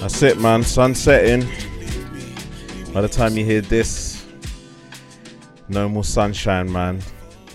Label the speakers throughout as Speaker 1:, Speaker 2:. Speaker 1: that's it, man. Sunsetting. By the time you hear this, no more sunshine, man.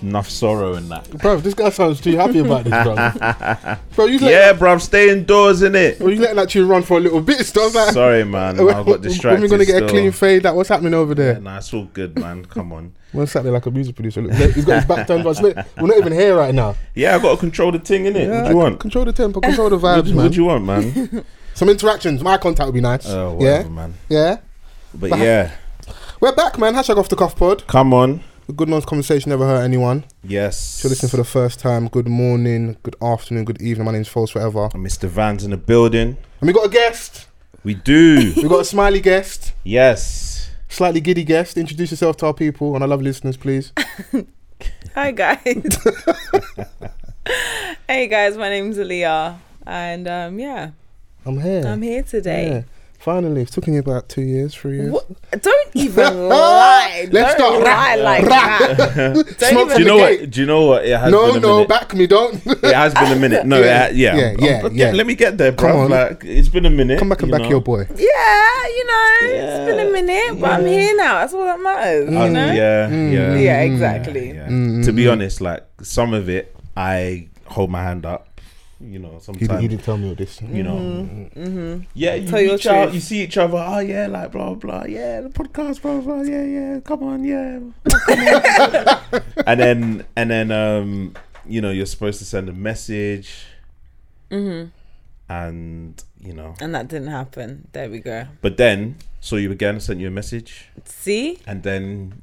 Speaker 1: Enough sorrow in that.
Speaker 2: Bro, this guy sounds too happy about this, bro. bro, you let,
Speaker 1: Yeah, bruv, stay indoors, innit?
Speaker 2: well, you let that tune run for a little bit, stuff like
Speaker 1: Sorry, man. I got distracted.
Speaker 2: When we gonna get
Speaker 1: still.
Speaker 2: a clean fade? That what's happening over
Speaker 1: Yeah,
Speaker 2: there?
Speaker 1: Nah, it's all good, man. Come on.
Speaker 2: We're sat there like a music producer. Look, he's got his back turned. to us. Look, We're not even here right now. Uh,
Speaker 1: Yeah, I got to control the thing, innit? what do you want?
Speaker 2: Control the tempo, control the vibes,
Speaker 1: What do,
Speaker 2: man.
Speaker 1: what do you want, man?
Speaker 2: Some interactions. My contact would be nice.
Speaker 1: Oh, whatever,
Speaker 2: yeah,
Speaker 1: man.
Speaker 2: yeah.
Speaker 1: But yeah,
Speaker 2: We're back, man. Hashtag off the cuff pod.
Speaker 1: come on.
Speaker 2: The good non's conversation never hurt anyone.
Speaker 1: Yes.
Speaker 2: If you're listening for the first time, good morning, good afternoon, good evening. My name's False Forever. And
Speaker 1: And Mr. Oh, Van's in the building.
Speaker 2: we got a guest.
Speaker 1: We do.
Speaker 2: We got a smiley guest,
Speaker 1: yes.
Speaker 2: slightly giddy guest. Introduce yourself to our people and our lovely listeners, please.
Speaker 3: Hi guys. hey guys, my name's Aaliyah, and um, yeah,
Speaker 2: I'm here.
Speaker 3: I'm here
Speaker 2: Yeah.
Speaker 3: today.
Speaker 2: Finally, it's taken you about two years, three years.
Speaker 3: What? Don't even lie.
Speaker 2: Let's
Speaker 3: Don't
Speaker 2: start.
Speaker 3: lie like that. Don't
Speaker 2: Smoke
Speaker 3: even
Speaker 1: Do you know
Speaker 2: Okay.
Speaker 1: what? Do you know what? It has
Speaker 2: No,
Speaker 1: been a
Speaker 2: no,
Speaker 1: minute.
Speaker 2: back me, don't.
Speaker 1: it has been a minute. No, yeah, it
Speaker 2: Yeah.
Speaker 1: ha- yeah.
Speaker 2: Yeah,
Speaker 1: Um,
Speaker 2: yeah,
Speaker 1: okay,
Speaker 2: yeah.
Speaker 1: Let me get there, bro.
Speaker 2: Come on.
Speaker 1: Like, it's been a minute.
Speaker 2: Come back and
Speaker 1: you
Speaker 2: back
Speaker 1: know? Uh,
Speaker 2: your boy.
Speaker 3: Yeah, you know, it's been
Speaker 1: Yeah.
Speaker 3: a minute, but I'm
Speaker 1: Yeah.
Speaker 3: here now. That's all that matters.
Speaker 1: Uh,
Speaker 3: you know? Mm.
Speaker 1: Yeah, yeah,
Speaker 3: Yeah,
Speaker 1: yeah,
Speaker 3: exactly.
Speaker 1: yeah.
Speaker 2: Mm.
Speaker 1: To be honest, like some of it, I hold my hand up. You know,
Speaker 2: You,
Speaker 1: sometimes. You,
Speaker 2: didn't tell me all this.
Speaker 1: know, yeah, you
Speaker 3: Mm-hmm. Tell your
Speaker 1: reach out,
Speaker 3: truth.
Speaker 1: you see each other. Oh yeah, like blah blah, yeah, the podcast, blah blah, yeah, yeah, come on, yeah, and then and then um, you know, you're supposed to send a message,
Speaker 3: Mm-hmm.
Speaker 1: and you know,
Speaker 3: And that didn't happen. There we go.
Speaker 1: But then saw you again, sent you a message,
Speaker 3: See?
Speaker 1: and then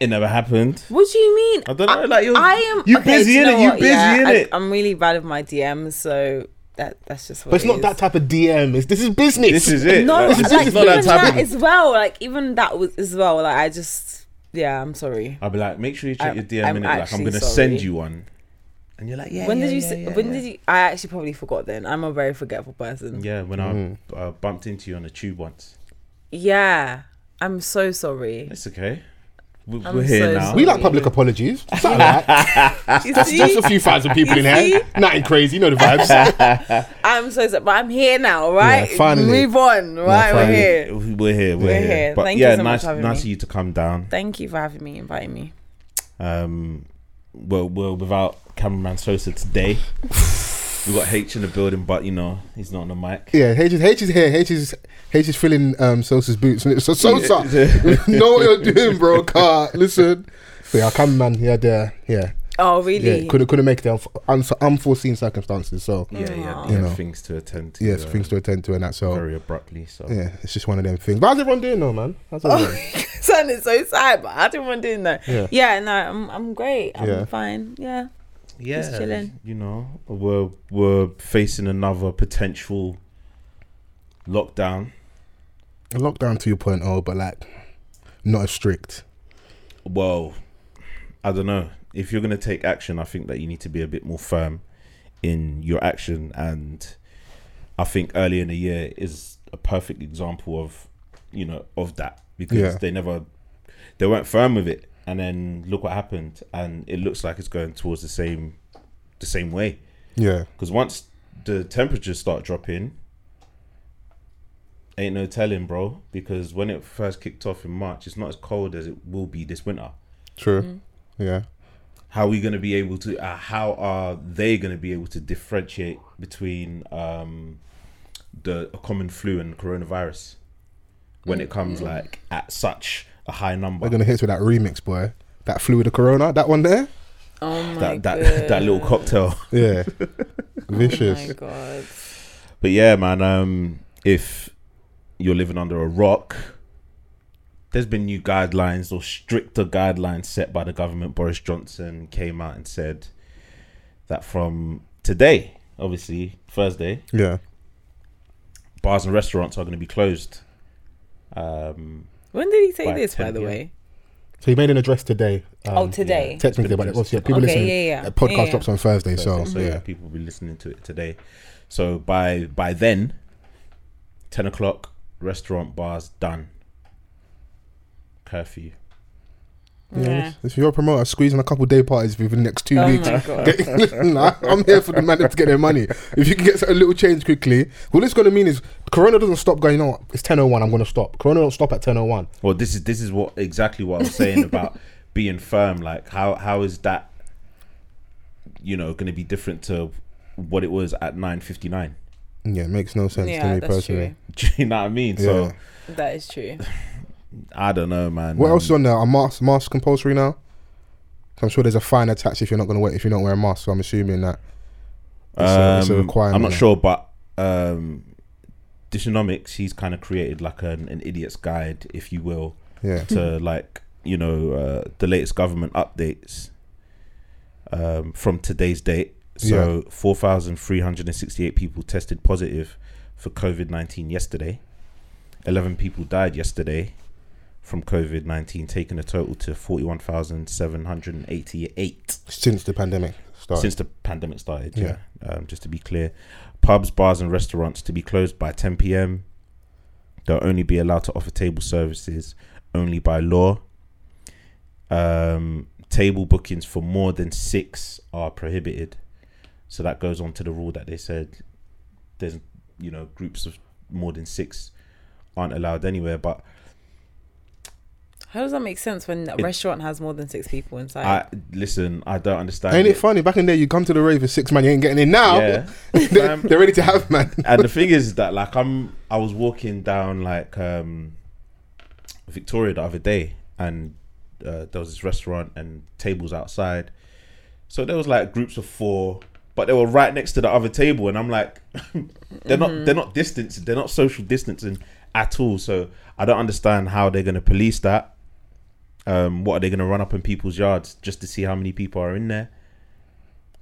Speaker 1: it never happened.
Speaker 3: What do you mean?
Speaker 1: I don't know, like you're
Speaker 3: I am.
Speaker 1: you
Speaker 3: okay,
Speaker 1: busy
Speaker 3: do
Speaker 1: in
Speaker 3: know
Speaker 1: it. You
Speaker 3: what?
Speaker 1: busy
Speaker 3: yeah,
Speaker 1: in
Speaker 3: I-
Speaker 1: it.
Speaker 3: I'm really bad with my DMs, so that that's just what.
Speaker 2: But it's
Speaker 3: it
Speaker 2: not
Speaker 3: is.
Speaker 2: that type of DM. It's, this is business.
Speaker 1: This is it.
Speaker 3: No, like,
Speaker 1: Like, this
Speaker 3: even
Speaker 1: is not that
Speaker 3: that,
Speaker 1: type of.
Speaker 3: as well. Like even that was as well. Like I just, yeah, I'm sorry.
Speaker 1: I'll be like, make sure you check
Speaker 3: I'm-
Speaker 1: your DM
Speaker 3: I'm
Speaker 1: in it. Like I'm
Speaker 3: actually
Speaker 1: gonna
Speaker 3: sorry.
Speaker 1: send you one, and you're like, yeah.
Speaker 3: when
Speaker 1: yeah,
Speaker 3: did you?
Speaker 1: Yeah,
Speaker 3: say
Speaker 1: yeah,
Speaker 3: when
Speaker 1: yeah.
Speaker 3: did you? I actually probably forgot. Then I'm a very forgetful person. Yeah,
Speaker 1: Yeah, when
Speaker 2: Hmm.
Speaker 1: I uh, bumped into you on the tube once.
Speaker 3: I'm so sorry.
Speaker 1: It's okay. We,
Speaker 3: I'm
Speaker 1: we're here
Speaker 3: so
Speaker 1: now.
Speaker 3: sorry.
Speaker 2: we like public apologies. It's not like-
Speaker 3: You
Speaker 2: That's
Speaker 3: see?
Speaker 2: a few thousand people in here. Nothing crazy. You know the vibes.
Speaker 3: I'm so sorry, but I'm here now. Right?
Speaker 2: Yeah, finally.
Speaker 3: Move on. Right? We're
Speaker 2: finally.
Speaker 3: here.
Speaker 1: We're here. We're,
Speaker 3: We're
Speaker 1: here.
Speaker 3: here.
Speaker 1: But
Speaker 3: Thank you
Speaker 1: yeah,
Speaker 3: so much
Speaker 1: nice,
Speaker 3: for having
Speaker 1: nice
Speaker 3: me.
Speaker 1: of you to come down.
Speaker 3: Thank you for having me, inviting me.
Speaker 1: Um, well, we're without cameraman Sosa today. we got H in the building, but you know he's not on the mic.
Speaker 2: Yeah, H is, H is here. H is H is filling um, Sosa's boots. And it's so Sosa, know what you're doing, bro. Car, listen. But yeah, come man. Yeah, there. Yeah,
Speaker 3: Oh,
Speaker 2: yeah.
Speaker 3: really?
Speaker 2: Couldn't couldn't make the unf- unf- unforeseen circumstances. So
Speaker 3: Oh.
Speaker 1: Yeah, yeah,
Speaker 3: Aw.
Speaker 1: yeah,
Speaker 2: You know.
Speaker 1: things to attend to. uh,
Speaker 2: yeah, it's things to attend to and that. So
Speaker 1: very abruptly. So
Speaker 2: yeah, it's just one of them things. But how's everyone doing, though, man? How's everyone?
Speaker 3: Sounded so sad, but I didn't want to do that.
Speaker 2: Yeah.
Speaker 3: Yeah. no, I'm I'm great. I'm
Speaker 2: Yeah.
Speaker 3: fine. Yeah.
Speaker 1: yeah,
Speaker 3: Just chilling.
Speaker 1: you know, we're we're facing another potential lockdown.
Speaker 2: Lockdown 2.0, but like not as strict.
Speaker 1: Well, I don't know if you're gonna take action. I think that you need to be a bit more firm in your action, and I think early in the year is a perfect example of you know of that because
Speaker 2: Yeah.
Speaker 1: they never they weren't firm with it, and then look what happened, and it looks like it's going towards the same the same way.
Speaker 2: Yeah,
Speaker 1: Because once the temperatures start dropping, ain't no telling, bro. Because when it first kicked off in March, it's not as cold as it will be this winter.
Speaker 2: true.
Speaker 3: Mm.
Speaker 2: Yeah.
Speaker 1: How are we going to be able to, uh, how are they going to be able to differentiate between um, the a common flu and coronavirus when it comes
Speaker 3: Mm-hmm.
Speaker 1: like at such a high number?
Speaker 2: We're gonna hit us with that remix, boy. That flew with the corona, that one there.
Speaker 3: Oh my
Speaker 1: that,
Speaker 3: god.
Speaker 1: that, that little cocktail.
Speaker 2: Yeah,
Speaker 3: Oh
Speaker 2: vicious.
Speaker 3: my god.
Speaker 1: But yeah, man, um, if you're living under a rock, there's been new guidelines or stricter guidelines set by the government. Boris Johnson came out and said that from today, obviously Thursday,
Speaker 2: Yeah,
Speaker 1: bars and restaurants are going to be closed. Um,
Speaker 3: When did he say
Speaker 1: By
Speaker 3: this,
Speaker 1: 10
Speaker 3: by the
Speaker 1: p.m.
Speaker 3: way?
Speaker 2: so he made an address today. Um,
Speaker 3: oh, today.
Speaker 2: technically, but obviously, yeah, people
Speaker 3: Okay,
Speaker 2: listening.
Speaker 3: yeah, yeah.
Speaker 2: the podcast
Speaker 3: Yeah, yeah.
Speaker 2: drops on Thursday,
Speaker 1: so,
Speaker 2: so,
Speaker 1: so yeah,
Speaker 2: yeah.
Speaker 1: people will be listening to it today. So by by then, ten o'clock, restaurant bars done. Curfew.
Speaker 2: You know,
Speaker 3: Yeah.
Speaker 2: if- If you're a promoter, squeeze in a couple day parties within the next two
Speaker 3: Oh
Speaker 2: weeks.
Speaker 3: my god.
Speaker 2: Get- Listen, I- I'm here for the man to get their money. If you can get a little change quickly, what it's going to mean is Corona doesn't stop going. You know what? It's 10:01. I'm going to stop. Corona don't stop at 10:01.
Speaker 1: Well, this is this is what exactly what I was saying about being firm. Like, how how is that, you know, going to be different to what it was at nine fifty nine?
Speaker 2: Yeah, it makes no sense to
Speaker 3: Yeah,
Speaker 2: me
Speaker 3: that's
Speaker 2: personally.
Speaker 3: true.
Speaker 1: Do you know what I mean? So
Speaker 2: Yeah.
Speaker 3: That is true.
Speaker 1: I don't know, man.
Speaker 2: What
Speaker 1: Um,
Speaker 2: else is on there? Are masks masks compulsory now? I'm sure there's a fine attached if you're not going to wear if you don't wear a mask. So I'm assuming that. It's a- it's a
Speaker 1: Um,
Speaker 2: requirement
Speaker 1: I'm not
Speaker 2: now.
Speaker 1: sure, but um, Dysnomics, he's kind of created like an, an idiot's guide, if you will,
Speaker 2: Yeah.
Speaker 1: to like you know uh, the latest government updates um, from today's date. So 4,368 people tested positive for COVID 19 yesterday. 11 people died yesterday from COVID 19, taking a total to 41,788
Speaker 2: Since the pandemic started.
Speaker 1: since the pandemic started. Yeah. Um, just to be clear, pubs, bars, and restaurants to be closed by 10 p.m. They'll only be allowed to offer table services only by law. Um, table bookings for more than six are prohibited. So that goes on to the rule that they said there's you know groups of more than six aren't allowed anywhere. But
Speaker 3: How does that make sense when a
Speaker 1: It-
Speaker 3: restaurant has more than six people inside?
Speaker 1: I listen, I don't understand.
Speaker 2: Ain't it
Speaker 1: it.
Speaker 2: funny? Back in there, you come to the rave with six man, you ain't getting in now.
Speaker 1: Yeah.
Speaker 2: they're,
Speaker 1: Fam.
Speaker 2: they're ready to have man.
Speaker 1: and the thing is that like I'm I was walking down like um Victoria the other day and uh, there was this restaurant and tables outside. So there was like groups of four, but they were right next to the other table and I'm like they're not they're not distanced, they're not social distancing at all. So I don't understand how they're gonna police that. Um, what are they gonna run up in people's yards just to see how many people are in there?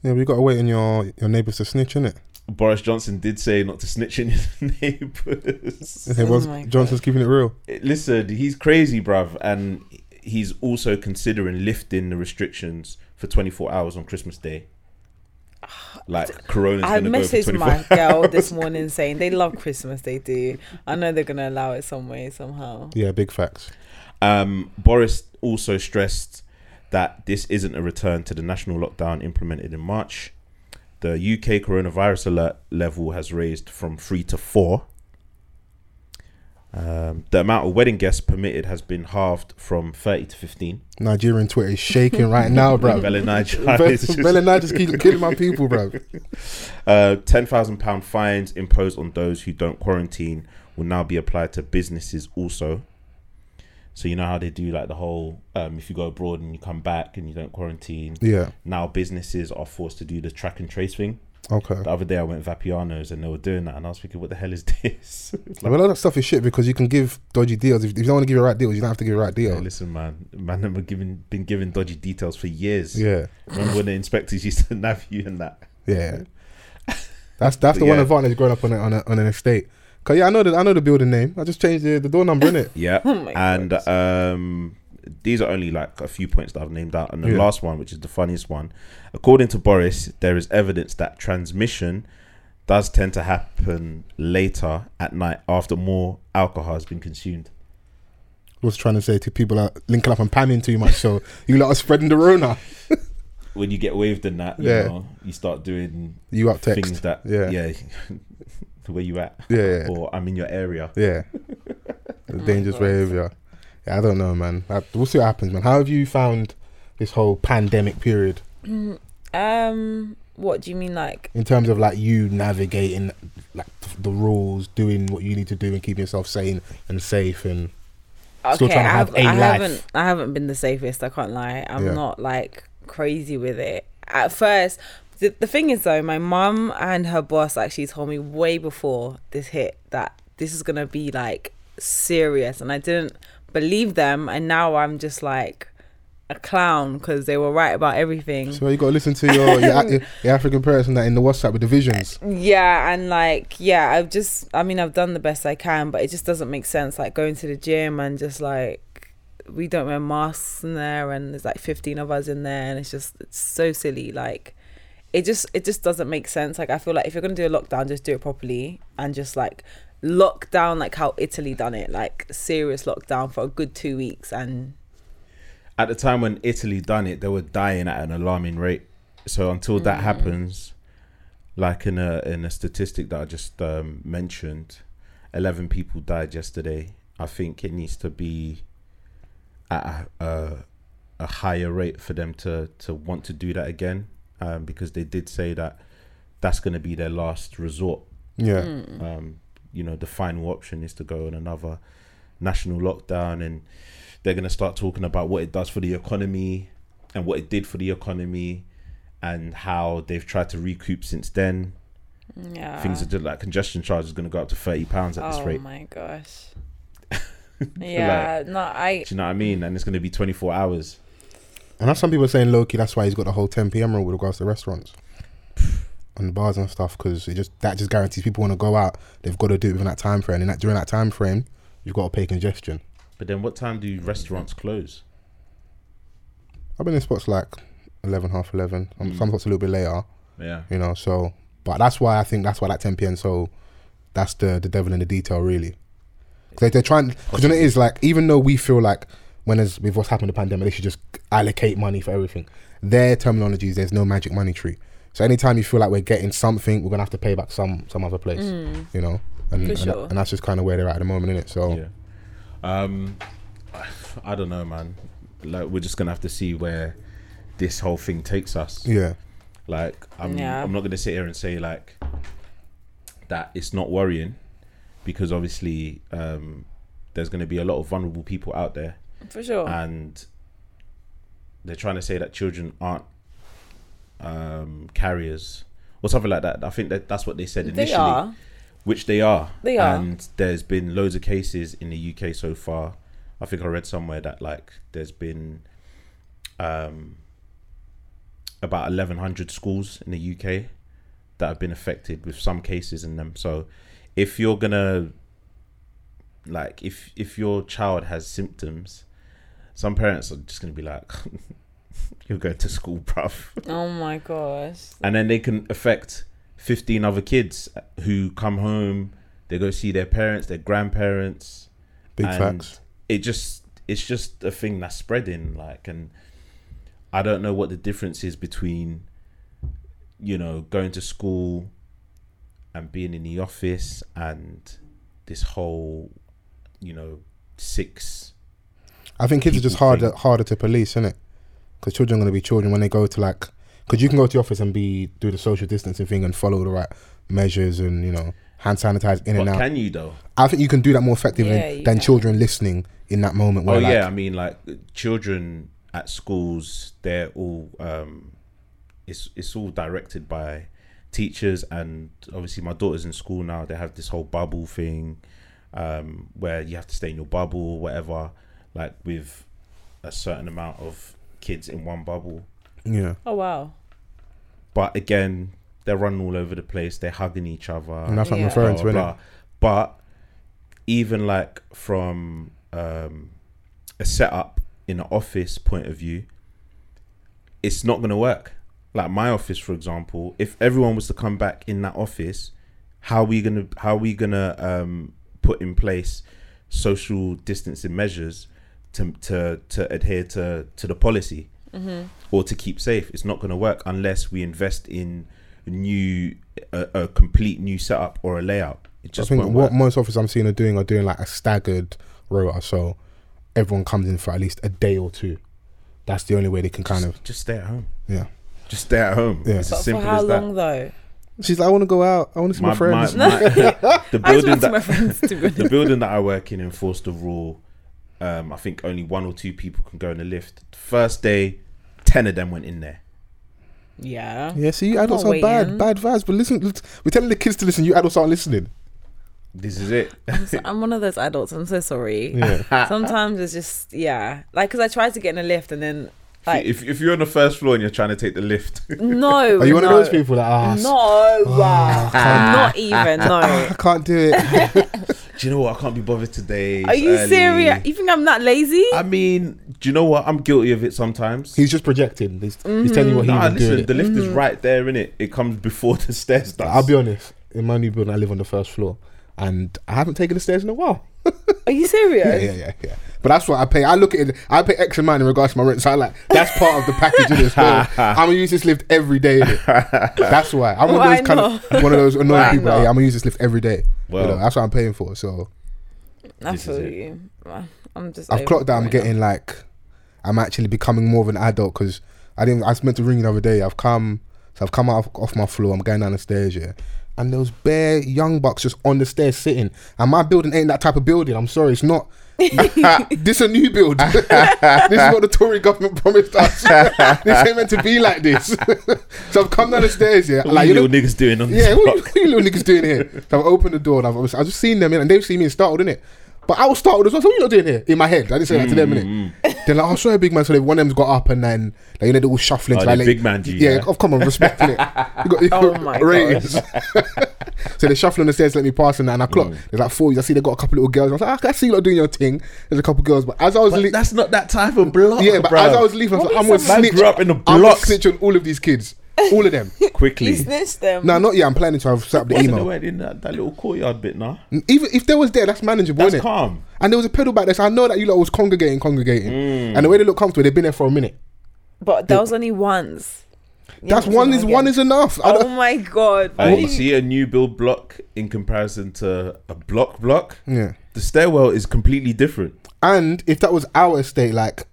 Speaker 2: Yeah, we got to wait on your your neighbours to snitch, innit?
Speaker 1: Boris Johnson did say not to snitch in his neighbours.
Speaker 2: It was
Speaker 3: Oh my God.
Speaker 2: Johnson's keeping it real.
Speaker 1: listen, he's crazy, bruv, and he's also considering lifting the restrictions for 24 hours on Christmas Day. Like Corona's
Speaker 3: I
Speaker 1: gonna go for
Speaker 3: messaged
Speaker 1: 24
Speaker 3: my girl this morning saying they love Christmas. They do. I know they're gonna allow it some way somehow.
Speaker 2: Yeah, big facts.
Speaker 1: Um, Boris also stressed that this isn't a return to the national lockdown implemented in March. The UK coronavirus alert level has raised from three to four. Um, the amount of wedding guests permitted has been halved from 30 to 15.
Speaker 2: Nigerian Twitter is shaking right now, bro.
Speaker 1: Bella Nigeria is just-
Speaker 2: Oh, Bella Nye just keep killing my people, bro.
Speaker 1: Uh, ten thousand pound fines imposed on those who don't quarantine will now be applied to businesses also. So you know how they do like the whole um, if you go abroad and you come back and you don't quarantine.
Speaker 2: Yeah.
Speaker 1: Now businesses are forced to do the track and trace thing.
Speaker 2: Okay.
Speaker 1: The other day I went Vapiano's and they were doing that and I was thinking, what the hell is this? It's like,
Speaker 2: well, all that stuff is shit because you can give dodgy deals. If, if you don't want to give the right deals, you don't have to give the right
Speaker 1: yeah,
Speaker 2: deal.
Speaker 1: listen, man, man, them were giving been giving dodgy details for years.
Speaker 2: Yeah.
Speaker 1: Remember when the inspectors used to nav you and that?
Speaker 2: Yeah. That's that's the
Speaker 1: But
Speaker 2: one
Speaker 1: yeah.
Speaker 2: advantage growing up on a, on, a, on an estate. Cause yeah, I know the I know the building name. I just changed the, the door number in it.
Speaker 1: Yeah.
Speaker 3: Oh my
Speaker 1: and uh,
Speaker 3: god.
Speaker 1: um, these are only like a few points that I've named out. And the
Speaker 2: Yeah.
Speaker 1: last one, which is the funniest one, according to Boris, there is evidence that transmission does tend to happen later at night after more alcohol has been consumed.
Speaker 2: Was trying to say to people are linking up and panning too much, so you lot are spreading the Rona.
Speaker 1: When you get waved in that, you
Speaker 2: Yeah.
Speaker 1: know, you start doing
Speaker 2: You up text?
Speaker 1: things that,
Speaker 2: Yeah.
Speaker 1: yeah, where you at,
Speaker 2: Yeah, yeah,
Speaker 1: or I'm in your area.
Speaker 2: yeah.
Speaker 3: Oh my
Speaker 2: dangerous
Speaker 3: God.
Speaker 2: behavior. Yeah, I don't know, man. I, we'll see what happens, man. How have you found this whole pandemic period
Speaker 3: Um, what do you mean, like?
Speaker 2: in terms of like you navigating like the rules, doing what you need to do, and keeping yourself sane and safe and
Speaker 3: Okay,
Speaker 2: Still trying to
Speaker 3: I,
Speaker 2: have
Speaker 3: have,
Speaker 2: a
Speaker 3: I
Speaker 2: life.
Speaker 3: haven't. I haven't been the safest. I can't lie. I'm
Speaker 2: Yeah.
Speaker 3: not like crazy with it at first. The, the thing is though, my mum and her boss actually told me way before this hit that this is gonna be like serious, and I didn't believe them. And now I'm just like a clown because they were right about everything.
Speaker 2: So you got to listen to your your, Af- your African parents and that in the WhatsApp with the visions.
Speaker 3: yeah and like yeah i've just i mean i've done the best i can but it just doesn't make sense like going to the gym and just like we don't wear masks in there and there's like 15 of us in there and it's just it's so silly like it just it just doesn't make sense like i feel like if you're gonna do a lockdown just do it properly and just like lock down like how italy done it like serious lockdown for a good two weeks and
Speaker 1: at the time when Italy done it, they were dying at an alarming rate. So until that happens, like in a in a statistic that I just um, mentioned, eleven people died yesterday. I think it needs to be at a, a, a higher rate for them to to want to do that again, um, because they did say that that's going to be their last resort
Speaker 2: Yeah.
Speaker 1: um, you know, the final option is to go on another national lockdown, and they're going to start talking about what it does for the economy and what it did for the economy and how they've tried to recoup since then.
Speaker 3: Yeah.
Speaker 1: Things are just like congestion charge is going to go up to thirty pounds at
Speaker 3: Uh-huh. oh
Speaker 1: this rate.
Speaker 3: my gosh. yeah. no, I.
Speaker 1: Do you know what I mean? And it's going to be twenty four hours.
Speaker 2: And that's some people saying Loki. That's why he's got the whole 10 p.m. rule with regards to restaurants and bars and stuff because it just that just guarantees people want to go out. They've got to do it within that time frame, and that during that time frame, you've got to pay congestion.
Speaker 1: But then, what time do restaurants close?
Speaker 2: I've been in spots like 11, half 11. Um,
Speaker 1: Mm.
Speaker 2: Some spots a little bit later,
Speaker 1: Yeah,
Speaker 2: you know. So, but that's why I think that's why that 10 p.m. So that's the the devil in the detail, really. Because they, are trying. Because you know it is like even though we feel like when as with what's happened in the pandemic, they should just allocate money for everything. Their terminology is there's no magic money tree. So anytime you feel like we're getting something, we're gonna have to pay back some some other place,
Speaker 3: Mm,
Speaker 2: you know. And
Speaker 3: For
Speaker 2: and,
Speaker 3: sure.
Speaker 2: and that's just kind of where they're at at the moment, isn't it? So
Speaker 1: yeah. Um, I don't know, man. Like, we're just going to have to see where this whole thing takes us.
Speaker 2: yeah,
Speaker 1: Like I'm
Speaker 3: Yeah.
Speaker 1: I'm not gonna sit here and say like that it's not worrying because obviously um there's gonna be a lot of vulnerable people out there
Speaker 3: for sure.
Speaker 1: and they're trying to say that children aren't um carriers or something like that. I think that that's what they said initially.
Speaker 3: they are.
Speaker 1: Which they are.
Speaker 3: They are.
Speaker 1: And there's been loads of cases in the UK so far. I think I read somewhere that like there's been um about 1100 schools in the UK that have been affected with some cases in them. So if you're going to like if if your child has symptoms, some parents are just going to be like you're going to school, bruv
Speaker 3: Oh my gosh.
Speaker 1: and then they can affect 15 other kids who come home they go see their parents their grandparents
Speaker 2: big
Speaker 1: and
Speaker 2: facts.
Speaker 1: it just it's just a thing that's spreading like and i don't know what the difference is between you know going to school and being in the office and this whole you know six
Speaker 2: I think kids are just
Speaker 1: people
Speaker 2: harder
Speaker 1: think-
Speaker 2: harder to police, isn't it? Because children are going to be children when they go to like, because you can go to the office and be do the social distancing thing and follow the right measures and you know hand sanitize in
Speaker 1: what
Speaker 2: and out.
Speaker 1: can you though
Speaker 2: I think you can do that more effectively
Speaker 3: Yeah, you
Speaker 2: than
Speaker 3: can.
Speaker 2: children listening in that moment. Where
Speaker 1: oh
Speaker 2: like,
Speaker 1: yeah, I mean like children at schools, they're all um, it's it's all directed by teachers, and obviously my daughter's in school now. They have this whole bubble thing, um, where you have to stay in your bubble, or whatever, like with a certain amount of kids in one bubble.
Speaker 2: yeah,
Speaker 3: Oh wow.
Speaker 1: But again, they're running all over the place. They're hugging each other
Speaker 2: and that's what I'm
Speaker 3: Yeah.
Speaker 2: referring to,
Speaker 1: blah,
Speaker 2: innit?
Speaker 1: blah, blah. But even like from um, a setup in an office point of view, it's not going to work. Like my office, for example, if everyone was to come back in that office, how we gonna how we gonna um, put in place social distancing measures to to to adhere to to the policy
Speaker 3: Mm-hmm.
Speaker 1: or to keep safe? It's not going to work unless we invest in new a, a complete new setup or a layout. It
Speaker 2: I
Speaker 1: just
Speaker 2: think
Speaker 1: won't
Speaker 2: what
Speaker 1: work.
Speaker 2: most offices I'm seeing are doing are doing like a staggered rota, so everyone comes in for at least a day or two. That's the only way they can kind of.
Speaker 1: just, just stay at home.
Speaker 2: Yeah.
Speaker 1: just stay at home.
Speaker 2: Yeah.
Speaker 1: It's
Speaker 3: But
Speaker 1: as
Speaker 3: for
Speaker 1: simple
Speaker 3: how
Speaker 1: as that.
Speaker 3: long though?
Speaker 2: She's like, I want to go out. I want to see my,
Speaker 1: My- my-
Speaker 2: friends.
Speaker 1: my- the
Speaker 3: I just
Speaker 1: building
Speaker 3: want to see
Speaker 1: that
Speaker 3: my friends to be
Speaker 1: the building that I work in enforced a rule. Um, I think only one or two people can go in the lift. First day, ten of them went in there.
Speaker 3: Yeah.
Speaker 2: Yeah, see, you adults
Speaker 3: not
Speaker 2: are bad,
Speaker 3: waiting.
Speaker 2: bad vibes. But listen, lit- we're telling the kids to listen. You adults aren't listening.
Speaker 1: This is it.
Speaker 3: I'm, so, I'm one of those adults. I'm so sorry. Uh,
Speaker 2: Yeah,
Speaker 3: Sometimes it's just yeah. Like because I tried to get in a lift and then like
Speaker 1: if, if you're on the first floor and you're trying to take the lift,
Speaker 3: no.
Speaker 2: are you one
Speaker 3: no.
Speaker 2: of those people that ah, s-
Speaker 3: No.
Speaker 2: Ah,
Speaker 3: not even no.
Speaker 2: I can't do it?
Speaker 1: do you know what? I can't be bothered today.
Speaker 3: Are
Speaker 1: It's
Speaker 3: you
Speaker 1: early.
Speaker 3: serious? You think I'm that lazy?
Speaker 1: I mean, do you know what? I'm guilty of it sometimes.
Speaker 2: He's just projecting. He's, he's telling
Speaker 3: Mm-hmm.
Speaker 2: you what he
Speaker 1: Nah,
Speaker 2: was doing.
Speaker 1: listen, the lift
Speaker 3: Mm.
Speaker 1: is right there, in it. It comes before the stairs does.
Speaker 2: I'll be honest. In my new building, I live on the first floor, and I haven't taken the stairs in a while.
Speaker 3: Are you serious?
Speaker 2: Yeah, yeah, yeah. yeah. But that's what I pay. I look at it. I pay X amount in regards to my rent. So I like that's part of the package of this. Bro. I'm gonna use this lift every day. innit? That's why I'm one
Speaker 3: Why
Speaker 2: of those kind of one of those annoying
Speaker 1: Why
Speaker 2: people.
Speaker 1: not?
Speaker 2: Like, yeah, I'm gonna use this lift every day. You
Speaker 1: Well.
Speaker 2: know, that's what I'm paying for. So
Speaker 3: I
Speaker 1: This is
Speaker 3: feel
Speaker 1: it.
Speaker 3: you. I'm just.
Speaker 2: I've
Speaker 3: over
Speaker 2: clocked that
Speaker 3: it
Speaker 2: I'm
Speaker 3: right
Speaker 2: getting like I'm actually becoming more of an adult because I didn't. I was meant to ring you the other day. I've come, so I've come out of, off my floor. I'm going down the stairs, yeah. And those bare young bucks just on the stairs sitting. And my building ain't that type of building. I'm sorry, it's not. this a new build. this is what the Tory government promised us. this ain't meant to be like this. so I've come down the stairs, yeah.
Speaker 1: What are
Speaker 2: Like
Speaker 1: you
Speaker 2: you know,
Speaker 1: little niggas doing on
Speaker 2: yeah,
Speaker 1: this
Speaker 2: what,
Speaker 1: block?
Speaker 2: you- what you little niggas doing here? So I've opened the door and I've, obviously- I've just seen them in, and they've seen me and startled, innit? But I was startled as well. So what you not doing here? In my head. I didn't say that to them, innit?
Speaker 1: Mm-hmm.
Speaker 2: They're like, oh, sorry, big man. So they, one of them's got up and then, like, you know, they all shuffling.
Speaker 1: Oh,
Speaker 2: to,
Speaker 1: they
Speaker 2: like,
Speaker 1: big man'd you,
Speaker 2: Yeah,
Speaker 1: yeah?
Speaker 2: oh, come on, respect it. You got, you
Speaker 3: Oh
Speaker 2: got
Speaker 3: my
Speaker 2: ratings. so they're shuffling the stairs, let me pass, and, that, and I clock.
Speaker 1: Mm.
Speaker 2: There's like four. I see they got a couple little girls. I was like, "Ah, I see you lot doing your thing. There's a couple girls, but as I was,
Speaker 1: But
Speaker 2: le-
Speaker 1: that's not that type of block.
Speaker 2: yeah, but
Speaker 1: bruv.
Speaker 2: as I was leaving, I was
Speaker 3: What
Speaker 2: like, I'm
Speaker 3: were
Speaker 2: gonna
Speaker 3: you saying?
Speaker 1: man
Speaker 2: snitch.
Speaker 1: grew up in a
Speaker 2: I'm gonna
Speaker 1: block
Speaker 2: snitch on all of these kids, all of them.
Speaker 1: quickly.
Speaker 3: You snitched them.
Speaker 2: no, not yet. I'm planning to. I've set up the
Speaker 1: Wasn't
Speaker 2: email.
Speaker 1: they weren't in that, that little courtyard bit, nah.
Speaker 2: Even if there was there, that's manageable,
Speaker 1: That's
Speaker 2: innit?
Speaker 1: calm.
Speaker 2: And there was a pedal back there, so I know that you lot was congregating, congregating. And the way they look comfortable, they've been there for a minute.
Speaker 3: But that was only once. You
Speaker 2: That's
Speaker 3: haven't
Speaker 2: one
Speaker 3: seen
Speaker 2: is
Speaker 3: them
Speaker 2: one
Speaker 3: again.
Speaker 2: is enough. I
Speaker 3: Oh
Speaker 2: don't,
Speaker 3: my god.
Speaker 1: Uh,
Speaker 3: What
Speaker 1: you
Speaker 3: do you-
Speaker 1: see a new build block in comparison to a block block.
Speaker 2: yeah.
Speaker 1: The stairwell is completely different.
Speaker 2: And if that was our estate, like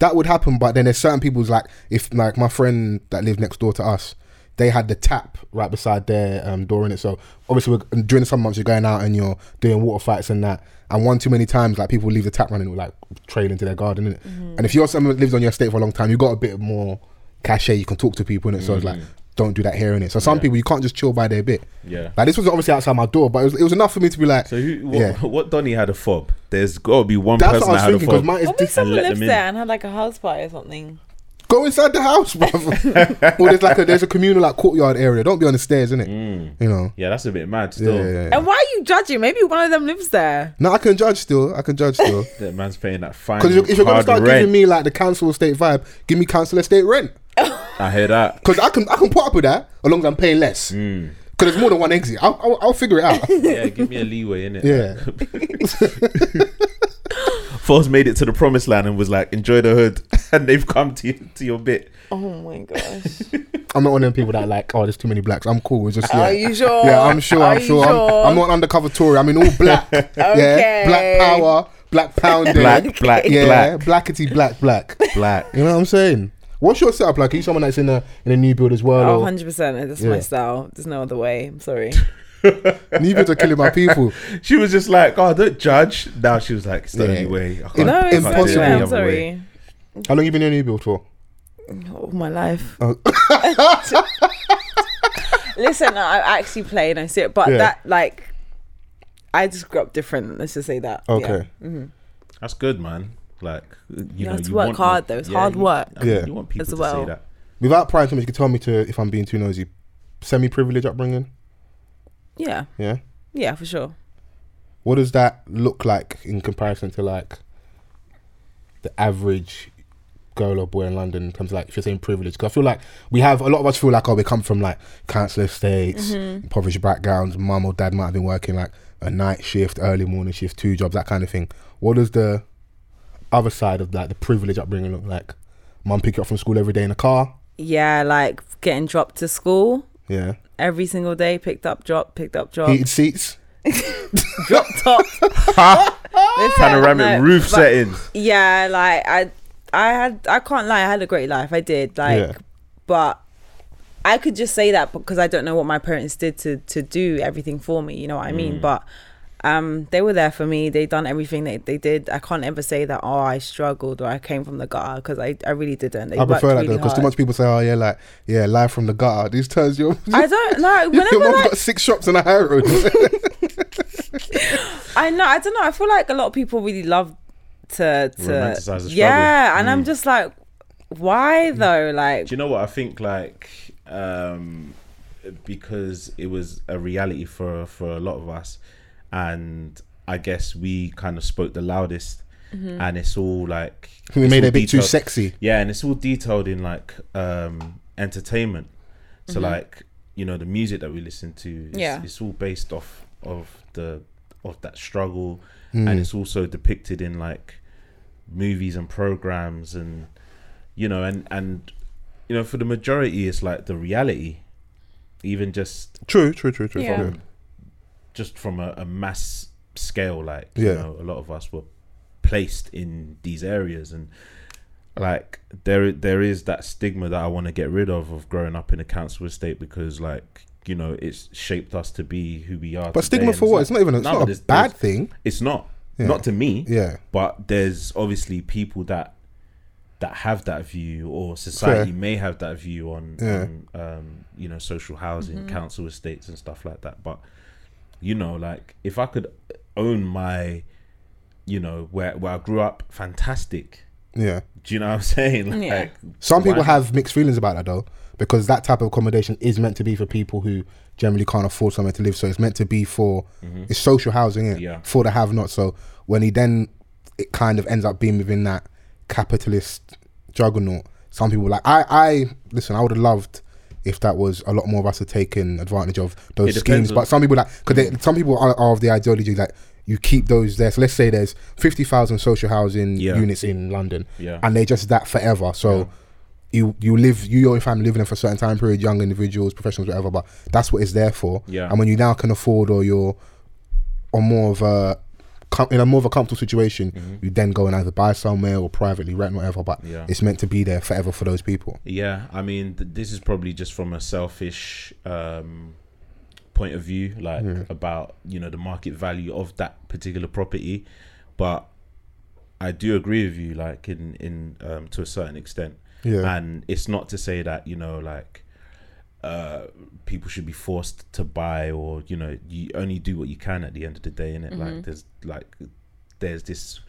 Speaker 2: that would happen. But then there's certain people's like if like my friend that lived next door to us, they had the tap right beside their um, door in it. So obviously we're, during the summer months you're going out and you're doing water fights and that. And one too many times, like people leave the tap running, it will, like trail into their garden. Innit? And if you're someone that lives on your estate for a long time, you got a bit more cachet. You can talk to people in it. So it's like don't do that here in it. So some people you can't just chill by their bit.
Speaker 1: Yeah.
Speaker 2: Like this was obviously outside my door, but it was, it was enough for me to be like,
Speaker 1: So who? What,
Speaker 2: Yeah.
Speaker 1: what Donny had a fob? There's got to be one
Speaker 2: that's
Speaker 1: person
Speaker 2: what I was
Speaker 1: that had
Speaker 2: thinking
Speaker 1: a fob.
Speaker 2: because mine is
Speaker 3: What if someone
Speaker 1: let
Speaker 3: lived
Speaker 1: them in.
Speaker 3: there and had like a house party or something?
Speaker 2: Go inside the house, bro. well, there's like a there's a communal like courtyard area. Don't be on the stairs, innit? You know.
Speaker 1: yeah, that's a bit mad. Mm.
Speaker 2: Yeah,
Speaker 1: Still,
Speaker 2: yeah, yeah.
Speaker 3: And why are you judging? Maybe one of them lives there.
Speaker 2: No, I can judge still. I can judge still.
Speaker 1: that man's paying that fine.
Speaker 2: Because if, if you're gonna
Speaker 1: hard
Speaker 2: start
Speaker 1: rent.
Speaker 2: giving me like the council estate vibe, give me council estate rent.
Speaker 1: I hear that.
Speaker 2: Because I can I can put up with that as long as I'm paying less. Because
Speaker 1: Mm.
Speaker 2: there's more than one exit. I'll, I'll, I'll figure it out.
Speaker 1: Yeah, give me a leeway in it.
Speaker 2: yeah.
Speaker 1: Foz made it to the promised land and was like, "Enjoy the hood," and they've come to you, to your bit.
Speaker 3: Oh my gosh.
Speaker 2: I'm not one of them people that like, oh, there's too many blacks. I'm cool. It's just yeah.
Speaker 3: Are you sure?
Speaker 2: Yeah, I'm sure.
Speaker 3: Are
Speaker 2: I'm
Speaker 3: you
Speaker 2: sure.
Speaker 3: sure?
Speaker 2: I'm, I'm not an undercover Tory. I'm in all black. Yeah,
Speaker 3: Okay.
Speaker 2: black power, black pounding,
Speaker 1: Black, black,
Speaker 2: yeah,
Speaker 1: black,
Speaker 2: blackety black, black.
Speaker 1: black.
Speaker 2: You know what I'm saying? What's your setup like? Are you someone that's in a in a new build as
Speaker 3: Oh,
Speaker 2: well?
Speaker 3: 100%. That's
Speaker 2: Yeah.
Speaker 3: my style. There's no other way. I'm sorry. Oh,
Speaker 2: Or new builds are killing my people.
Speaker 1: She was just like, "Oh, don't judge." Now she was like, "It's the
Speaker 2: Yeah.
Speaker 1: only way." I I
Speaker 2: No,
Speaker 3: No, it's
Speaker 1: do it
Speaker 2: impossible.
Speaker 1: any
Speaker 3: impossible. I'm
Speaker 1: other way.
Speaker 3: sorry.
Speaker 2: How long you been in a new build for?
Speaker 3: All my life.
Speaker 2: Oh.
Speaker 3: Listen, I I actually play and I see it, but
Speaker 2: Yeah.
Speaker 3: that, like, I just grew up different. Let's just say that. Yeah.
Speaker 2: Okay.
Speaker 1: That's good, man. Like, you,
Speaker 3: You
Speaker 1: know,
Speaker 3: have to
Speaker 1: you
Speaker 3: work
Speaker 1: want-
Speaker 3: hard, though. It's hard
Speaker 1: you-
Speaker 3: work.
Speaker 1: I mean,
Speaker 2: Yeah.
Speaker 1: you want people
Speaker 3: As
Speaker 1: to say
Speaker 3: well.
Speaker 1: that.
Speaker 2: Without prying too much, you can tell me to if I'm being too nosy. Semi privileged upbringing.
Speaker 3: Yeah.
Speaker 2: Yeah.
Speaker 3: Yeah, for sure.
Speaker 2: What does that look like in comparison to like the average girl or boy in London in terms of like if you're saying privilege? Because I feel like we have a lot of us feel like oh we come from like council estates,
Speaker 3: Mm-hmm.
Speaker 2: impoverished backgrounds. Mum or dad might have been working like a night shift, early morning shift, two jobs, that kind of thing. What does the other side of like the privilege upbringing look like? Mum pick you up from school every day in a car.
Speaker 3: Yeah, like getting dropped to school
Speaker 2: Yeah,
Speaker 3: every single day, picked up, dropped, picked up, dropped.
Speaker 2: heated seats.
Speaker 3: drop top. Listen,
Speaker 1: Panoramic
Speaker 3: no,
Speaker 1: roof
Speaker 3: but
Speaker 1: settings.
Speaker 3: Yeah, like I, I had, I can't lie, I had a great life. I did, like,
Speaker 2: Yeah.
Speaker 3: but I could just say that because I don't know what my parents did to to do everything for me. You know what I
Speaker 2: Mm.
Speaker 3: mean? But um, they were there for me. They done everything they they did. I can't ever say that oh I struggled or I came from the gutter because I I really didn't. They
Speaker 2: I prefer
Speaker 3: worked
Speaker 2: that though
Speaker 3: really
Speaker 2: because too
Speaker 3: hard.
Speaker 2: much people say oh yeah like yeah live from the gutter. These turns you.
Speaker 3: I don't know.
Speaker 2: Your
Speaker 3: Whenever
Speaker 2: mum's
Speaker 3: like,
Speaker 2: got six shops on a high road.
Speaker 3: I know. I don't know. I feel like a lot of people really love to to
Speaker 1: Romanticize the Mm.
Speaker 3: yeah, and I'm just like, why though? Like,
Speaker 1: Do you know what I think? Like, um, because it was a reality for for a lot of us, and I guess we kind of spoke the loudest,
Speaker 3: Mm-hmm.
Speaker 1: and it's all like
Speaker 2: we
Speaker 1: it's
Speaker 2: made it
Speaker 1: all
Speaker 2: a bit too
Speaker 1: detailed-
Speaker 2: sexy.
Speaker 1: Yeah, and it's all detailed in like um entertainment. So like you know the music that we listen to, it's,
Speaker 3: Yeah.
Speaker 1: it's all
Speaker 2: Mm.
Speaker 1: based off of the of that struggle, and it's also depicted in like movies and programs and you know and and you know for the majority it's like the reality even just
Speaker 2: True, true, true, true.
Speaker 3: Yeah.
Speaker 2: Yeah.
Speaker 1: just from a, a mass scale like you
Speaker 2: Yeah.
Speaker 1: know a lot of us were placed in these areas and like there there is that stigma that I want to get rid of of growing up in a council estate because like you know it's shaped us to be who we are
Speaker 2: But
Speaker 1: today
Speaker 2: stigma
Speaker 1: and
Speaker 2: for what? It's not even. It's
Speaker 1: No, but
Speaker 2: not a
Speaker 1: it's-
Speaker 2: bad
Speaker 1: it's-
Speaker 2: thing.
Speaker 1: it's not
Speaker 2: Yeah.
Speaker 1: not to me
Speaker 2: Yeah.
Speaker 1: but there's obviously people that that have that view or society
Speaker 2: Fair.
Speaker 1: may have that view on,
Speaker 2: Yeah.
Speaker 1: on um you know social housing council estates and stuff like that but you know like if i could own my you know where where i grew up fantastic
Speaker 2: Yeah.
Speaker 1: do you know what i'm saying like
Speaker 3: Yeah.
Speaker 2: Some people
Speaker 1: why-
Speaker 2: have mixed feelings about that though, because that type of accommodation is meant to be for people who generally can't afford somewhere to live. So it's meant to be for it's social housing, innit?
Speaker 1: Mm-hmm. Yeah.
Speaker 2: for the have not. So when he then it kind of ends up being within that capitalist juggernaut. Some people like I, I listen. I would have loved if that was a lot more of us are taking advantage of those
Speaker 1: It depends
Speaker 2: schemes.
Speaker 1: on- Mm.
Speaker 2: But some people like because some people are, are of the ideology like you keep those there. So let's say there's fifty thousand social housing
Speaker 1: Yeah.
Speaker 2: units in London
Speaker 1: yeah
Speaker 2: and they're just that forever. So you you live you your family living there for a certain time period, young individuals, professionals, whatever. But that's what it's there for.
Speaker 1: Yeah.
Speaker 2: And when you now can afford or you're on more of a com- in a more of a comfortable situation, you then go and either buy somewhere or privately rent whatever. But
Speaker 1: Mm-hmm. Yeah.
Speaker 2: it's meant to be there forever for those people.
Speaker 1: Yeah, I mean, th- this is probably just from a selfish um, point of view, like about you know the market value of that particular property. But I do agree with you, like in in um, to a certain extent,
Speaker 2: Yeah.
Speaker 1: and it's not to say that you know like uh, people should be forced to buy or you know you only do what you can at the end of the day, innit?
Speaker 2: Mm-hmm.
Speaker 1: Like there's like there's this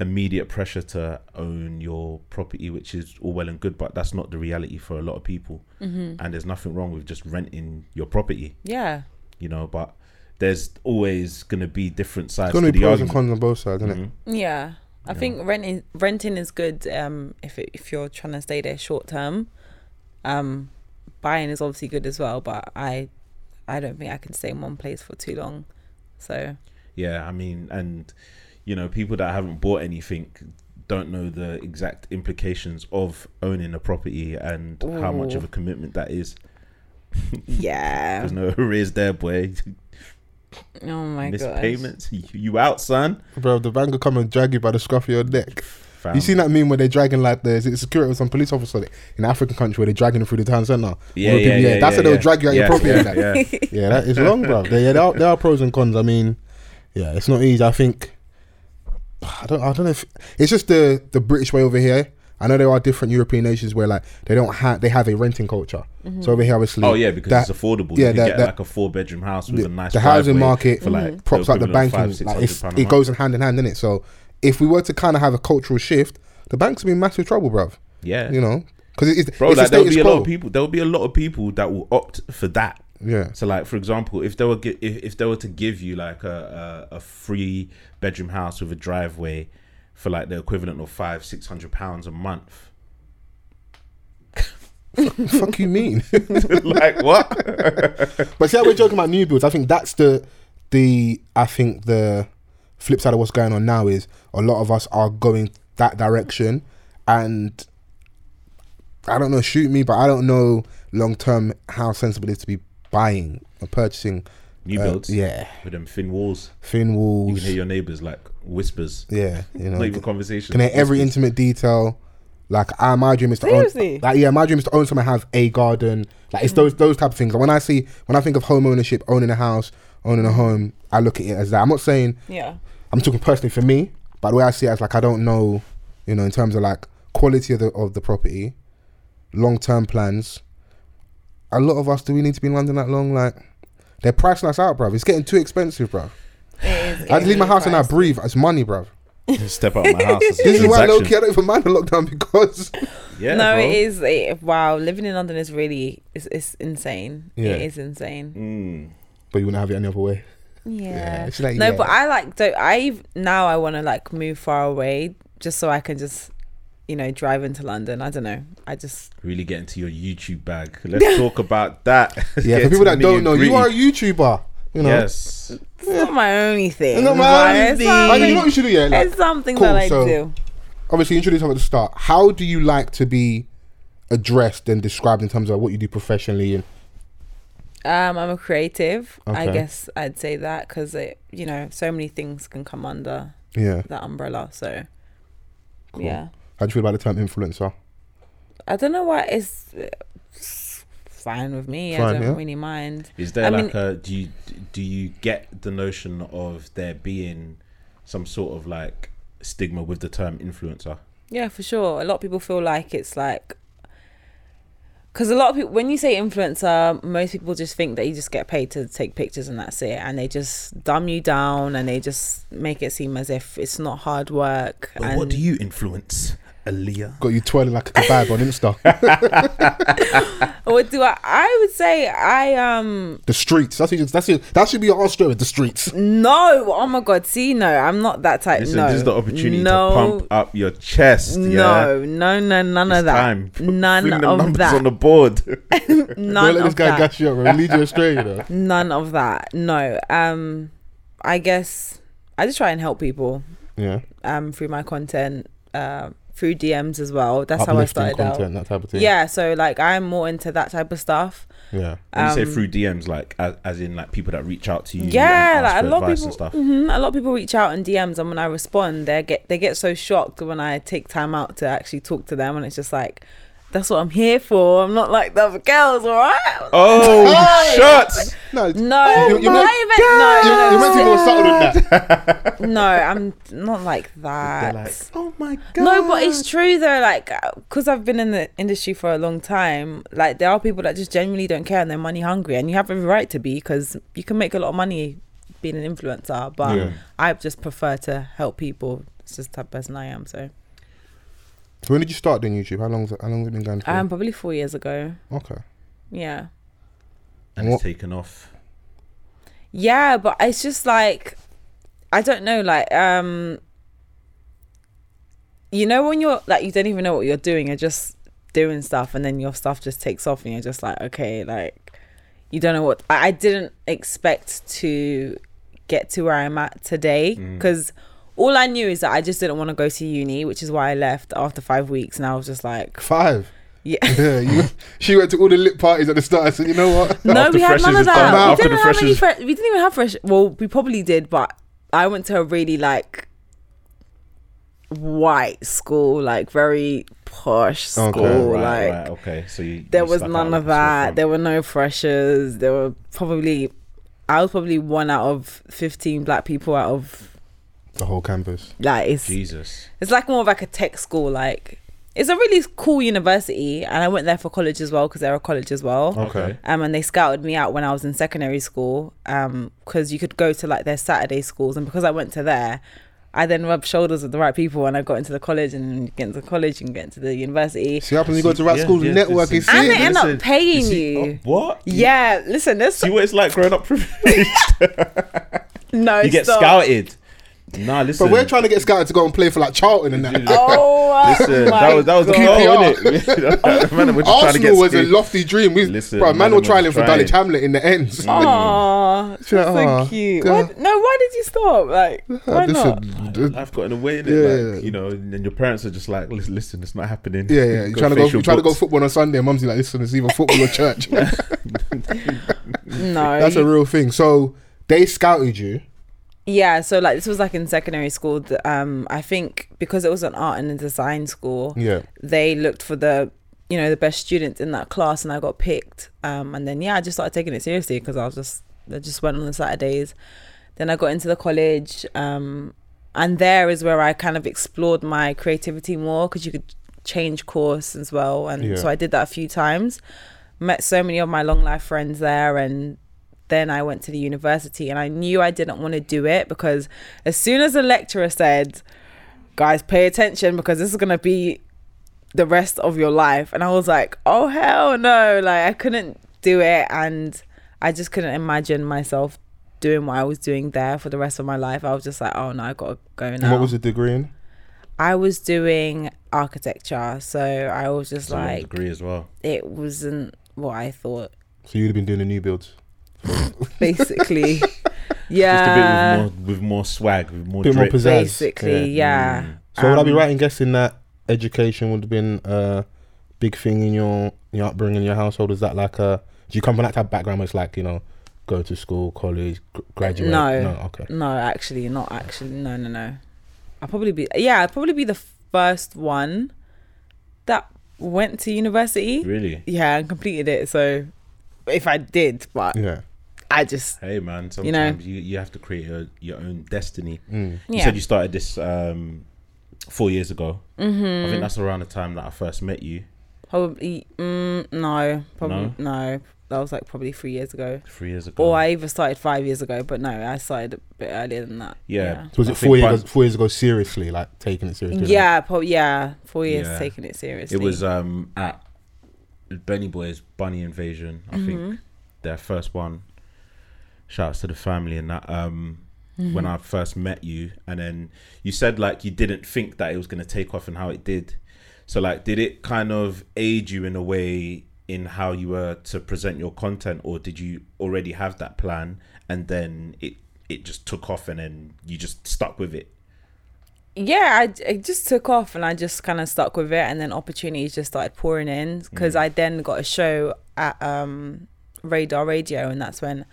Speaker 1: immediate pressure to own your property, which is all well and good, but that's not the reality for a lot of people.
Speaker 2: Mm-hmm.
Speaker 1: And there's nothing wrong with just renting your property,
Speaker 3: Yeah.
Speaker 1: you know, but there's always going to be different sides
Speaker 2: It's going
Speaker 1: to
Speaker 2: to be
Speaker 1: the
Speaker 2: pros and
Speaker 1: argument.
Speaker 2: cons on both sides, isn't it?
Speaker 1: Mhm.
Speaker 3: Yeah. I
Speaker 1: Yeah.
Speaker 3: think renting renting is good um if it, if you're trying to stay there short term. Um buying is obviously good as well, but I I don't think I can stay in one place for too long. So
Speaker 1: Yeah, I mean, and you know, people that haven't bought anything don't know the exact implications of owning a property and how much
Speaker 3: Ooh.
Speaker 1: of a commitment that is.
Speaker 3: yeah.
Speaker 1: There's no arrears there, boy.
Speaker 3: oh my
Speaker 1: Missed
Speaker 3: god.
Speaker 1: payments, you, you out, son.
Speaker 2: Bro, the bank will come and drag you by the scruff of your neck.
Speaker 1: Fam.
Speaker 2: You seen that meme where they're dragging like the is it security or some police officer in an African country where they're dragging them through the town centre?
Speaker 1: Yeah,
Speaker 2: All the
Speaker 1: yeah,
Speaker 2: people-
Speaker 1: yeah,
Speaker 2: That's
Speaker 1: yeah,
Speaker 2: how they'll
Speaker 1: yeah.
Speaker 2: drag you out
Speaker 1: Yeah,
Speaker 2: your property.
Speaker 1: yeah,
Speaker 2: and that.
Speaker 1: yeah.
Speaker 2: Yeah, that is long, bro. There, yeah, there, are, there are pros and cons. I mean, yeah, it's not easy. I think I don't. I don't know if it's just the the British way over here. I know there are different European nations where like they don't have they have a renting culture. So over here, obviously,
Speaker 1: Oh yeah, because
Speaker 2: that-
Speaker 1: it's affordable.
Speaker 2: yeah,
Speaker 1: you can
Speaker 2: that-
Speaker 1: get
Speaker 2: that-
Speaker 1: like a four bedroom house with a nice
Speaker 2: the housing
Speaker 1: driveway
Speaker 2: market
Speaker 1: for like
Speaker 2: props up the
Speaker 1: equivalent of
Speaker 2: banking.
Speaker 1: five,
Speaker 2: like
Speaker 1: 600
Speaker 2: it's,
Speaker 1: pound a
Speaker 2: it
Speaker 1: month.
Speaker 2: goes in hand in hand, innit? So if we were to kind of have a cultural shift, the banks would be in massive trouble, bro.
Speaker 1: Yeah,
Speaker 2: You know, because it's,
Speaker 1: bro.
Speaker 2: it's
Speaker 1: Like
Speaker 2: the
Speaker 1: there'll be a
Speaker 2: status
Speaker 1: lot
Speaker 2: quo.
Speaker 1: of people. There'll be a lot of people that will opt for that.
Speaker 2: Yeah,
Speaker 1: So like for example, if they were gi- if, if they were to give you like a, a a free bedroom house with a driveway for like the equivalent of five six hundred pounds a month,
Speaker 2: fuck you mean?
Speaker 1: like what?
Speaker 2: But see, how we're joking about new builds. I think that's the the I think the flip side of what's going on now is a lot of us are going that direction, and I don't know, shoot me, but I don't know long term how sensible it is to be buying or purchasing
Speaker 1: New
Speaker 2: uh,
Speaker 1: builds,
Speaker 2: yeah,
Speaker 1: with them thin walls.
Speaker 2: thin
Speaker 1: You can
Speaker 2: walls.
Speaker 1: hear your neighbors like whispers.
Speaker 2: yeah, you know,
Speaker 1: Not even conversation.
Speaker 2: can hear every intimate detail. Like I, my dream is to
Speaker 3: Seriously? Mm.
Speaker 2: own. Like yeah, my dream is to own somewhere, have a garden. Like it's those those type of things. Like, when I see when I think of home ownership, owning a house, owning a home, I look at it as that. I'm not saying
Speaker 3: Yeah.
Speaker 2: I'm talking personally for me, but the way I see it is like I don't know, you know, in terms of like quality of the of the property, long term plans. A lot of us do we need to be in London that long? Like they're pricing us out, bruv. It's getting too expensive, bruv.
Speaker 3: It is,
Speaker 2: I
Speaker 3: it
Speaker 2: leave my
Speaker 3: is
Speaker 2: house and I
Speaker 3: pricey.
Speaker 2: breathe. It's money, bruv.
Speaker 1: step out of my house. It's a
Speaker 2: This is why low
Speaker 1: transaction.
Speaker 2: key I don't even mind the lockdown because
Speaker 1: Yeah,
Speaker 3: no,
Speaker 1: bro.
Speaker 3: it is. It, wow, living in London is really it's, it's insane.
Speaker 2: Yeah.
Speaker 3: It is insane.
Speaker 1: Mm.
Speaker 2: But you wouldn't have it any other way.
Speaker 3: Yeah.
Speaker 2: It's like,
Speaker 3: no,
Speaker 2: yeah.
Speaker 3: but I like. Don't I ev- now? I want to like move far away just so I can just, you know, drive into London. I don't know. I just
Speaker 1: Really get into your YouTube bag. Let's talk about that. Let's
Speaker 2: yeah,
Speaker 1: get
Speaker 2: for people
Speaker 1: into
Speaker 2: that
Speaker 1: the
Speaker 2: don't know, you are a
Speaker 1: nitty-gritty.
Speaker 2: YouTuber. You know,
Speaker 1: Yes.
Speaker 3: it's not my only thing.
Speaker 2: It's not my
Speaker 3: but
Speaker 2: only
Speaker 3: it's
Speaker 2: I mean, you know
Speaker 3: something-
Speaker 2: what you should do, yeah. Like,
Speaker 3: It's something
Speaker 2: Cool,
Speaker 3: that I
Speaker 2: so-
Speaker 3: do.
Speaker 2: obviously introduce yourself at the start. How do you like to be addressed and described in terms of what you do professionally? And
Speaker 3: Um, I'm a creative. I
Speaker 2: Okay.
Speaker 3: guess I'd say that because it, you know, so many things can come under
Speaker 2: yeah,
Speaker 3: that umbrella. So,
Speaker 2: Cool.
Speaker 3: yeah,
Speaker 2: how do you feel about the term influencer?
Speaker 3: I don't know why it's it's fine with me. I
Speaker 2: Fine,
Speaker 3: don't
Speaker 2: yeah?
Speaker 3: really mind.
Speaker 1: Is there
Speaker 3: I
Speaker 1: like
Speaker 3: mean-
Speaker 1: a do you do you get the notion of there being some sort of like stigma with the term influencer?
Speaker 3: Yeah, for sure. A lot of people feel like it's like because a lot of people, when you say influencer, most people just think that you just get paid to take pictures and that's it, and they just dumb you down and they just make it seem as if it's not hard work.
Speaker 1: Well,
Speaker 3: and
Speaker 1: what do you influence, Aaliyah?
Speaker 2: Got you twirling like a kebab on Insta.
Speaker 3: What do I? I would say I um
Speaker 2: The streets. That's what you, that's your, that should be your answer with the streets.
Speaker 3: No, oh my god, see, no, I'm not that type.
Speaker 1: Listen,
Speaker 3: no,
Speaker 1: this is the opportunity
Speaker 3: no,
Speaker 1: to pump up your chest. yeah?
Speaker 3: No, no, no, none
Speaker 1: It's
Speaker 3: of that.
Speaker 1: time.
Speaker 3: None
Speaker 1: Bring the
Speaker 3: of
Speaker 1: numbers
Speaker 3: that.
Speaker 1: on the board.
Speaker 2: Don't
Speaker 3: none
Speaker 2: let this
Speaker 3: of
Speaker 2: guy
Speaker 3: that.
Speaker 2: gas you up, bro. Lead you astray, you know.
Speaker 3: None of that. No. Um, I guess I just try and help people
Speaker 2: Yeah.
Speaker 3: um through my content, uh, through DMs as well. That's
Speaker 2: Uplifting
Speaker 3: how I started out.
Speaker 2: content, that type of thing.
Speaker 3: Yeah, so like I'm more into that type of stuff.
Speaker 2: Yeah.
Speaker 1: When you say
Speaker 3: Um,
Speaker 1: through DMs, like as, as in like people that reach out to you.
Speaker 3: yeah,
Speaker 1: and ask
Speaker 3: like
Speaker 1: for
Speaker 3: a lot of
Speaker 1: advice
Speaker 3: people.
Speaker 1: and stuff.
Speaker 3: mhm, a lot of people reach out in DMs, and when I respond, they get they get so shocked when I take time out to actually talk to them, and it's just like, that's what I'm here for. I'm not like the other girls, all right?
Speaker 1: Oh, shots!
Speaker 2: No.
Speaker 3: No,
Speaker 2: you- you
Speaker 3: not
Speaker 2: meant-
Speaker 3: even- no,
Speaker 2: You,
Speaker 3: no,
Speaker 2: you meant to be more subtle than that.
Speaker 3: no, I'm not like
Speaker 1: They're
Speaker 3: that.
Speaker 1: like, oh my god.
Speaker 3: no, but it's true though. Like, because I've been in the industry for a long time, like there are people that just genuinely don't care and they're money hungry, and you have every right to be because you can make a lot of money being an influencer. But
Speaker 2: Yeah.
Speaker 3: I just prefer to help people. It's just the type of person I am. So,
Speaker 2: So when did you start doing YouTube? How long? How long has it been going for?
Speaker 3: um, probably four years ago.
Speaker 2: okay.
Speaker 3: Yeah.
Speaker 1: and it's taken off.
Speaker 3: Yeah, but it's just like I don't know, like um you know when you're like you don't even know what you're doing, you're just doing stuff and then your stuff just takes off and you're just like, okay, like you don't know what I, I didn't expect to get to where I'm at today because all I knew is that I just didn't want to go to uni, which is why I left after five weeks and I was just like
Speaker 2: Five.
Speaker 3: Yeah.
Speaker 2: Yeah, you, she went to all the lit parties at the start. I said, you know what?
Speaker 3: No,
Speaker 1: After
Speaker 3: we had none
Speaker 1: freshers
Speaker 3: of
Speaker 1: is done.
Speaker 3: that. We
Speaker 1: After
Speaker 3: didn't
Speaker 1: the
Speaker 3: have any.
Speaker 1: freshers-
Speaker 3: Fresh, we didn't even have fresh. Well, we probably did, but I went to a really like white school, like very posh school.
Speaker 2: Okay. Oh,
Speaker 1: right,
Speaker 3: like
Speaker 1: right, okay. So you,
Speaker 3: there
Speaker 1: you
Speaker 3: was
Speaker 1: stuck
Speaker 3: none
Speaker 1: out
Speaker 3: of
Speaker 1: like a sore
Speaker 3: that. There were no freshers. There were probably I was probably one out of fifteen black people out of
Speaker 2: The whole campus.
Speaker 3: like
Speaker 1: thumb.
Speaker 3: it's
Speaker 1: Jesus.
Speaker 3: it's like more of like a tech school. Like it's a really cool university, and I went there for college as well because they're a college as well
Speaker 2: Okay.
Speaker 3: um, and they scouted me out when I was in secondary school because you could go to like their Saturday schools, and because I went to there, I then rubbed shoulders with the right people, and I got into the college, and get into college, and get into the university,
Speaker 2: See, happens when you go to right
Speaker 1: Yeah,
Speaker 2: school,
Speaker 1: yeah,
Speaker 2: network
Speaker 1: this
Speaker 2: is
Speaker 1: is-
Speaker 3: and they
Speaker 2: it.
Speaker 3: end up
Speaker 1: listen,
Speaker 3: paying you.
Speaker 1: see- oh, what?
Speaker 3: yeah, listen, there's
Speaker 1: See what it's like growing up privileged.
Speaker 3: no.
Speaker 1: you get
Speaker 3: stop.
Speaker 1: scouted. Nah, listen.
Speaker 2: But we're trying to get scouted to go and play for like Charlton and that.
Speaker 3: Oh, uh,
Speaker 1: Listen,
Speaker 3: my
Speaker 1: that was that was the
Speaker 2: God.
Speaker 1: goal, innit? man, we're just trying to get
Speaker 2: Arsenal was a
Speaker 1: screwed.
Speaker 2: lofty dream. We,
Speaker 1: Listen,
Speaker 2: bro, man,
Speaker 1: man,
Speaker 2: were
Speaker 1: I'm
Speaker 2: trialing for
Speaker 1: trying.
Speaker 2: Dulwich Hamlet in the ends.
Speaker 3: Oh, Aw, that's
Speaker 2: like,
Speaker 3: so
Speaker 2: aw,
Speaker 3: cute.
Speaker 2: girl.
Speaker 3: Why- no, why did you stop? Like, why not?
Speaker 1: Life got in the way, innit?
Speaker 2: Yeah.
Speaker 1: Like, you know, and then your parents are just like, listen, listen it's not happening.
Speaker 2: yeah, yeah. You're trying to go.
Speaker 1: fix your
Speaker 2: You're trying to go
Speaker 1: books.
Speaker 2: football on Sunday. and Mum's like, listen, it's either football or church.
Speaker 3: No,
Speaker 2: That's a real thing. So they scouted you.
Speaker 3: Yeah, so like this was like in secondary school. th- Um, I think because it was an art and a design school,
Speaker 2: Yeah.
Speaker 3: they looked for the you know the best students in that class, and I got picked. Um, and then yeah, I just started taking it seriously because I was just I just went on the Saturdays. Then I got into the college, um, and there is where I kind of explored my creativity more because you could change course as well, and
Speaker 2: Yeah.
Speaker 3: so I did that a few times. Met so many of my long life friends there, and then I went to the university and I knew I didn't want to do it because as soon as the lecturer said, guys, pay attention because this is going to be the rest of your life. And I was like, oh, hell no. Like, I couldn't do it. And I just couldn't imagine myself doing what I was doing there for the rest of my life. I was just like, oh no, I got to go now.
Speaker 2: And what was the degree in?
Speaker 3: I was doing architecture. So I was just
Speaker 1: It's a long
Speaker 3: like,
Speaker 1: degree as well.
Speaker 3: it wasn't what I thought,
Speaker 2: So you'd have been doing the new builds.
Speaker 3: basically.
Speaker 1: Just
Speaker 3: yeah.
Speaker 1: a bit with more, with more swag, with more
Speaker 2: Bit more
Speaker 1: drip. Mm.
Speaker 2: pizzazz. Mm.
Speaker 3: basically yeah,
Speaker 2: So would I be
Speaker 3: Um,
Speaker 2: right in guessing that education would have been a big thing in your in your upbringing, in your household? Is that like a? Do you come from that type of background? Where it's like you know, go to school, college, gr- graduate.
Speaker 3: No.
Speaker 2: no, okay.
Speaker 3: No, actually, not actually. No, no, no. I'll probably be yeah. I'll probably be the first one that went to university.
Speaker 1: Really?
Speaker 3: Yeah, and completed it. So if I did, but
Speaker 2: Yeah.
Speaker 3: I just
Speaker 1: Hey man,
Speaker 3: You know.
Speaker 1: sometimes you, you, have to create your, your own destiny.
Speaker 2: Mm.
Speaker 1: You
Speaker 3: yeah.
Speaker 1: said you started this um, four years ago. I think
Speaker 3: mm-hmm.
Speaker 1: that's around the time that I first met you.
Speaker 3: Probably mm, no. Probably no? That was like probably three years ago.
Speaker 1: Three years ago.
Speaker 3: Or Oh, I even started five years ago, but no, I started a bit earlier than that.
Speaker 1: Yeah.
Speaker 2: So was
Speaker 1: I
Speaker 2: it
Speaker 1: think
Speaker 2: four
Speaker 1: by-
Speaker 2: years? Four years ago, seriously, like taking it
Speaker 3: Yeah,
Speaker 2: seriously.
Speaker 3: yeah, prob- yeah four years
Speaker 1: Yeah.
Speaker 3: taking it seriously.
Speaker 1: It was um at Benny Boy's Bunny Invasion. I
Speaker 3: Mm-hmm.
Speaker 1: think their first one. Shouts to the family and that. Um, when I first met you, and then you said like you didn't think that it was gonna take off and how it did. So like, did it kind of aid you in a way in how you were to present your content, or did you already have that plan and then it it just took off and then you just stuck with it?
Speaker 3: yeah, I, it just took off and I just kind of stuck with it. And then opportunities just started pouring in because I then got a show at um, Radar Radio, and that's when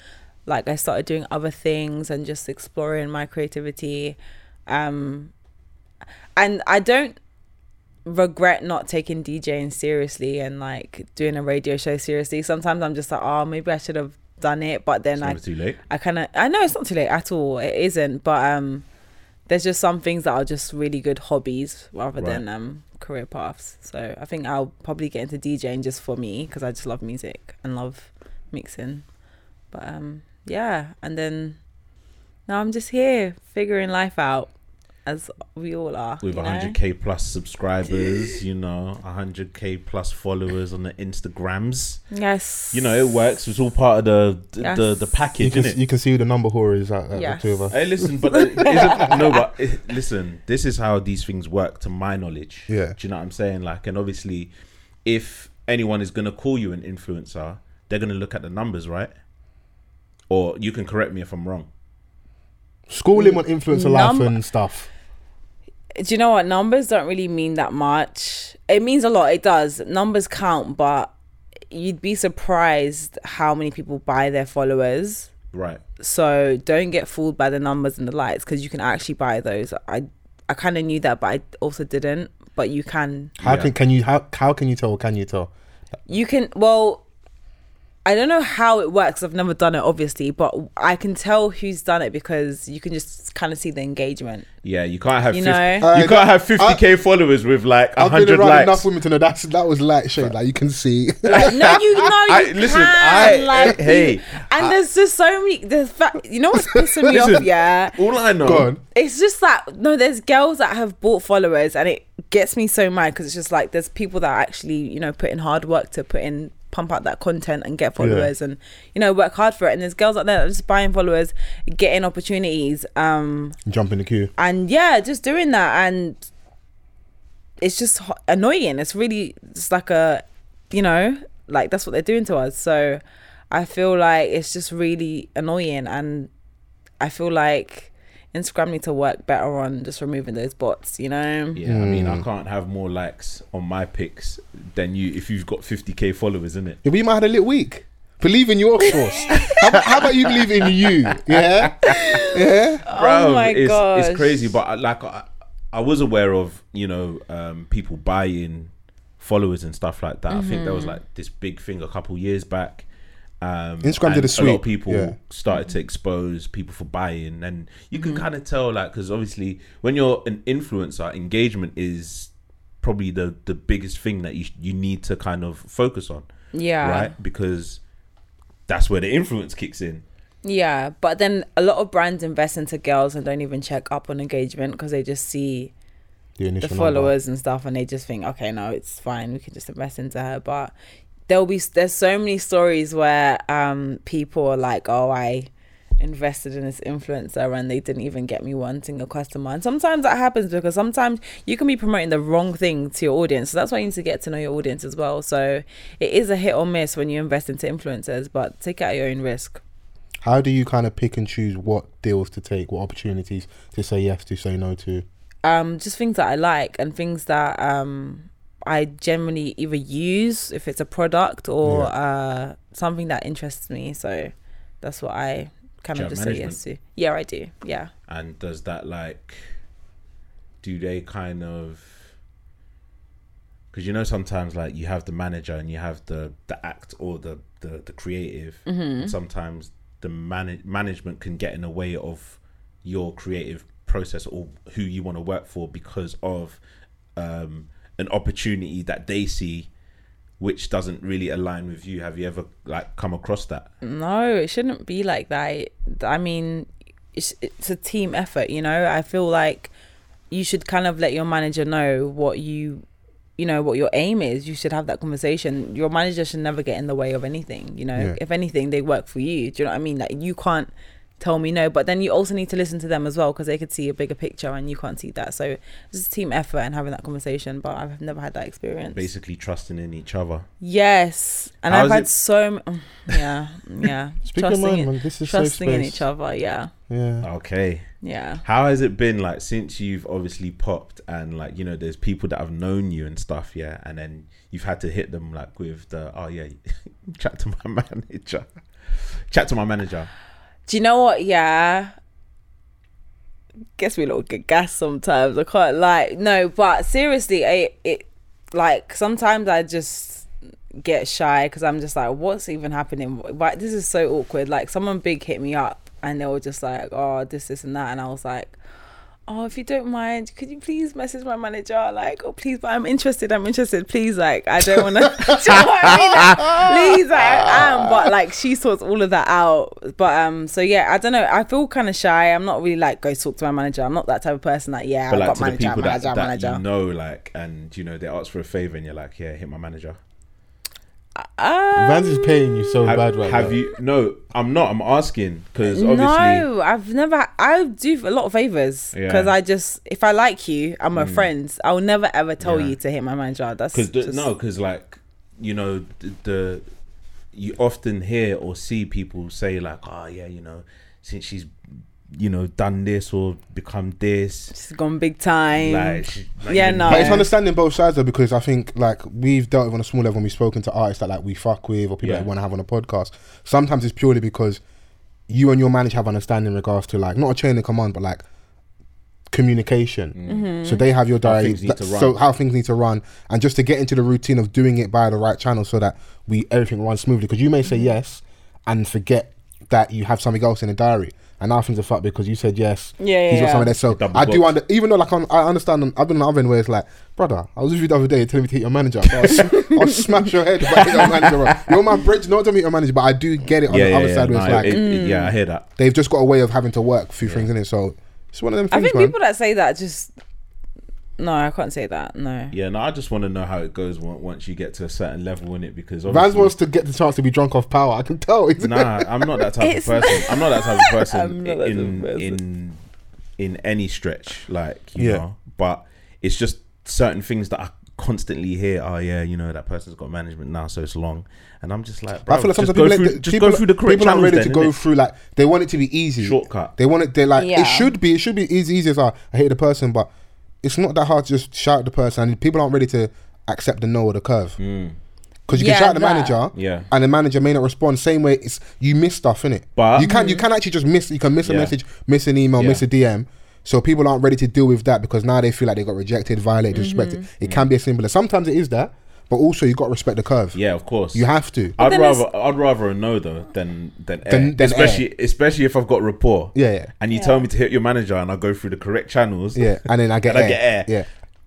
Speaker 3: like I started doing other things and just exploring my creativity. Um, and I don't regret not taking DJing seriously and like doing a radio show seriously. Sometimes I'm just like, oh, maybe I should have done it, but then
Speaker 1: It's
Speaker 3: I
Speaker 1: never too late.
Speaker 3: I kind of I know it's not too late at all. It isn't, but um, there's just some things that are just really good hobbies rather
Speaker 1: Right.
Speaker 3: than um career paths. So I think I'll probably get into DJing just for me because I just love music and love mixing. But um, yeah, and then now I'm just here figuring life out as we all are.
Speaker 1: with
Speaker 3: you know?
Speaker 1: 100k plus subscribers, you know, 100k plus followers on the Instagrams.
Speaker 3: Yes.
Speaker 1: You know, it works. It's all part of the the, the,
Speaker 3: Yes.
Speaker 1: the
Speaker 2: You
Speaker 1: package,
Speaker 2: can,
Speaker 1: isn't
Speaker 2: you
Speaker 1: it?
Speaker 2: can see who the number whore is at, at
Speaker 3: Yes.
Speaker 2: the two of us.
Speaker 1: Hey, listen, but is it, no, but eh, listen, this is how these things work, to my knowledge.
Speaker 2: Yeah.
Speaker 1: Do you know what I'm saying? Like, and obviously, if anyone is gonna call you an influencer, they're gonna look at the numbers, right? Or you can correct me if I'm wrong.
Speaker 2: School him on influencer life
Speaker 3: Number-
Speaker 2: and stuff.
Speaker 3: do you know what numbers don't really mean that much it means a lot it does numbers count but you'd be surprised how many people buy their followers
Speaker 1: Right.
Speaker 3: so don't get fooled by the numbers and the likes because you can actually buy those i i kind of knew that but i also didn't but you can
Speaker 2: How
Speaker 1: Yeah.
Speaker 2: can can you how how can you tell? or Can you tell?
Speaker 3: you can well i don't know how it works i've never done it obviously but i can tell who's done it because you can just kind of see the engagement
Speaker 1: Yeah, you can't have
Speaker 3: You
Speaker 1: 50,
Speaker 3: know?
Speaker 2: Uh,
Speaker 1: you can't have
Speaker 2: I-
Speaker 1: 50k followers with like
Speaker 2: I've been
Speaker 1: 100
Speaker 2: around
Speaker 1: likes.
Speaker 2: enough women to know that's that was light shade. Like you can see.
Speaker 3: Like, no, you know, you
Speaker 1: I-
Speaker 3: can.
Speaker 1: listen, I-
Speaker 3: like,
Speaker 1: hey,
Speaker 3: you- and there's just so many. The fact, you know what's pissing me off?
Speaker 1: Listen.
Speaker 3: Yeah,
Speaker 1: All I know.
Speaker 2: Go on.
Speaker 3: it's just that no, there's girls that have bought followers, and it gets me so mad because it's just like there's people that actually you know put in hard work to put in pump out that content and get followers and you know work hard for it and there's girls out there that are just buying followers getting opportunities um
Speaker 2: Jump in the queue.
Speaker 3: and yeah just doing that and it's just ho- annoying it's really just like a you know like that's what they're doing to us so i feel like it's just really annoying and i feel like instagram need to work better on just removing those bots you know
Speaker 1: Yeah, I
Speaker 2: Hmm.
Speaker 1: mean, I can't have more likes on my pics than you if you've got 50k followers, in it.
Speaker 2: Yeah, we might have had a little week. Believe in your course. how, about, how about you believe in you? Yeah, yeah.
Speaker 3: oh my
Speaker 1: it's,
Speaker 3: gosh
Speaker 1: it's crazy. But I- like, I, I was aware of you know um, people buying followers and stuff like that. I think there was
Speaker 3: Mm-hmm.
Speaker 1: like this big thing a couple years back. Um,
Speaker 2: Instagram
Speaker 1: and lot
Speaker 2: did a
Speaker 1: of
Speaker 2: sweep,
Speaker 1: people
Speaker 2: yeah.
Speaker 1: started to expose people for buying, and you can
Speaker 3: Mm-hmm.
Speaker 1: kind of tell like because obviously when you're an influencer, engagement is probably the the biggest thing that you you need to kind of focus on.
Speaker 3: yeah
Speaker 1: right? Because that's where the influence kicks in.
Speaker 3: Yeah, but then a lot of brands invest into girls and don't even check up on engagement because they just see
Speaker 2: The initial
Speaker 3: the
Speaker 2: number.
Speaker 3: followers and stuff, and they just think, okay, no, it's fine. We can just invest into her. But there'll be there's so many stories where um people are like, oh, I invested in this influencer and they didn't even get me one single customer. And sometimes that happens because sometimes you can be promoting the wrong thing to your audience. So that's why you need to get to know your audience as well. So it is a hit or miss when you invest into influencers, but take it at your own risk.
Speaker 2: How do you kind of pick and choose what deals to take, what opportunities to say yes to, say no to?
Speaker 3: um, just things that I like and things that um, I generally either use if it's a product or
Speaker 2: Yeah.
Speaker 3: uh, something that interests me. So that's what I kind
Speaker 1: Do you
Speaker 3: of
Speaker 1: have
Speaker 3: just say yes to. Yeah, I do. Yeah.
Speaker 1: And does that like, do they kind of? Because you know sometimes like you have the manager and you have the the act or the the, the creative. And sometimes the man- management can get in the way of your creative process or who you want to work for because of um, an opportunity that they see, which doesn't really align with you. Have you ever like come across that?
Speaker 3: No, it shouldn't be like that. I mean, it's, it's a team effort, you know? I feel like you should kind of let your manager know what you you know what your aim is you should have that conversation your manager should never get in the way of anything you know
Speaker 2: Yeah.
Speaker 3: if anything they work for you do you know what i mean like you can't tell me no but then you also need to listen to them as well because they could see a bigger picture and you can't see that so it's just team effort and having that conversation but i've never had that experience
Speaker 1: Basically trusting in each other.
Speaker 3: yes and
Speaker 1: How
Speaker 3: i've
Speaker 1: is
Speaker 3: had
Speaker 1: it-
Speaker 3: so m- yeah yeah
Speaker 2: Speak your
Speaker 3: trusting,
Speaker 2: mind,
Speaker 3: in-
Speaker 2: man. This is
Speaker 3: trusting
Speaker 2: safe
Speaker 3: in
Speaker 2: space.
Speaker 3: each other yeah
Speaker 2: Yeah.
Speaker 1: Okay.
Speaker 3: yeah
Speaker 1: How has it been like since you've obviously popped and like you know there's people that have known you and stuff, yeah, and then you've had to hit them like with the oh yeah, chat to my manager, chat to my manager.
Speaker 3: Do you know what? Yeah. Guess we look good gas sometimes. I can't lie. No, but seriously, I it like sometimes I just get shy because I'm just like, what's even happening? Like this is so awkward. Like someone big hit me up and they were just like, oh, this, this, and that, and I was like. Oh, if you don't mind, could you please message my manager? Like, oh, please, but I'm interested. I'm interested. Please, like, I don't want to. please, like, I am. But like, she sorts all of that out. But um, so yeah, I don't know. I feel kind of shy. I'm not really like go talk to my manager. I'm not that type of person. Like, yeah,
Speaker 1: But
Speaker 3: I've
Speaker 1: like
Speaker 3: got
Speaker 1: to the
Speaker 3: manager,
Speaker 1: people
Speaker 3: manager,
Speaker 1: that,
Speaker 3: manager.
Speaker 1: that you know, like, and you know they ask for a favor and you're like, yeah, hit my manager.
Speaker 3: Um,
Speaker 2: Vans is paying you so
Speaker 1: Have,
Speaker 2: bad right
Speaker 1: have
Speaker 2: now.
Speaker 1: you? No, I'm not. I'm asking because obviously
Speaker 3: No, I've never. I do a lot of favors
Speaker 1: Yeah. Mm.
Speaker 3: because I just, if I like you and we're friends, I will never ever tell
Speaker 1: Yeah.
Speaker 3: you to hit my manager. That's
Speaker 1: because
Speaker 3: just-
Speaker 1: no, because like you know the, the you often hear or see people say like, oh yeah, you know, since she's you know done this or become this,
Speaker 3: She's gone big time.
Speaker 1: like, she, like,
Speaker 3: Yeah,
Speaker 1: you
Speaker 3: no.
Speaker 2: But it's
Speaker 3: Yeah.
Speaker 2: understanding both sides though, because I think like we've dealt with on a small level. when We've spoken to artists that like we fuck with, or people
Speaker 1: Yeah.
Speaker 2: that want to have on a podcast. Sometimes it's purely because you and your manager have understanding in regards to like not a chain of command, but like communication.
Speaker 3: Mm-hmm.
Speaker 2: So they have your
Speaker 1: Mm. How things
Speaker 2: diary.
Speaker 1: need to
Speaker 2: that-
Speaker 1: run.
Speaker 2: So how things need to run, and just to get into the routine of doing it by the right channel, so that we everything runs smoothly. Because you may
Speaker 3: Mm-hmm.
Speaker 2: say yes and forget that you have something else in the diary, and now things are fucked because you said yes.
Speaker 3: Yeah,
Speaker 2: he's
Speaker 3: yeah,
Speaker 2: got something
Speaker 3: yeah.
Speaker 2: there. So
Speaker 1: Double
Speaker 2: I do
Speaker 1: booked.
Speaker 2: under, even though like I'm, I understand. I've been in the oven where it's like, brother, I was with you the other day, you're telling me to hit your manager. Bro, I'll, sm- I'll smash your head if I hit your manager. Bro. You're my bridge, not to meet your manager, but I do get it on
Speaker 1: yeah,
Speaker 2: the
Speaker 1: yeah,
Speaker 2: other
Speaker 1: yeah,
Speaker 2: side where
Speaker 1: no,
Speaker 2: it's like
Speaker 1: it-
Speaker 3: Mm.
Speaker 1: it- yeah, I hear that.
Speaker 2: they've just got a way of having to work through things in it. So it's one of them
Speaker 3: I
Speaker 2: things,
Speaker 3: think
Speaker 2: man.
Speaker 3: people that say that just no, I can't say that. No.
Speaker 1: Yeah, no, I just want to know how it goes on- once you get to a certain level in it because
Speaker 2: Vans
Speaker 1: obviously,
Speaker 2: wants to get the chance to be drunk off power. I can tell. He's-
Speaker 1: nah, I'm not that type of
Speaker 3: It's
Speaker 1: person. I'm not that type of person
Speaker 3: I'm not that type of
Speaker 1: in
Speaker 3: person.
Speaker 1: in in any stretch, like you
Speaker 2: Yeah.
Speaker 1: know. But it's just certain things that I constantly hear. Oh yeah, you know that person's got management now, so it's long. And I'm just like,
Speaker 2: I feel
Speaker 1: bruv,
Speaker 2: like sometimes
Speaker 1: just
Speaker 2: people,
Speaker 1: go
Speaker 2: let-
Speaker 1: through, just
Speaker 2: people,
Speaker 1: go through the correct
Speaker 2: people aren't
Speaker 1: channels.
Speaker 2: ready
Speaker 1: Then,
Speaker 2: to go
Speaker 1: innit?
Speaker 2: through like they want it to be easy.
Speaker 1: Shortcut.
Speaker 2: They want it. They're like
Speaker 3: Yeah.
Speaker 2: it should be. It should be easy. Easy as I, I hate the person, but it's not that hard. to Just shout at the person. And people aren't ready to accept the no or the curve because you
Speaker 3: Yeah,
Speaker 2: can shout at the
Speaker 3: that.
Speaker 2: manager,
Speaker 1: Hmm. Yeah.
Speaker 2: and the manager may not respond. Same way, it's you miss stuff in it.
Speaker 1: But-
Speaker 2: you
Speaker 3: Mm.
Speaker 2: can you can actually just miss. You can miss a
Speaker 1: Yeah.
Speaker 2: message, miss an email,
Speaker 1: Yeah.
Speaker 2: miss a DM. So people aren't ready to deal with that because now they feel like they got rejected, violated, disrespected.
Speaker 3: Mm-hmm.
Speaker 2: It can be as simple as sometimes it is that, but also you got to respect the curve.
Speaker 1: Yeah, of course.
Speaker 2: You have to.
Speaker 1: I'd
Speaker 3: then it's-
Speaker 1: rather I'd rather a no though than than, air.
Speaker 2: Than- than
Speaker 1: especially especially if I've got rapport.
Speaker 2: Yeah, yeah.
Speaker 1: And you tell me to hit your manager and I go through the correct channels.
Speaker 2: Yeah, and then I get
Speaker 1: And I
Speaker 2: air.
Speaker 1: get air.
Speaker 2: Yeah,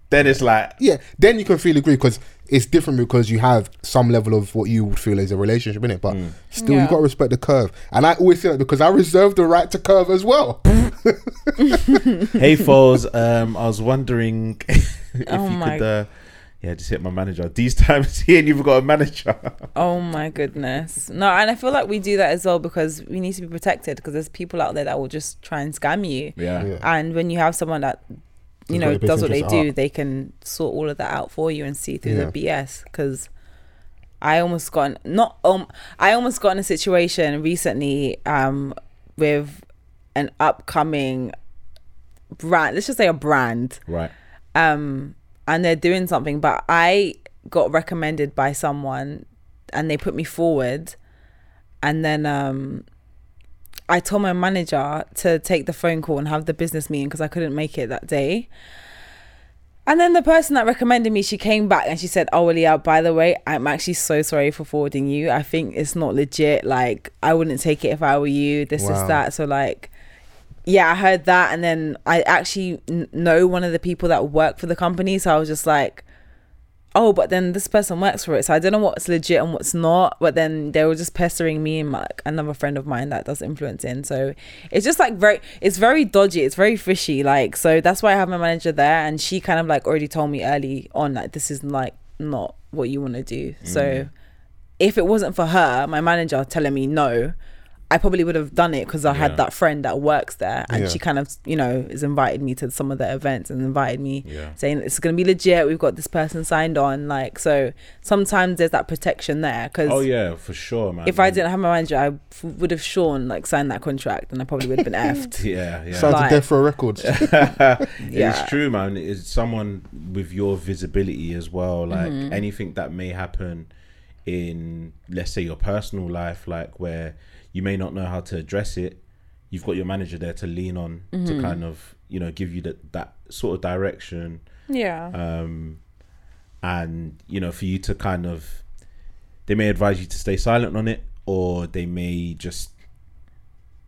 Speaker 1: Then it's like
Speaker 2: yeah. Then you can feel agree because it's different because you have some level of what you would feel is a relationship in it, but
Speaker 1: Mm.
Speaker 2: still you
Speaker 3: Yeah.
Speaker 2: got to respect the curve. And I always say that because I reserve the right to curve as well.
Speaker 1: hey Foles, um, I was wondering if
Speaker 3: Oh
Speaker 1: you
Speaker 3: my-
Speaker 1: could, uh, yeah, just hit my manager. These times he ain't even got a manager.
Speaker 3: Oh my goodness. No, and I feel like we do that as well because we need to be protected because there's people out there that will just try and scam you.
Speaker 1: Yeah,
Speaker 2: Yeah.
Speaker 3: And when you have someone that you
Speaker 2: Who's
Speaker 3: know
Speaker 2: got the best
Speaker 3: does what they
Speaker 2: interests at
Speaker 3: do,
Speaker 2: heart.
Speaker 3: they can sort all of that out for you and see through
Speaker 2: Yeah.
Speaker 3: the BS because I almost got in- not um I almost got in a situation recently um with an upcoming brand, let's just say a brand,
Speaker 1: Right.
Speaker 3: um, and they're doing something, but I got recommended by someone and they put me forward and then um I told my manager to take the phone call and have the business meeting because I couldn't make it that day. And then the person that recommended me, she came back and she said, "Oh, Leah, by the way, I'm actually so sorry for forwarding you. I think it's not legit. Like, I wouldn't take it if I were you. This
Speaker 2: Wow.
Speaker 3: is that. So, like, yeah, I heard that, and then I actually kn- know one of the people that work for the company, so I was just like, oh, but then this person works for it, so I don't know what's legit and what's not. But then they were just pestering me and like another friend of mine that does influencing, so it's just like very, it's very dodgy, it's very fishy, like so that's why I have my manager there, and she kind of like already told me early on like this is like not what you want to do,
Speaker 1: Mm.
Speaker 3: so if it wasn't for her, my manager telling me no, I probably would have done it because I
Speaker 1: Yeah.
Speaker 3: had that friend that works there, and
Speaker 2: Yeah.
Speaker 3: she kind of, you know, has invited me to some of the events and invited me,
Speaker 1: Yeah.
Speaker 3: saying it's going to be legit. We've got this person signed on, like so. Sometimes there's that protection there because
Speaker 1: Oh yeah, for sure, man.
Speaker 3: if I didn't have my manager, I f- would have Sean like signed that contract, and I probably would have been effed.
Speaker 1: Yeah, yeah.
Speaker 2: Sounds
Speaker 3: Like-
Speaker 2: like Death Row Records.
Speaker 1: It's
Speaker 3: Yeah.
Speaker 1: true, man. It's someone with your visibility as well. Like
Speaker 3: Mm-hmm.
Speaker 1: anything that may happen in, let's say, your personal life, like where you may not know how to address it, you've got your manager there to lean on
Speaker 3: Mm-hmm.
Speaker 1: to kind of, you know, give you that that sort of direction.
Speaker 3: Yeah.
Speaker 1: Um, and, you know, for you to kind of, they may advise you to stay silent on it or they may just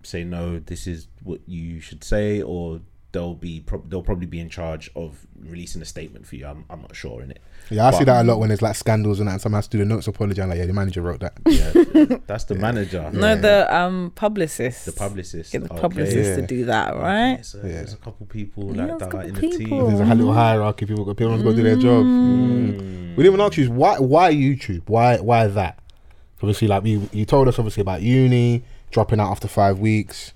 Speaker 1: say no this is what you should say or they'll be prob they'll probably be in charge of releasing a statement for you i'm, I'm not sure in it
Speaker 2: Yeah, I see
Speaker 1: But-
Speaker 2: that a lot when there's like scandals and that. And someone has to do the notes apology. I'm like, yeah, the manager wrote that.
Speaker 1: Mm. yeah that's the manager
Speaker 3: no, the um publicist.
Speaker 1: the publicist
Speaker 3: Get the
Speaker 1: Okay.
Speaker 3: publicist to
Speaker 2: Yeah.
Speaker 3: do that, right?
Speaker 1: There's a-
Speaker 2: Yeah.
Speaker 1: there's a couple people
Speaker 3: Yeah,
Speaker 1: like
Speaker 3: there's
Speaker 1: that
Speaker 3: a
Speaker 1: are in the
Speaker 3: couple people.
Speaker 1: team
Speaker 2: There's a little hierarchy. People got people got to do their job.
Speaker 1: Mm.
Speaker 2: We didn't even ask you why why YouTube? Why why that? Obviously, like you you told us obviously about uni dropping out after five weeks.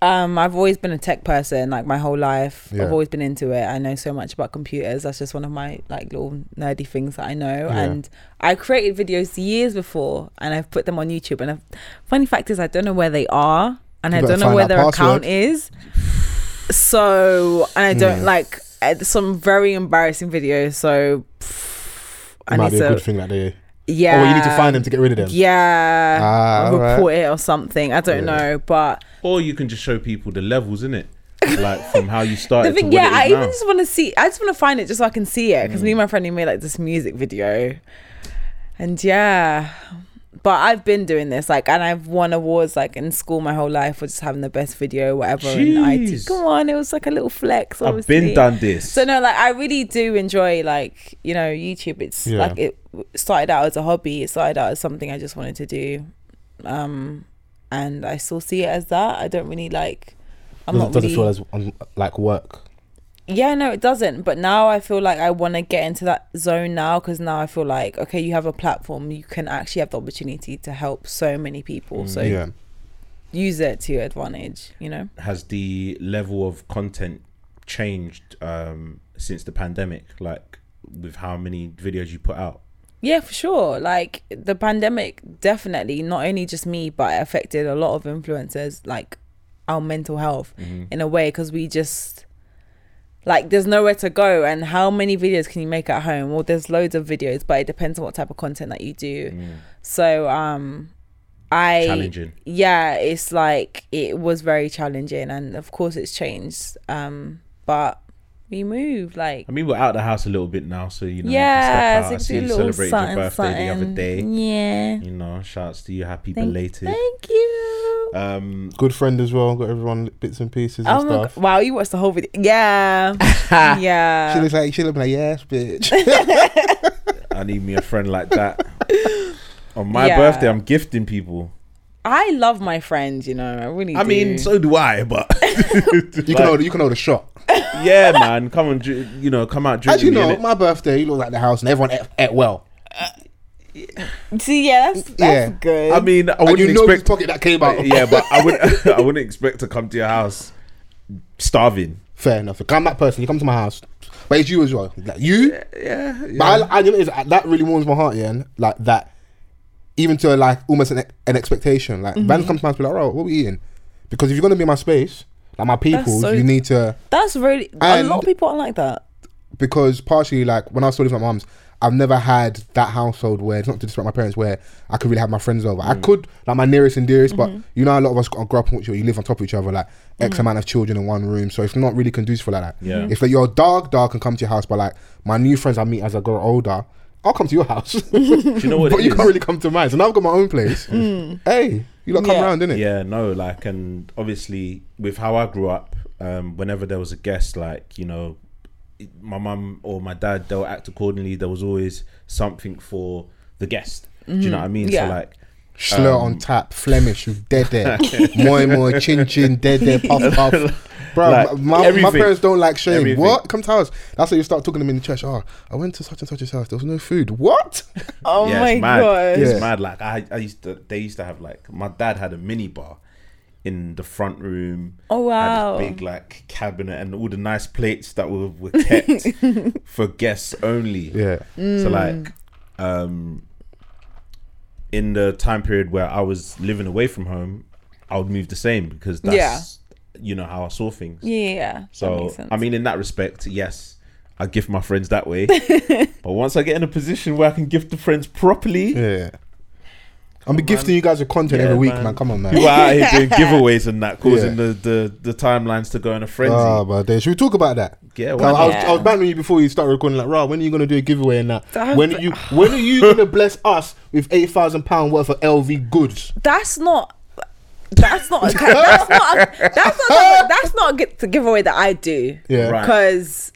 Speaker 3: Um, I've always been a tech person, like my whole life.
Speaker 2: Yeah.
Speaker 3: I've always been into it. I know so much about computers. That's just one of my like little nerdy things that I know.
Speaker 2: Yeah.
Speaker 3: And I created videos years before, and I've put them on YouTube. And I've, funny fact is, I don't know where they are, and
Speaker 2: You
Speaker 3: I
Speaker 2: better
Speaker 3: don't know
Speaker 2: find
Speaker 3: where
Speaker 2: that
Speaker 3: their account
Speaker 2: password.
Speaker 3: is. So, and I don't
Speaker 2: Yeah.
Speaker 3: like uh, some very embarrassing videos. So, pff,
Speaker 2: It
Speaker 3: I
Speaker 2: might
Speaker 3: need
Speaker 2: be a good
Speaker 3: to,
Speaker 2: thing that they.
Speaker 3: yeah.
Speaker 2: Oh, well, you need to find them to get rid of them.
Speaker 3: Yeah,
Speaker 2: Ah,
Speaker 3: I'll
Speaker 2: alright.
Speaker 3: report it or something. I don't
Speaker 2: Yeah.
Speaker 3: know, but.
Speaker 1: or you can just show people the levels in it like from how you started
Speaker 3: the thing,
Speaker 1: to
Speaker 3: yeah,
Speaker 1: what
Speaker 3: I
Speaker 1: it is Mm.
Speaker 3: even just want to see. I just want to find it just so I can see it because me and my friend he made like this music video, and yeah. But I've been doing this like, and I've won awards like in school my whole life for just having the best video, whatever. In IT,
Speaker 1: Jeez.
Speaker 3: come on, it was like a little flex.
Speaker 1: now. i've
Speaker 3: Obviously.
Speaker 1: been done this
Speaker 3: So no, like I really do enjoy like you know YouTube. It's
Speaker 2: Yeah.
Speaker 3: like it started out as a hobby. It started out as something I just wanted to do, um, and I still see it as that. I don't really like. I'm
Speaker 2: doesn't,
Speaker 3: not
Speaker 2: doesn't
Speaker 3: really,
Speaker 2: feel as un, like work.
Speaker 3: yeah, no, it doesn't. But now I feel like I want to get into that zone now because now I feel like, okay, you have a platform, you can actually have the opportunity to help so many people. So
Speaker 2: yeah,
Speaker 3: use it to your advantage, you know?
Speaker 1: has the level of content changed um, since the pandemic? Like with how many videos you put out?
Speaker 3: Yeah, for sure. Like the pandemic definitely not only just me, but it affected a lot of influencers, like our mental health in a way because we just like there's nowhere to go and how many videos can you make at home well there's loads of videos but it depends on what type of content that you do so um i
Speaker 1: Challenging.
Speaker 3: yeah it's like it was very challenging and of course it's changed um but we move like
Speaker 1: I mean, we're out the house a little bit now, so you know.
Speaker 3: yeah,
Speaker 1: you can step out. I
Speaker 3: it's
Speaker 1: see
Speaker 3: a
Speaker 1: you
Speaker 3: good little
Speaker 1: celebrated your
Speaker 3: something,
Speaker 1: birthday the other
Speaker 3: something.
Speaker 1: day.
Speaker 3: Yeah.
Speaker 1: You know, shouts to you, happy
Speaker 3: Thank,
Speaker 1: belated.
Speaker 3: thank you.
Speaker 1: Um,
Speaker 2: good friend as well. Got everyone bits and pieces and
Speaker 3: Oh my
Speaker 2: stuff.
Speaker 3: god. Wow, you watched the whole video. Yeah.
Speaker 2: She
Speaker 3: yeah.
Speaker 2: looks like she looked like yes, bitch.
Speaker 1: I need me a friend like that. On my
Speaker 3: Yeah.
Speaker 1: birthday, I'm gifting people.
Speaker 3: I love my friend, you know. I really
Speaker 1: I
Speaker 3: do.
Speaker 1: mean, so do I, but
Speaker 2: you
Speaker 1: Like-
Speaker 2: can hold you can hold a shot.
Speaker 1: yeah, man, come on, dri- you know, come out
Speaker 2: As
Speaker 1: drinking.
Speaker 2: you know, my birthday, you look like the house, and everyone ate, ate well.
Speaker 3: See, yeah,
Speaker 1: Mm,
Speaker 3: that's that's
Speaker 2: Yeah.
Speaker 3: good.
Speaker 1: I mean, I
Speaker 2: And
Speaker 1: wouldn't
Speaker 2: you know
Speaker 1: expect
Speaker 2: this pocket that came out.
Speaker 1: yeah, but I wouldn't. I wouldn't expect to come to your house starving.
Speaker 2: Fair enough. Like, I'm that person. You come to my house, but it's you as well. Like, you.
Speaker 1: Yeah,
Speaker 2: But I, I, you know, it's- uh, that really warms my heart, yeah. and, Like that, even to
Speaker 3: Mm-hmm.
Speaker 2: like almost an, an expectation. Like, man comes to my house, be like, "Oh, what we eating?" Because if you're gonna be in my space, Like my people,
Speaker 3: so-
Speaker 2: you need to
Speaker 3: That's really a lot
Speaker 2: And-
Speaker 3: of people aren't like that.
Speaker 2: because partially like when I was still living with my mum's, I've never had that household where it's not to disrespect my parents where I could really have my friends over. I
Speaker 1: Mm.
Speaker 2: could like my nearest and dearest, but you know how a lot of us grow up on each other, you live on top of each other, like X amount of children in one room. So it's not really conducive for like that.
Speaker 1: Yeah.
Speaker 2: If like your dog dog can come to your house, but like my new friends I meet as I grow older, I'll come to your house.
Speaker 1: Do you know what?
Speaker 2: but
Speaker 1: it
Speaker 2: you
Speaker 1: is?
Speaker 2: can't really come to mine. So now I've got my own place. Hey, you lot come
Speaker 3: Yeah.
Speaker 2: round, innit?
Speaker 1: Yeah, no, like, and obviously with how I grew up, um, whenever there was a guest, like you know, it- my mum or my dad, they'll act accordingly. There was always something for the guest. Do you know what I mean?
Speaker 3: Yeah.
Speaker 1: So like,
Speaker 2: Slur on tap, Flemish, you dead there. moi moi, chin chin, dead there, puff puff. Bro,
Speaker 1: Like,
Speaker 2: my, my
Speaker 1: everything.
Speaker 2: parents don't like shame.
Speaker 1: Everything.
Speaker 2: What? Come to us. That's how you start talking to them in the church. Oh, I went to such and such a house. There was no food. What?
Speaker 3: Oh
Speaker 1: yeah,
Speaker 3: my
Speaker 1: it's mad.
Speaker 3: god.
Speaker 1: It's
Speaker 2: Yeah.
Speaker 1: mad. Like I, I used to. They used to have like my dad had a mini bar in the front room.
Speaker 3: Oh wow.
Speaker 1: Had this big like cabinet and all the nice plates that were, were kept for guests only.
Speaker 2: Yeah.
Speaker 1: So
Speaker 3: Mm.
Speaker 1: like, um, in the time period where I was living away from home, I would move the same because that's you know how I saw things.
Speaker 3: Yeah, yeah, yeah. That
Speaker 1: So
Speaker 3: makes sense.
Speaker 1: I mean, in that respect, yes, I gift my friends that way. but once I get in a position where I can gift the friends properly,
Speaker 2: Yeah. I'll be
Speaker 1: on,
Speaker 2: gifting you guys with content
Speaker 1: Yeah,
Speaker 2: every week,
Speaker 1: man.
Speaker 2: man. Come on, man.
Speaker 1: people are out here doing giveaways and that, causing
Speaker 2: Yeah.
Speaker 1: the, the the timelines to go in a frenzy.
Speaker 2: Oh, but then, should we talk about that?
Speaker 1: yeah,
Speaker 2: I,
Speaker 1: why
Speaker 2: I was,
Speaker 1: not?
Speaker 2: I was bantering you before you started recording. Like, rah, when are you gonna do a giveaway and that?
Speaker 3: That-
Speaker 2: when are you when are you gonna bless us with eight thousand pound worth of LV goods?
Speaker 3: that's not that's not a, that's not a, that's not a, that's not a gi- giveaway that I do
Speaker 2: Yeah.
Speaker 1: Right.
Speaker 3: because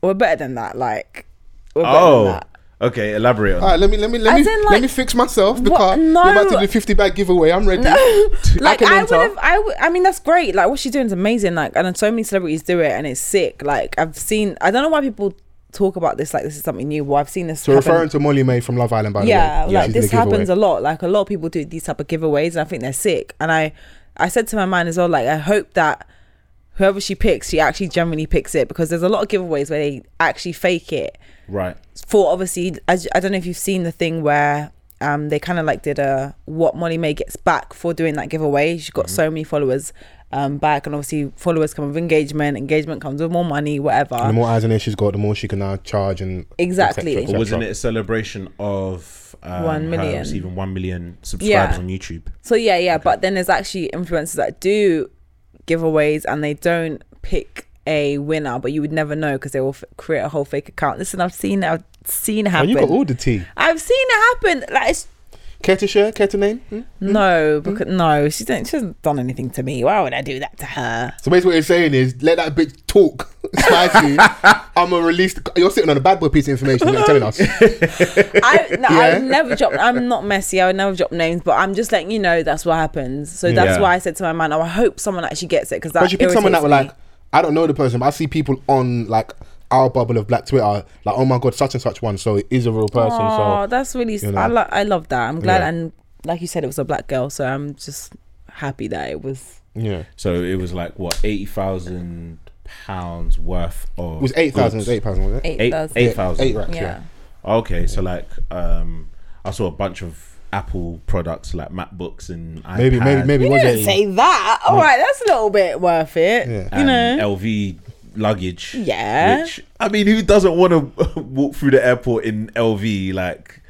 Speaker 3: we're better than that. Like we're better than
Speaker 1: Oh,
Speaker 3: that.
Speaker 1: okay. Elaborate on.
Speaker 2: All
Speaker 1: that.
Speaker 2: right, let me let me let me
Speaker 3: As in,
Speaker 2: let
Speaker 3: like-
Speaker 2: me fix myself
Speaker 3: What?
Speaker 2: because
Speaker 3: No.
Speaker 2: we're about to do the fifty bag giveaway. I'm ready.
Speaker 3: like
Speaker 2: can
Speaker 3: I, would
Speaker 2: enter.
Speaker 3: have, I would. I mean, that's great. Like what she's doing is amazing. Like, and so many celebrities do it, and it's sick. Like I've seen. I don't know why people talk about this like this is something new. Well, I've seen this.
Speaker 2: So
Speaker 3: happen-
Speaker 2: referring to Molly May from Love Island, by the
Speaker 3: yeah,
Speaker 2: way,
Speaker 3: like
Speaker 2: she did
Speaker 3: this
Speaker 2: a giveaway.
Speaker 3: happens a lot. Like a lot of people do these type of giveaways, and I think they're sick. And I, I said to my man as well, like I hope that whoever she picks, she actually genuinely picks it because there's a lot of giveaways where they actually fake it
Speaker 1: Right.
Speaker 3: for obviously. As, I don't know if you've seen the thing where. Um, they kind of like did a what Molly May gets back for doing that giveaway. She got
Speaker 2: Mm-hmm.
Speaker 3: so many followers um, back, and obviously followers come with engagement. Engagement comes with more money, whatever.
Speaker 2: And the more eyes and ears she's got, the more she can now charge and
Speaker 3: Exactly.
Speaker 2: et cetera, et
Speaker 1: Or wasn't
Speaker 2: cetera.
Speaker 1: it a celebration of um,
Speaker 3: One
Speaker 1: her
Speaker 3: million.
Speaker 1: receiving one million subscribers
Speaker 3: Yeah.
Speaker 1: on YouTube?
Speaker 3: So yeah, yeah, but then there's actually influencers that do giveaways and they don't pick a winner, but you would never know because they will f- create a whole fake account. Listen, I've seen it, I've seen it
Speaker 2: And
Speaker 3: happen.
Speaker 2: Oh, you got all the tea.
Speaker 3: I've seen it happen. Like it's
Speaker 2: Care to share? Care to name? Hmm?
Speaker 3: no, because no, she didn't. She hasn't done anything to me. Why would I do that to her?
Speaker 2: So basically, what you're saying is, let that bitch talk spicy. I'm gonna release. The, you're sitting on a bad boy piece of information. You're not telling us.
Speaker 3: I no,
Speaker 2: Yeah.
Speaker 3: I would never drop. I'm not messy. I would never drop names, but I'm just letting you know that's what happens. So that's
Speaker 1: Yeah.
Speaker 3: why I said to my man, oh, I hope someone actually gets it because that.
Speaker 2: But you pick someone that
Speaker 3: irritates me.
Speaker 2: were like, I don't know the person, but I see people on like our bubble of black Twitter, like, oh my god, such and such one. So it is a real person.
Speaker 3: Oh,
Speaker 2: so
Speaker 3: that's really.
Speaker 2: you know.
Speaker 3: I lo- I love that. I'm glad,
Speaker 2: Yeah.
Speaker 3: and like you said, it was a black girl, so I'm just happy that it was.
Speaker 2: yeah, it
Speaker 1: So it was like what eighty thousand pounds worth of. It
Speaker 2: was eight thousand. It was eight thousand. Was it?
Speaker 3: Eight
Speaker 1: Eight-
Speaker 3: thousand.
Speaker 1: eight thousand.
Speaker 2: Eight racks.
Speaker 3: yeah.
Speaker 2: yeah.
Speaker 1: Okay, so like um, I saw a bunch of Apple products like MacBooks and iPads
Speaker 2: Maybe, maybe, maybe it
Speaker 3: You
Speaker 2: was
Speaker 3: didn't
Speaker 2: 80.
Speaker 3: say that. All right, that's a little bit worth it.
Speaker 2: Yeah.
Speaker 3: You know.
Speaker 1: and LV luggage.
Speaker 3: Yeah.
Speaker 1: Which I mean, who doesn't want to walk through the airport in LV like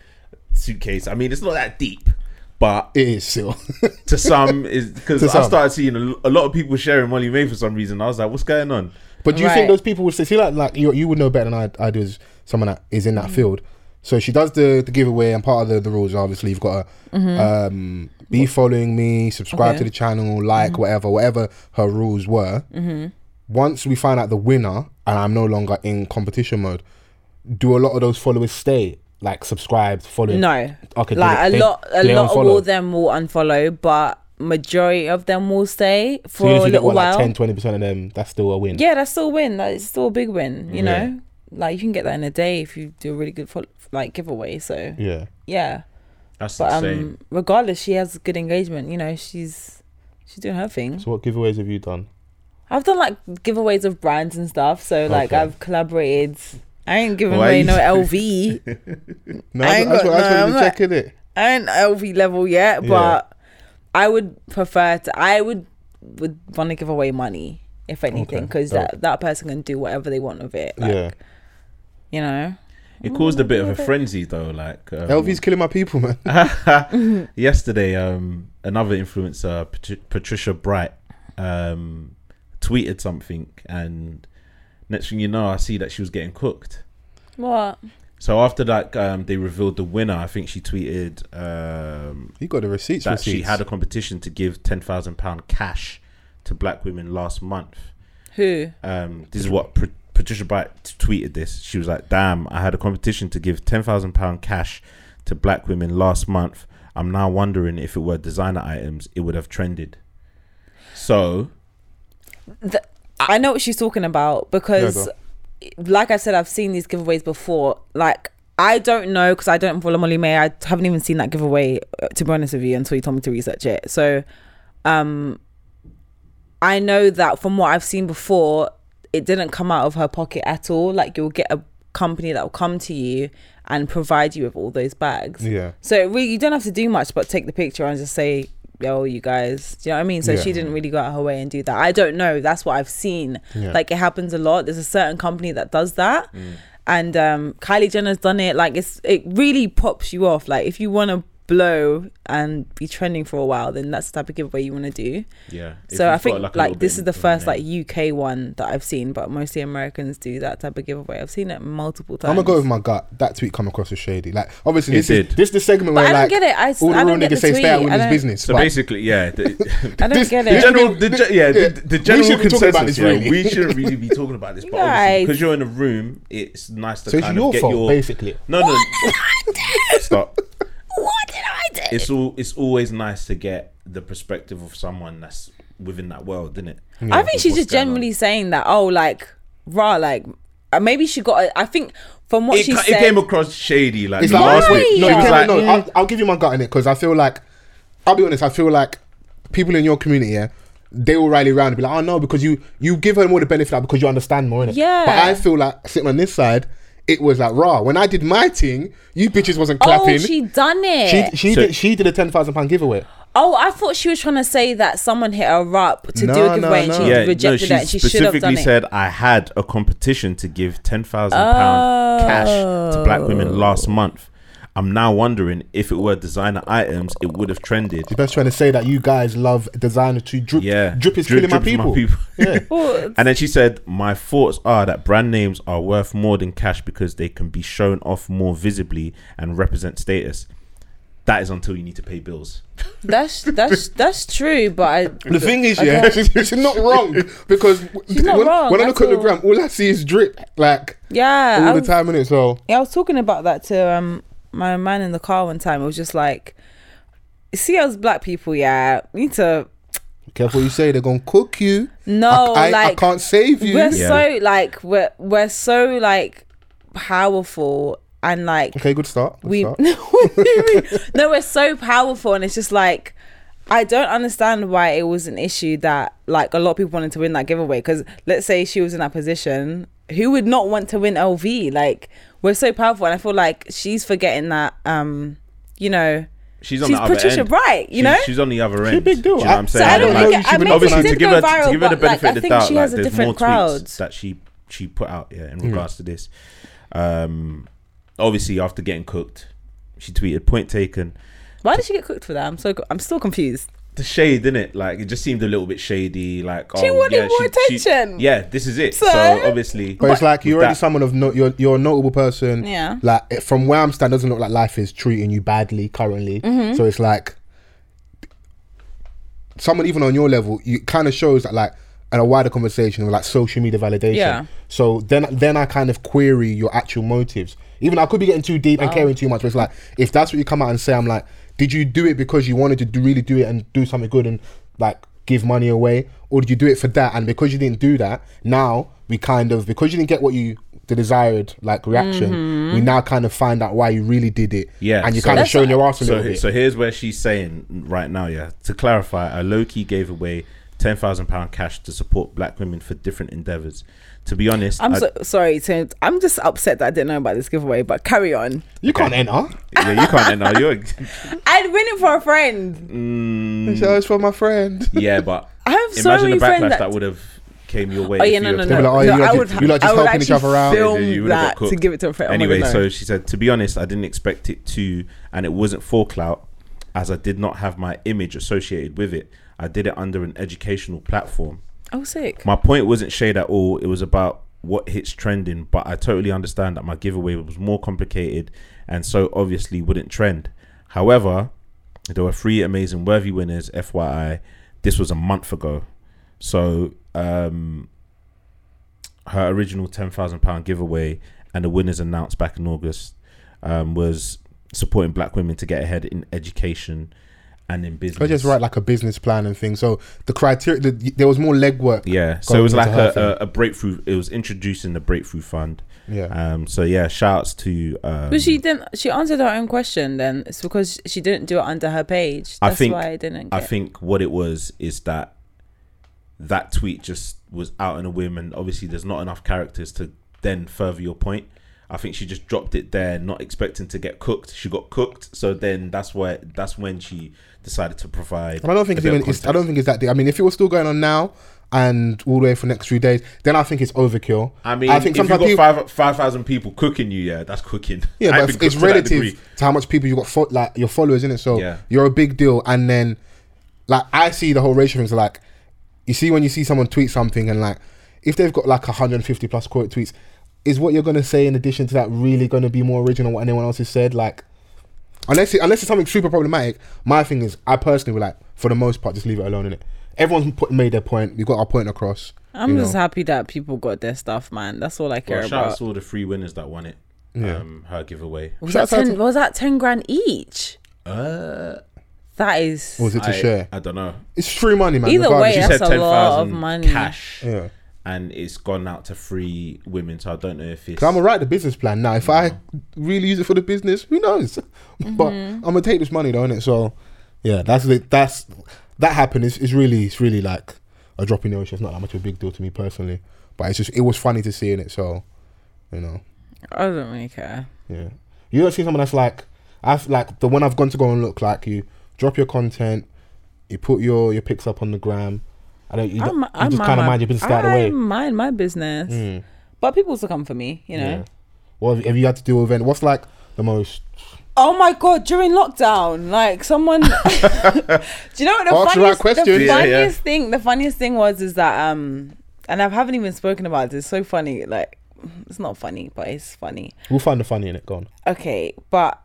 Speaker 1: suitcase? I mean, it's not that deep, but
Speaker 2: It is still.
Speaker 1: to some is because
Speaker 2: To
Speaker 1: I
Speaker 2: some.
Speaker 1: started seeing a, l- a lot of people sharing Molly May for some reason. I was like, what's going on?
Speaker 2: but do you
Speaker 3: Right.
Speaker 2: think those people would say, see, like, like you, you would know better than I, I do as someone that is in that
Speaker 3: Mm.
Speaker 2: field. So she does the, the giveaway, and part of the, the rules, obviously, you've got to um, be following me,
Speaker 3: Mm-hmm. Okay.
Speaker 2: subscribe
Speaker 3: Mm-hmm.
Speaker 2: to the channel, like, whatever, whatever her rules were. Once we find out the winner, and I'm no longer in competition mode, do a lot of those followers stay? Like, subscribed, following?
Speaker 3: No.
Speaker 2: Okay, do
Speaker 3: Like a
Speaker 2: they-
Speaker 3: lot, a
Speaker 2: do they
Speaker 3: lot of all
Speaker 2: unfollow?
Speaker 3: them will unfollow, but majority of them will stay
Speaker 2: So
Speaker 3: for
Speaker 2: even
Speaker 3: a
Speaker 2: if you get
Speaker 3: little
Speaker 2: what,
Speaker 3: while.
Speaker 2: like 10, 20% of them, that's still a win.
Speaker 3: yeah, that's still a win. Like, it's still a big win. You
Speaker 2: Yeah.
Speaker 3: know, like you can get that in a day if you do a really good fol- like giveaway. So
Speaker 2: Yeah.
Speaker 3: yeah.
Speaker 1: That's
Speaker 3: But
Speaker 1: insane.
Speaker 3: um, regardless, she has good engagement. You know, she's she's doing her thing.
Speaker 2: So, what giveaways have you done?
Speaker 3: I've done like giveaways of brands and stuff. So like
Speaker 2: Okay.
Speaker 3: I've collaborated. I ain't giving
Speaker 1: Why
Speaker 3: away
Speaker 1: you-
Speaker 3: no LV.
Speaker 2: No,
Speaker 3: I
Speaker 2: I
Speaker 3: ain't
Speaker 2: just, I
Speaker 3: got-
Speaker 2: just, I just
Speaker 3: no,
Speaker 2: wanted
Speaker 3: I'm
Speaker 2: to
Speaker 3: not-
Speaker 2: check in it.
Speaker 3: I ain't LV level yet,
Speaker 2: Yeah.
Speaker 3: but I would prefer to. I would would want to give away money if anything
Speaker 2: Okay,
Speaker 3: because
Speaker 2: alright.
Speaker 3: that, that person can do whatever they want with it like,
Speaker 2: yeah.
Speaker 3: you know
Speaker 1: It caused a bit of a frenzy though. Like um,
Speaker 2: LV's killing my people, man.
Speaker 1: yesterday, um, another influencer, Pat- Patricia Bright, um, tweeted something, and next thing you know, I see that she was getting cooked.
Speaker 3: what
Speaker 1: So after that, um, they revealed the winner. I think she tweeted um,
Speaker 2: You got the receipts.
Speaker 1: that
Speaker 2: receipts.
Speaker 1: she had a competition to give ten thousand pound cash to black women last month.
Speaker 3: who
Speaker 1: Um, this is what Pat- Patricia Bright t- tweeted. This she was like, "Damn, I had a competition to give ten thousand pound cash to black women last month. I'm now wondering if it were designer items, it would have trended." So
Speaker 3: the, I know what she's talking about because,
Speaker 2: go.
Speaker 3: like I said, I've seen these giveaways before. Like I don't know because I don't follow Molly May. I haven't even seen that giveaway uh, to be honest with you until you told me to research it. So, um, I know that from what I've seen before, it didn't come out of her pocket at all. Like you'll get a company that will come to you and provide you with all those bags.
Speaker 2: Yeah.
Speaker 3: So it really, you don't have to do much but take the picture and just say, yo, you guys. Do you know what I mean? So
Speaker 2: Yeah.
Speaker 3: she didn't really go out her way and do that. I don't know. That's what I've seen.
Speaker 2: Yeah.
Speaker 3: Like it happens a lot. There's a certain company that does that. And um, Kylie Jenner's done it. Like it's it really pops you off. Like if you want to blow and be trending for a while, then that's the type of giveaway you want to do.
Speaker 1: yeah. if
Speaker 3: so I
Speaker 1: you've
Speaker 3: think
Speaker 1: got,
Speaker 3: like,
Speaker 1: a little
Speaker 3: this
Speaker 1: bit
Speaker 3: is the
Speaker 1: in-
Speaker 3: first
Speaker 1: yeah.
Speaker 3: like UK one that I've seen, but mostly Americans do that type of giveaway. I've seen it multiple times.
Speaker 2: I'm gonna go with my gut. That tweet come across as shady. Like obviously
Speaker 1: It
Speaker 2: this
Speaker 1: did.
Speaker 2: is this is the segment
Speaker 3: But
Speaker 2: where
Speaker 3: I don't
Speaker 2: like
Speaker 3: get it. I s-
Speaker 2: all the
Speaker 3: I
Speaker 2: real
Speaker 3: don't get
Speaker 2: niggas
Speaker 3: the
Speaker 2: say stay out
Speaker 3: tweet. I
Speaker 2: women's
Speaker 3: don't-
Speaker 2: business.
Speaker 1: So
Speaker 2: but
Speaker 1: basically, yeah. The,
Speaker 3: I don't
Speaker 2: This-
Speaker 3: get
Speaker 2: this
Speaker 3: it.
Speaker 1: The general, the,
Speaker 2: th-
Speaker 1: ge- yeah,
Speaker 2: yeah,
Speaker 1: the, the
Speaker 2: we
Speaker 1: general
Speaker 2: shouldn't be talking about
Speaker 1: consensus.
Speaker 2: this, really.
Speaker 1: yeah, we shouldn't really be talking about this, but
Speaker 3: Guys.
Speaker 1: because you're in a room, it's nice to
Speaker 2: So it's
Speaker 1: kind of
Speaker 2: your
Speaker 1: get
Speaker 2: fault,
Speaker 1: your
Speaker 2: basically.
Speaker 1: No, no, stop.
Speaker 3: What did I do?
Speaker 1: It's all. It's always nice to get the perspective of someone that's within that world, isn't it?
Speaker 3: I think she's just generally saying that. Oh, like rah, like uh, maybe she got. I think from what
Speaker 1: It,
Speaker 3: she
Speaker 1: ca-
Speaker 3: said,
Speaker 1: it came across shady like
Speaker 2: It's like last
Speaker 1: last
Speaker 3: Why?
Speaker 1: week.
Speaker 2: No,
Speaker 1: She
Speaker 2: you
Speaker 1: was
Speaker 2: can't,
Speaker 1: like,
Speaker 2: no I'll, I'll give you my gut in it because I feel like, I'll be honest, I feel like people in your community, yeah, they will rally around and be like, oh no, because you you give her more the benefit of that because you understand more, innit?
Speaker 3: Yeah.
Speaker 2: But I feel like sitting on this side, it was like raw. When I did my thing, you bitches wasn't clapping.
Speaker 3: oh, she done
Speaker 2: she
Speaker 3: it.
Speaker 2: she
Speaker 1: So-
Speaker 2: did, she did a ten thousand pound giveaway.
Speaker 3: oh, I thought she was trying to say that someone hit her up to do
Speaker 2: No,
Speaker 3: a
Speaker 2: no,
Speaker 3: giveaway and
Speaker 2: no.
Speaker 3: she
Speaker 1: yeah, no,
Speaker 3: Oh, rejected
Speaker 1: she
Speaker 3: it. And she should have done
Speaker 1: specifically
Speaker 3: it.
Speaker 1: said I had a competition to give ten thousand pound cash to black
Speaker 3: Oh.
Speaker 1: women last month. I'm now wondering if it were designer items, it would have trended.
Speaker 2: That's trying to say that you guys love designer to drip.
Speaker 1: Yeah,
Speaker 2: drip is killing my people.
Speaker 1: Yeah.
Speaker 3: Well,
Speaker 1: And then she said, My thoughts are that brand names are worth more than cash because they can be shown off more visibly and represent status. That is until you need to pay bills.
Speaker 3: that's that's that's true, but I,
Speaker 2: The thing is, yeah,
Speaker 3: Okay.
Speaker 2: she's, she's not wrong because
Speaker 3: not
Speaker 2: when,
Speaker 3: wrong
Speaker 2: when I
Speaker 3: at
Speaker 2: look at the
Speaker 3: all.
Speaker 2: gram, all I see is drip like
Speaker 3: yeah, I
Speaker 2: all the
Speaker 3: was-
Speaker 2: time in it. So
Speaker 3: Yeah, I was talking about that to um my man in the car one time. It was just like, see us black people, yeah, need to
Speaker 2: Careful you say, they're gonna cook you.
Speaker 3: No,
Speaker 2: I, I, I
Speaker 3: like,
Speaker 2: can't save you.
Speaker 3: we're
Speaker 1: Yeah.
Speaker 3: so like we're we're so like powerful and like
Speaker 2: Okay, good start. Good
Speaker 3: we
Speaker 2: start.
Speaker 3: What do you mean? no we're so powerful and it's just like I don't understand why it was an issue that like a lot of people wanted to win that giveaway because let's say she was in that position who would not want to win LV like we're so powerful and I feel like she's forgetting that um you know
Speaker 1: She's on
Speaker 3: She's
Speaker 1: the other
Speaker 3: Patricia
Speaker 1: end.
Speaker 3: Bright, you
Speaker 1: She's-
Speaker 3: know?
Speaker 1: She's on the other end.
Speaker 2: a big deal.
Speaker 1: Do you know what I'm
Speaker 2: So
Speaker 1: saying?
Speaker 2: I don't
Speaker 1: And,
Speaker 2: think-
Speaker 1: like,
Speaker 2: I mean, she
Speaker 1: obviously,
Speaker 2: did
Speaker 1: to give
Speaker 3: go
Speaker 1: her to
Speaker 3: viral,
Speaker 1: give her the
Speaker 3: but, like,
Speaker 1: benefit
Speaker 3: I
Speaker 1: of the
Speaker 3: think
Speaker 1: doubt,
Speaker 3: she
Speaker 1: like,
Speaker 3: has a
Speaker 1: there's
Speaker 3: different
Speaker 1: more
Speaker 3: crowd.
Speaker 1: tweets that she she put out yeah in regards to this. Um, obviously, after getting cooked, she tweeted, "Point taken."
Speaker 3: why did she get cooked for that I'm so co- I'm still confused
Speaker 1: the shade in it like it just seemed a little bit shady like
Speaker 3: She
Speaker 1: oh,
Speaker 3: wanted
Speaker 1: yeah,
Speaker 3: more
Speaker 1: she- she-
Speaker 3: attention.
Speaker 1: yeah this is it so,
Speaker 3: So-
Speaker 1: obviously
Speaker 2: but it's like you're
Speaker 1: With
Speaker 2: already
Speaker 1: that-
Speaker 2: someone of no, you're you're a notable person.
Speaker 3: Yeah.
Speaker 2: Like it- from where I'm standing, doesn't look like life is treating you badly currently.
Speaker 3: Mm-hmm.
Speaker 2: So it's like someone even on your level, you kind of shows that like and a wider conversation with like social media validation.
Speaker 3: Yeah.
Speaker 2: So then then I kind of query your actual motives. Even I could be getting too deep
Speaker 3: Oh.
Speaker 2: and caring too much, but it's like if that's what you come out and say, I'm like, did you do it because you wanted to do, really do it and do something good and like give money away, or did you do it for that? And because you didn't do that, now we kind of because you didn't get what you the desired like reaction, we now kind of find out why you really did it.
Speaker 1: Yeah,
Speaker 2: and you
Speaker 1: so-
Speaker 2: kind of
Speaker 3: Mm-hmm. That's-
Speaker 2: showing your arse a
Speaker 1: so,
Speaker 2: little bit.
Speaker 1: so here's where she's saying right now yeah to clarify i low-key gave away ten thousand pound cash to support black women for different endeavors. To be honest,
Speaker 3: I'm
Speaker 1: I-
Speaker 3: so sorry. To, I'm just upset that I didn't know about this giveaway. But carry on.
Speaker 2: You can't enter.
Speaker 1: yeah, you can't enter. You're,
Speaker 3: I'd win it for a friend.
Speaker 1: Mm,
Speaker 2: So it's for my friend.
Speaker 1: yeah, but
Speaker 3: I'm
Speaker 1: imagine
Speaker 3: sorry,
Speaker 1: the
Speaker 3: friend.
Speaker 1: backlash
Speaker 3: That,
Speaker 1: that would have came your way.
Speaker 3: oh
Speaker 1: if
Speaker 3: yeah,
Speaker 1: you
Speaker 3: no,
Speaker 1: had
Speaker 3: no,
Speaker 1: done
Speaker 3: no.
Speaker 2: People
Speaker 1: it.
Speaker 2: are like,
Speaker 3: No, I
Speaker 2: oh, you lot just-
Speaker 3: would,
Speaker 2: you lot just
Speaker 3: I would
Speaker 2: helping each
Speaker 3: actually
Speaker 2: other out.
Speaker 3: Film
Speaker 1: Yeah, you would've got
Speaker 3: that to
Speaker 1: cooked.
Speaker 3: give it to a friend. Oh my
Speaker 1: Anyway,
Speaker 3: God, no.
Speaker 1: so she said, to be honest, I didn't expect it to, and it wasn't for clout, as I did not have my image associated with it. I did it under an educational platform.
Speaker 3: oh sick.
Speaker 1: My point wasn't shade at all. It was about what hits trending, but I totally understand that my giveaway was more complicated and so obviously wouldn't trend. However, there were three amazing worthy winners, FYI. This was a month ago. So, um, her original £10,000 giveaway and the winners announced back in August um, was supporting black women to get ahead in education and in business.
Speaker 2: I just write like a business plan and things. So the criteria, the, there was more legwork.
Speaker 1: Yeah, so it
Speaker 2: Going
Speaker 1: was
Speaker 2: into
Speaker 1: like
Speaker 2: her
Speaker 1: a, a, a breakthrough. It was introducing the breakthrough fund.
Speaker 2: Yeah.
Speaker 1: Um, so yeah, shouts to. Um,
Speaker 3: But she didn't. She answered her own question. Then it's because she didn't do it under her page. That's
Speaker 1: I think-
Speaker 3: why I didn't. Get
Speaker 1: I think what it was is that that tweet just was out on a whim, and obviously there's not enough characters to then further your point. I think she just dropped it there, not expecting to get cooked. She got cooked, so then that's where that's when she decided to provide.
Speaker 2: And I don't
Speaker 1: a
Speaker 2: think it's
Speaker 1: bit of
Speaker 2: even. It's, I don't think it's that. Deep. I mean, if it was still going on now and all the way for the next few days, then I think it's overkill.
Speaker 1: I mean,
Speaker 2: I think
Speaker 1: if you've
Speaker 2: sometimes
Speaker 1: got
Speaker 2: people-
Speaker 1: five five thousand people cooking you, yeah, that's cooking.
Speaker 2: Yeah,
Speaker 1: I've been
Speaker 2: but it's- it's
Speaker 1: cooked to that
Speaker 2: relative
Speaker 1: degree.
Speaker 2: to, how much people you got, fo- like your followers, in it. So
Speaker 1: Yeah.
Speaker 2: you're a big deal, and then like I see the whole ratio things like you see when you see someone tweet something, and like if they've got like 150 plus quote tweets, is what you're gonna say in addition to that really gonna be more original than what anyone else has said? Like unless it, unless it's something super problematic, my thing is I personally would like for the most part just leave it alone in it. Everyone's put, made their point. We got our point across.
Speaker 3: I'm
Speaker 2: you
Speaker 3: just
Speaker 2: know.
Speaker 3: happy that people got their stuff, man. That's all I care
Speaker 1: Well, shout out
Speaker 3: about.
Speaker 1: to all the three winners that won it.
Speaker 2: Yeah.
Speaker 1: Um, her giveaway.
Speaker 3: Was
Speaker 2: Shout
Speaker 3: that
Speaker 2: out
Speaker 3: ten?
Speaker 2: to-
Speaker 3: Was that ten grand each?
Speaker 1: Uh,
Speaker 3: That is.
Speaker 2: Or was it to
Speaker 1: I,
Speaker 2: share?
Speaker 1: I don't know.
Speaker 2: It's free money, man.
Speaker 3: Either way,
Speaker 2: regardless.
Speaker 1: She
Speaker 3: That's
Speaker 1: said
Speaker 3: a
Speaker 1: ten
Speaker 3: lot of
Speaker 1: thousand
Speaker 3: money.
Speaker 1: cash,
Speaker 2: yeah.
Speaker 1: and it's gone out to three women. So I don't know if it's.
Speaker 2: Cause I'm gonna write the business plan now. If I really use it for the business, who knows? But I'm gonna take this money though, innit? So, yeah, that's the, that's that happened. It's, it's really it's really like a drop in the ocean. It's not that much of a big deal to me personally, but it's just it was funny to see in it. So, you know,
Speaker 3: I don't really care.
Speaker 2: yeah. You don't see someone that's like I've like the one I've gone to go and look like you drop your content, you put your your pics up on the gram. I don't you,
Speaker 3: I
Speaker 2: don't,
Speaker 3: mi-
Speaker 2: you
Speaker 3: I
Speaker 2: just kind of
Speaker 3: my-
Speaker 2: mind your business out of the
Speaker 3: I
Speaker 2: way.
Speaker 3: mind my business,
Speaker 2: Mm,
Speaker 3: but people still come for me. You know.
Speaker 2: yeah. Well, have you had to deal with any? What's like the most
Speaker 3: Oh my god! During lockdown, like someone, do you know what the
Speaker 2: Ask the right
Speaker 3: funniest,
Speaker 2: question.
Speaker 3: the
Speaker 1: Yeah, yeah.
Speaker 3: funniest thing? The funniest thing was is that um, and I haven't even spoken about this. It's so funny. Like, it's not funny, but it's funny.
Speaker 2: We'll find the funny in it. Go on.
Speaker 3: okay but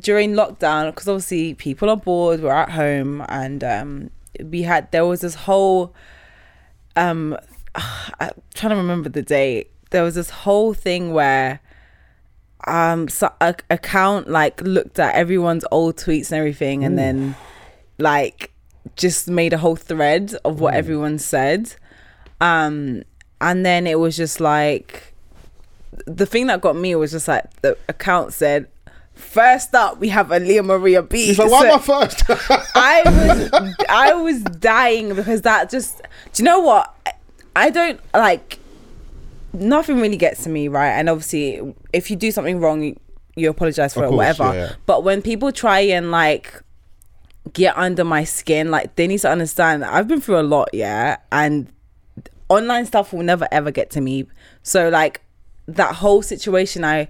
Speaker 3: during lockdown because obviously people are bored we're at home and um we had there was this whole um i'm trying to remember the day there was this whole thing where um so a account like looked at everyone's old tweets and everything and then like just made a whole thread of
Speaker 2: Mm.
Speaker 3: what everyone said um and then it was just like the thing that got me was just like the account said first up we have Aaliyah Maria B.
Speaker 2: He's like, why am I first?
Speaker 3: I was I was dying because that just do you know what I don't like nothing really gets to me right and obviously if you do something wrong you, you apologize for
Speaker 2: Of
Speaker 3: it
Speaker 2: course,
Speaker 3: whatever
Speaker 2: yeah, yeah.
Speaker 3: but when people try and like get under my skin like they need to understand that I've been through a lot yeah and online stuff will never ever get to me so like that whole situation I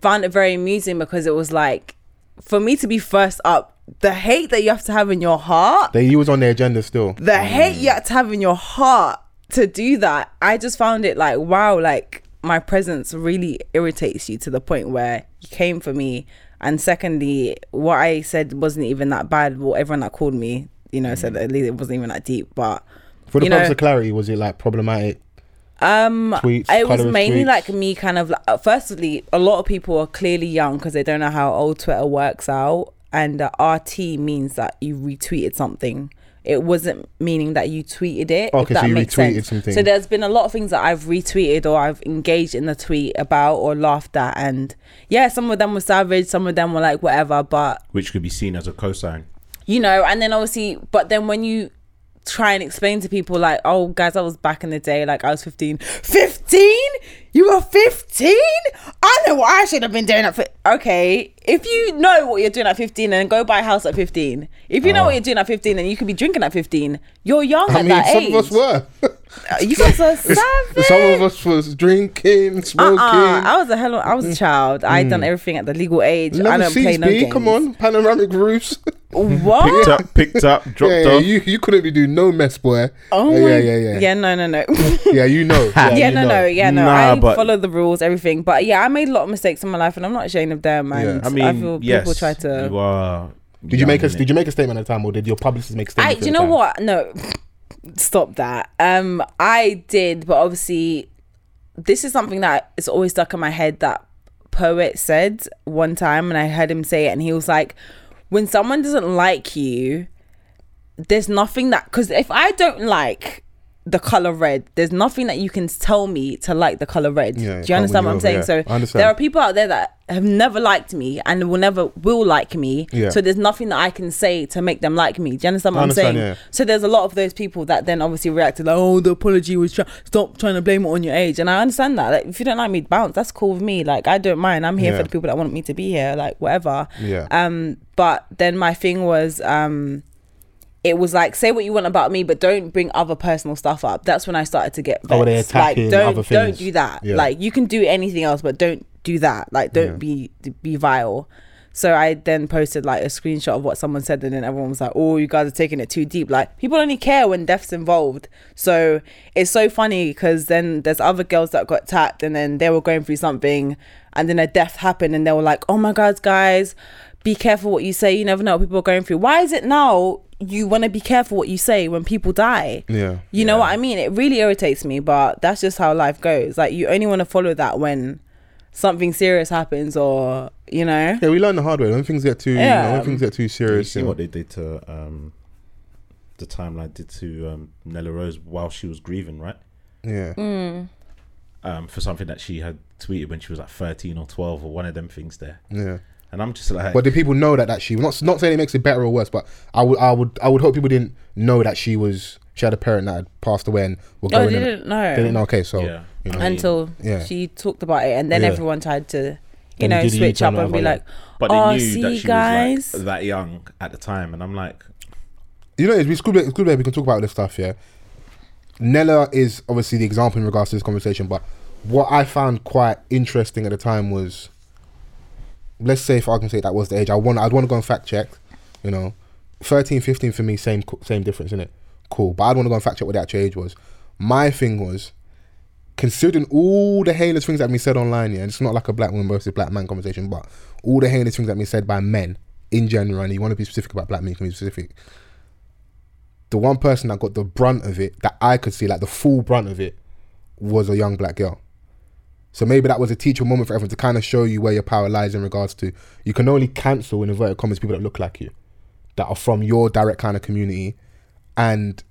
Speaker 3: found it very amusing because it was like for me to be first up the hate that you have to have in your heart
Speaker 2: they, he was on the agenda still.
Speaker 3: the hate you had to have in your heart to do that i just found it like wow like my presence really irritates you to the point where you came for me and secondly what i said wasn't even that bad well everyone that called me you know said at least it wasn't even that deep but
Speaker 2: Mm. For the
Speaker 3: you
Speaker 2: purpose
Speaker 3: know-
Speaker 2: of clarity, was it like problematic?
Speaker 3: um
Speaker 2: Tweets,
Speaker 3: it was
Speaker 2: colourist
Speaker 3: mainly
Speaker 2: tweets.
Speaker 3: like me kind of like, uh, firstly a lot of people are clearly young because they don't know how old twitter works out and uh, rt means that you retweeted something it wasn't meaning that you tweeted it
Speaker 2: Okay,
Speaker 3: if that
Speaker 2: so you
Speaker 3: makes
Speaker 2: retweeted
Speaker 3: sense.
Speaker 2: something.
Speaker 3: so there's been a lot of things that i've retweeted or i've engaged in the tweet about or laughed at and yeah some of them were savage some of them were like whatever but
Speaker 1: which could be seen as a cosign.
Speaker 3: you know and then obviously but then when you try and explain to people like, oh guys, I was back in the day, like I was 15. 15? You were 15? I know what I should have been doing at fi- okay. If you know what you're doing at 15 and go buy a house at 15. If you know
Speaker 1: Oh.
Speaker 3: what you're doing at 15 and you could be drinking at 15, you're young
Speaker 2: I
Speaker 3: at
Speaker 2: mean,
Speaker 3: that
Speaker 2: some
Speaker 3: age. Uh,
Speaker 2: of us were.
Speaker 3: You guys are savage.
Speaker 2: some of us was drinking,
Speaker 3: Uh-uh.
Speaker 2: smoking.
Speaker 3: I was a hello. I was a child. I done everything at the legal age. I
Speaker 2: Level
Speaker 3: don't play
Speaker 2: seats,
Speaker 3: no
Speaker 2: Mm. B.
Speaker 3: games.
Speaker 2: Come on, panoramic roofs.
Speaker 1: Picked
Speaker 3: What?
Speaker 1: up, picked up, dropped
Speaker 2: yeah, yeah,
Speaker 1: off.
Speaker 2: you you couldn't be doing no mess, boy.
Speaker 3: Oh
Speaker 2: yeah,
Speaker 3: my.
Speaker 2: yeah, yeah, yeah,
Speaker 3: Yeah. No. No. No.
Speaker 2: yeah. You know. Yeah,
Speaker 3: yeah,
Speaker 2: you
Speaker 3: no,
Speaker 2: know.
Speaker 3: no, yeah, no.
Speaker 1: Nah,
Speaker 3: I
Speaker 1: but-
Speaker 3: follow the rules, everything. But yeah, I made a lot of mistakes in my life, and I'm not ashamed of them. And
Speaker 2: Yeah.
Speaker 1: I
Speaker 3: I,
Speaker 1: mean,
Speaker 3: feel
Speaker 1: yes,
Speaker 3: people try
Speaker 1: You
Speaker 3: to.
Speaker 1: are.
Speaker 2: Did you make a Did you make a statement at the time, or did your publicist make a
Speaker 3: I,
Speaker 2: statement?
Speaker 3: do you know what? No, stop that. Um, I did, but obviously, this is something that is always stuck in my head. That poet said one time, and I heard him say it, and he was like, "When someone doesn't like you, there's nothing that because if I don't like." The color red. There's nothing that you can tell me to like the color red.
Speaker 2: Yeah,
Speaker 3: Do
Speaker 2: can't
Speaker 3: you
Speaker 2: win
Speaker 3: understand
Speaker 2: you
Speaker 3: what I'm
Speaker 2: over,
Speaker 3: saying?
Speaker 2: yeah.
Speaker 3: So
Speaker 2: I understand.
Speaker 3: there are people out there that have never liked me and will never will like me.
Speaker 2: Yeah.
Speaker 3: So there's nothing that I can say to make them like me. Do you understand what
Speaker 2: I
Speaker 3: I'm
Speaker 2: understand,
Speaker 3: saying?
Speaker 2: yeah.
Speaker 3: So there's a lot of those people that then obviously reacted like, oh, the apology was try- stop trying to blame it on your age, and I understand that. Like, if you don't like me, bounce. That's cool with me. Like, I don't mind. I'm here
Speaker 2: Yeah.
Speaker 3: for the people that want me to be here. Like, whatever.
Speaker 2: Yeah.
Speaker 3: Um, but then my thing was, um, it was like say what you want about me, but don't bring other personal stuff up. That's when I started to get
Speaker 2: Oh,
Speaker 3: vexed.
Speaker 2: they're
Speaker 3: like,
Speaker 2: attacking
Speaker 3: don't
Speaker 2: other
Speaker 3: don't
Speaker 2: things.
Speaker 3: do that.
Speaker 2: Yeah.
Speaker 3: Like, you can do anything else, but don't do that. Like, don't be be vile. So I then posted like a screenshot of what someone said, and then everyone was like, "Oh, you guys are taking it too deep." Like people only care when death's involved. So it's so funny because then there's other girls that got tapped, and then they were going through something, and then a death happened, and they were like, "Oh my God, guys, be careful what you say. You never know what people are going through. Why is it now you want to be careful what you say when people die?"
Speaker 2: Yeah.
Speaker 3: You know what I mean? It really irritates me, but that's just how life goes. Like you only want to follow that when something serious happens or you know.
Speaker 2: Yeah, we learn the hard way. When things get too, you know,
Speaker 3: Yeah.
Speaker 2: when things get too
Speaker 1: You
Speaker 2: serious,
Speaker 1: see
Speaker 2: you know.
Speaker 1: what they did to um, the timeline did to um, Nella Rose while she was grieving, right?
Speaker 2: yeah,
Speaker 3: Mm.
Speaker 1: Um, for something that she had tweeted when she was like 13 or 12 or one of them things there.
Speaker 2: yeah.
Speaker 1: And I'm just like,
Speaker 2: But did people know that that she? Not not saying it makes it better or worse, but I would I would I would hope people didn't know that she was she had a parent that had passed away and
Speaker 3: Oh,
Speaker 2: were going.
Speaker 3: they
Speaker 2: in-
Speaker 3: didn't know.
Speaker 2: They didn't know. Okay, so
Speaker 1: yeah.
Speaker 2: you know.
Speaker 3: Until
Speaker 2: Yeah.
Speaker 3: she talked about it and then
Speaker 2: Yeah.
Speaker 3: everyone tried to, you
Speaker 2: Then
Speaker 3: know,
Speaker 2: did the
Speaker 3: switch
Speaker 2: U-turn
Speaker 3: up and be
Speaker 2: over, yeah.
Speaker 3: like,
Speaker 1: But they
Speaker 3: Oh,
Speaker 1: knew
Speaker 3: see,
Speaker 1: that she
Speaker 3: guys?
Speaker 1: was like that young at the time, and I'm like,
Speaker 2: you know, it's it's good. that- It's good that we can talk about this stuff. Yeah, Nella is obviously the example in regards to this conversation. But what I found quite interesting at the time was, let's say for argument's sake, that was the age. I want. I'd want to go and fact check. You know, 13, 15 for me, same co- same difference in it. Cool, but I'd want to go and fact check what the actual age was. My thing was, considering all the heinous things that we said online, yeah, and it's not like a black woman versus black man conversation, but all the heinous things that we said by men in general, and you want to be specific about black men, you can be specific the one person that got the brunt of it that I could see, like the full brunt of it, was a young black girl. So maybe that was a teachable moment for everyone to kind of show you where your power lies in regards to you can only cancel in inverted commas people that look like you, that are from your direct kind of community, and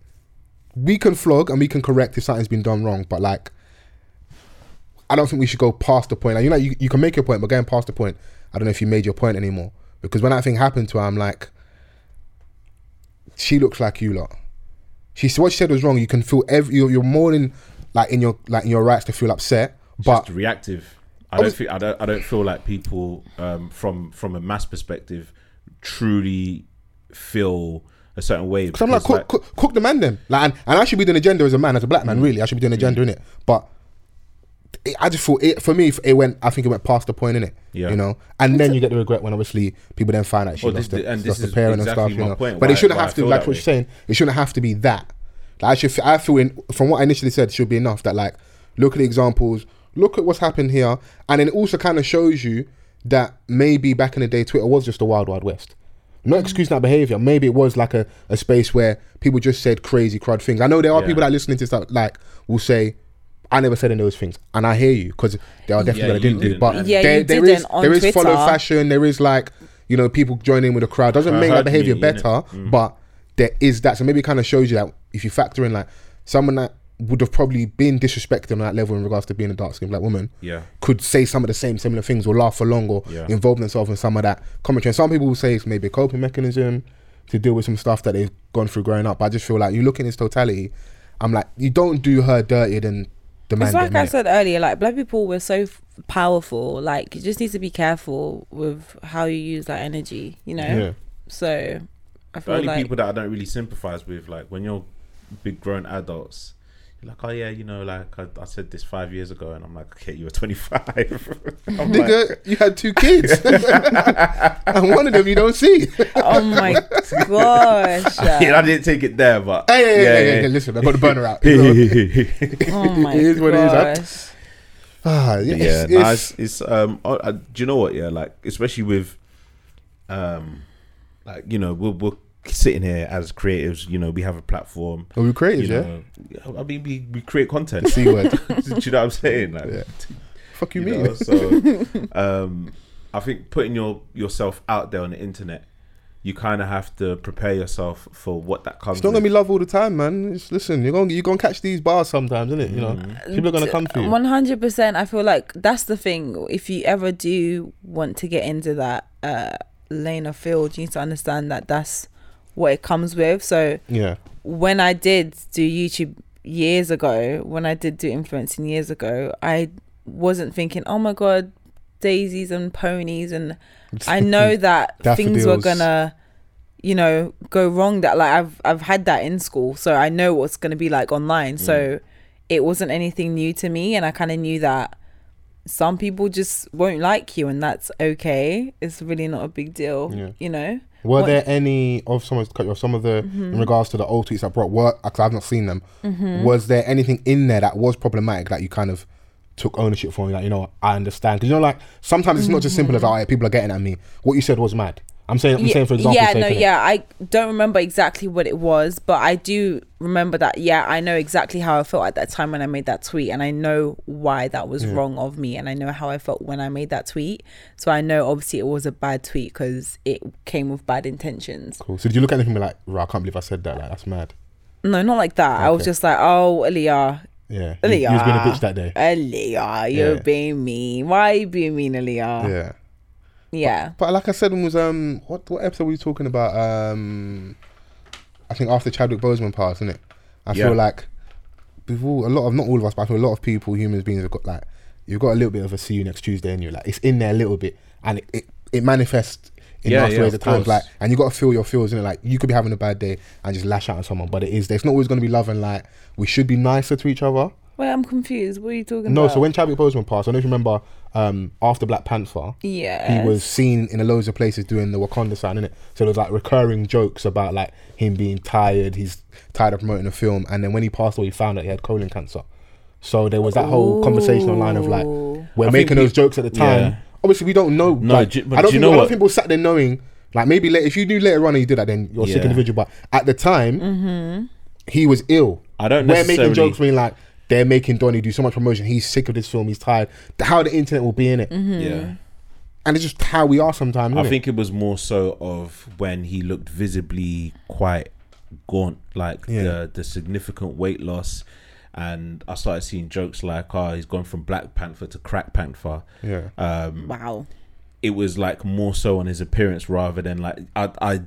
Speaker 2: we can flog and we can correct if something's been done wrong, but like I don't think we should go past the point. Like, you know, you, you can make your point, but going past the point, I don't know if you made your point anymore. Because when that thing happened to her, I'm like, she looks like you lot. She s- what she said was wrong. You can feel every you're, you're more than like in your like in your rights to feel upset, but
Speaker 1: just reactive. I
Speaker 2: Uh, was-
Speaker 1: don't feel, I don't, I don't feel like people um, from from a mass perspective truly feel a certain way.
Speaker 2: So I'm like,
Speaker 1: because,
Speaker 2: cook, cook, cook the man then. Like, and, and I should be doing agenda as a man, as a black
Speaker 1: Mm.
Speaker 2: man, really. I should be doing agenda in it. But it, I just thought it for me. It went. I think it went past the point in it.
Speaker 1: Yeah.
Speaker 2: You know, and then you get the regret when obviously people then find out she
Speaker 1: Well,
Speaker 2: lost,
Speaker 1: this-
Speaker 2: the,
Speaker 1: and
Speaker 2: she
Speaker 1: this
Speaker 2: lost the
Speaker 1: is
Speaker 2: parent
Speaker 1: exactly
Speaker 2: and stuff. You
Speaker 1: my
Speaker 2: know,
Speaker 1: point,
Speaker 2: but it
Speaker 1: why-
Speaker 2: shouldn't
Speaker 1: why
Speaker 2: have
Speaker 1: I
Speaker 2: to
Speaker 1: feel
Speaker 2: like
Speaker 1: that
Speaker 2: what
Speaker 1: way.
Speaker 2: you're saying. It shouldn't have to be that. Like, I should. I feel in, from what I initially said should be enough. That like, look at the examples. Look at what's happened here, and then it also kind of shows you that maybe back in the day, Twitter was just the wild, wild west. Not
Speaker 1: Mm.
Speaker 2: excusing that behavior. Maybe it was like a, a space where people just said crazy crud things. I know there are
Speaker 1: Yeah.
Speaker 2: people that listening to this that like will say, "I never said any of those things," and I hear you because there are definitely
Speaker 1: Yeah,
Speaker 2: that I
Speaker 1: you
Speaker 2: didn't, do.
Speaker 1: didn't,
Speaker 2: But
Speaker 1: man.
Speaker 3: Yeah,
Speaker 2: there,
Speaker 3: you
Speaker 2: there
Speaker 3: didn't
Speaker 2: is
Speaker 3: on
Speaker 2: there is follow
Speaker 3: Twitter.
Speaker 2: fashion. There is like you know people join in with the crowd. Doesn't
Speaker 1: Crowd
Speaker 2: make that
Speaker 1: herd
Speaker 2: behavior
Speaker 1: me, innit?
Speaker 2: better, but there is that. So maybe it kind of shows you that if you factor in like someone that would have probably been disrespected on that level in regards to being a dark skinned black woman
Speaker 1: Yeah.
Speaker 2: could say some of the same similar things or laugh along or
Speaker 1: Yeah.
Speaker 2: involve themselves in some of that commentary. And some people will say it's maybe a coping mechanism. to deal with some stuff that they've gone through growing up. But I just feel like you look in its totality, I'm like, you don't do her dirtier than the man.
Speaker 3: It's like
Speaker 2: that
Speaker 3: I
Speaker 2: made it.
Speaker 3: said earlier, like black people were so f- powerful. Like you just need to be careful with how you use that energy, you know.
Speaker 2: Yeah.
Speaker 3: So I
Speaker 1: The
Speaker 3: feel
Speaker 1: only
Speaker 3: like
Speaker 1: people that I don't really sympathize with, like when you're big grown adults, you're like, oh yeah, you know, like I, I said this five years ago, and I'm like, okay, you were 25. I'm like,
Speaker 2: Nigga, you had two kids, and one of them you don't see. hey,
Speaker 3: oh my gosh,
Speaker 1: yeah, I didn't take it there, but
Speaker 2: hey, hey,
Speaker 1: Yeah,
Speaker 2: hey,
Speaker 1: yeah.
Speaker 2: hey, hey, listen, I got the burner out.
Speaker 3: oh my
Speaker 2: It is what it is, huh?
Speaker 3: gosh.
Speaker 2: Ah, yeah,
Speaker 1: But
Speaker 2: it's-
Speaker 1: yeah,
Speaker 2: it's-
Speaker 1: nah, it's, it's um. oh, uh, do you know what? Yeah, like especially with, um, like you know, we're, we're sitting here as creatives. You know, we have a platform.
Speaker 2: Are we creative,
Speaker 1: You
Speaker 2: yeah?
Speaker 1: know, I mean, we, we create content.
Speaker 2: C word.
Speaker 1: do you know what I'm saying? Like,
Speaker 2: Yeah. Fuck you,
Speaker 1: you
Speaker 2: mean?
Speaker 1: know, so, um, I think putting your yourself out there on the internet, you kind of have to prepare yourself for what that comes.
Speaker 2: It's not gonna
Speaker 1: with.
Speaker 2: be love all the time, man. It's, listen, you're gonna you're gonna catch these bars sometimes, isn't it? You know,
Speaker 1: Mm.
Speaker 2: people are gonna come for you.
Speaker 3: One hundred percent. I feel like that's the thing. If you ever do want to get into that uh, lane of field, you need to understand that that's what it comes with. So
Speaker 2: Yeah,
Speaker 3: when I did do YouTube years ago, when I did do influencing years ago, I wasn't thinking, oh my God, daisies and ponies. And I know that things were
Speaker 2: Daffodils.
Speaker 3: going to, you know, go wrong. That like I've, I've had that in school. So I know what's going to be like online. So it wasn't anything new to me. And I kind of knew that some people just won't like you and that's okay. It's really not a big deal,
Speaker 2: Yeah.
Speaker 3: you know?
Speaker 2: Were
Speaker 3: What- Mm-hmm.
Speaker 2: there any of some of to cut you off, some of the in regards to the old tweets that brought work? Because I've not seen them. Was there anything in there that was problematic that you kind of took ownership for? Like you know, I understand because you know, like sometimes it's not just simple as oh, yeah, people are getting at me. What you said was mad. I'm saying, I'm saying for example.
Speaker 3: Mm-hmm. yeah,
Speaker 2: sake,
Speaker 3: no,
Speaker 2: innit?
Speaker 3: yeah. I don't remember exactly what it was, but I do remember that. Yeah, I know exactly how I felt at that time when I made that tweet, and I know why that was
Speaker 2: Mm-hmm.
Speaker 3: wrong of me, and I know how I felt when I made that tweet. So I know obviously it was a bad tweet because it came with bad intentions.
Speaker 2: Cool. So did you look at anything and be like, "Rah, I can't believe I said that. Like that's mad.
Speaker 3: No, not like that. I was
Speaker 2: Okay.
Speaker 3: just like, oh, Aliyah,
Speaker 2: Yeah, you,
Speaker 3: Aliyah,
Speaker 2: you was being a bitch that day.
Speaker 3: Aliyah, you're
Speaker 2: Yeah.
Speaker 3: being mean. Why are you being mean, Aliyah? Yeah.
Speaker 2: Yeah. But like I said, when was um what what episode were we talking about? Um, I think after Chadwick Boseman passed, isn't it? I
Speaker 1: Yeah.
Speaker 2: feel like we've all a lot of not all of us, but I feel a lot of people, humans beings, have got like you've got a little bit of a see you next Tuesday in you. Like it's in there a little bit, and it it, it manifests in
Speaker 1: Yeah,
Speaker 2: nasty
Speaker 1: yeah,
Speaker 2: ways
Speaker 1: of
Speaker 2: at times.
Speaker 1: course.
Speaker 2: Like, and you got to feel your feels, innit? Like you could be having a bad day and just lash out at someone, but it is there. It's not always going to be love and like we should be nicer to each other.
Speaker 3: Wait, I'm confused. What are you talking
Speaker 2: No,
Speaker 3: about?
Speaker 2: so when Chadwick Boseman passed, I don't know if you remember um, after Black Panther
Speaker 3: yeah,
Speaker 2: he was seen in a loads of places doing the Wakanda sign, innit? So there was like recurring jokes about like him being tired, he's tired of promoting a film, and then when he passed away, he found out he had colon cancer. So there was that whole conversation online of like
Speaker 3: Ooh.
Speaker 2: we're
Speaker 1: I think
Speaker 2: making those
Speaker 1: peop-
Speaker 2: jokes at the time.
Speaker 1: Yeah.
Speaker 2: Obviously, we don't know.
Speaker 1: No,
Speaker 2: like,
Speaker 1: do- but
Speaker 2: I don't
Speaker 1: do you
Speaker 2: think,
Speaker 1: know
Speaker 2: I don't
Speaker 1: what-
Speaker 2: think people sat there knowing. Like maybe later, if you knew later on that you did that, then you're a sick
Speaker 1: Yeah.
Speaker 2: individual. But at the time, he was ill.
Speaker 1: I don't
Speaker 2: We're making
Speaker 1: necessarily-
Speaker 2: jokes, being like they're making Donnie do so much promotion. He's sick of this film. He's tired. How the internet will be in it
Speaker 1: Yeah.
Speaker 2: and it's just how we are sometimes.
Speaker 1: I
Speaker 2: innit?
Speaker 1: think it was more so of when he looked visibly quite gaunt, like
Speaker 2: Yeah.
Speaker 1: the the significant weight loss, and I started seeing jokes like, "Oh, he's gone from Black Panther to Crack Panther."
Speaker 2: Yeah.
Speaker 1: Um,
Speaker 3: wow.
Speaker 1: it was like more so on his appearance rather than like I I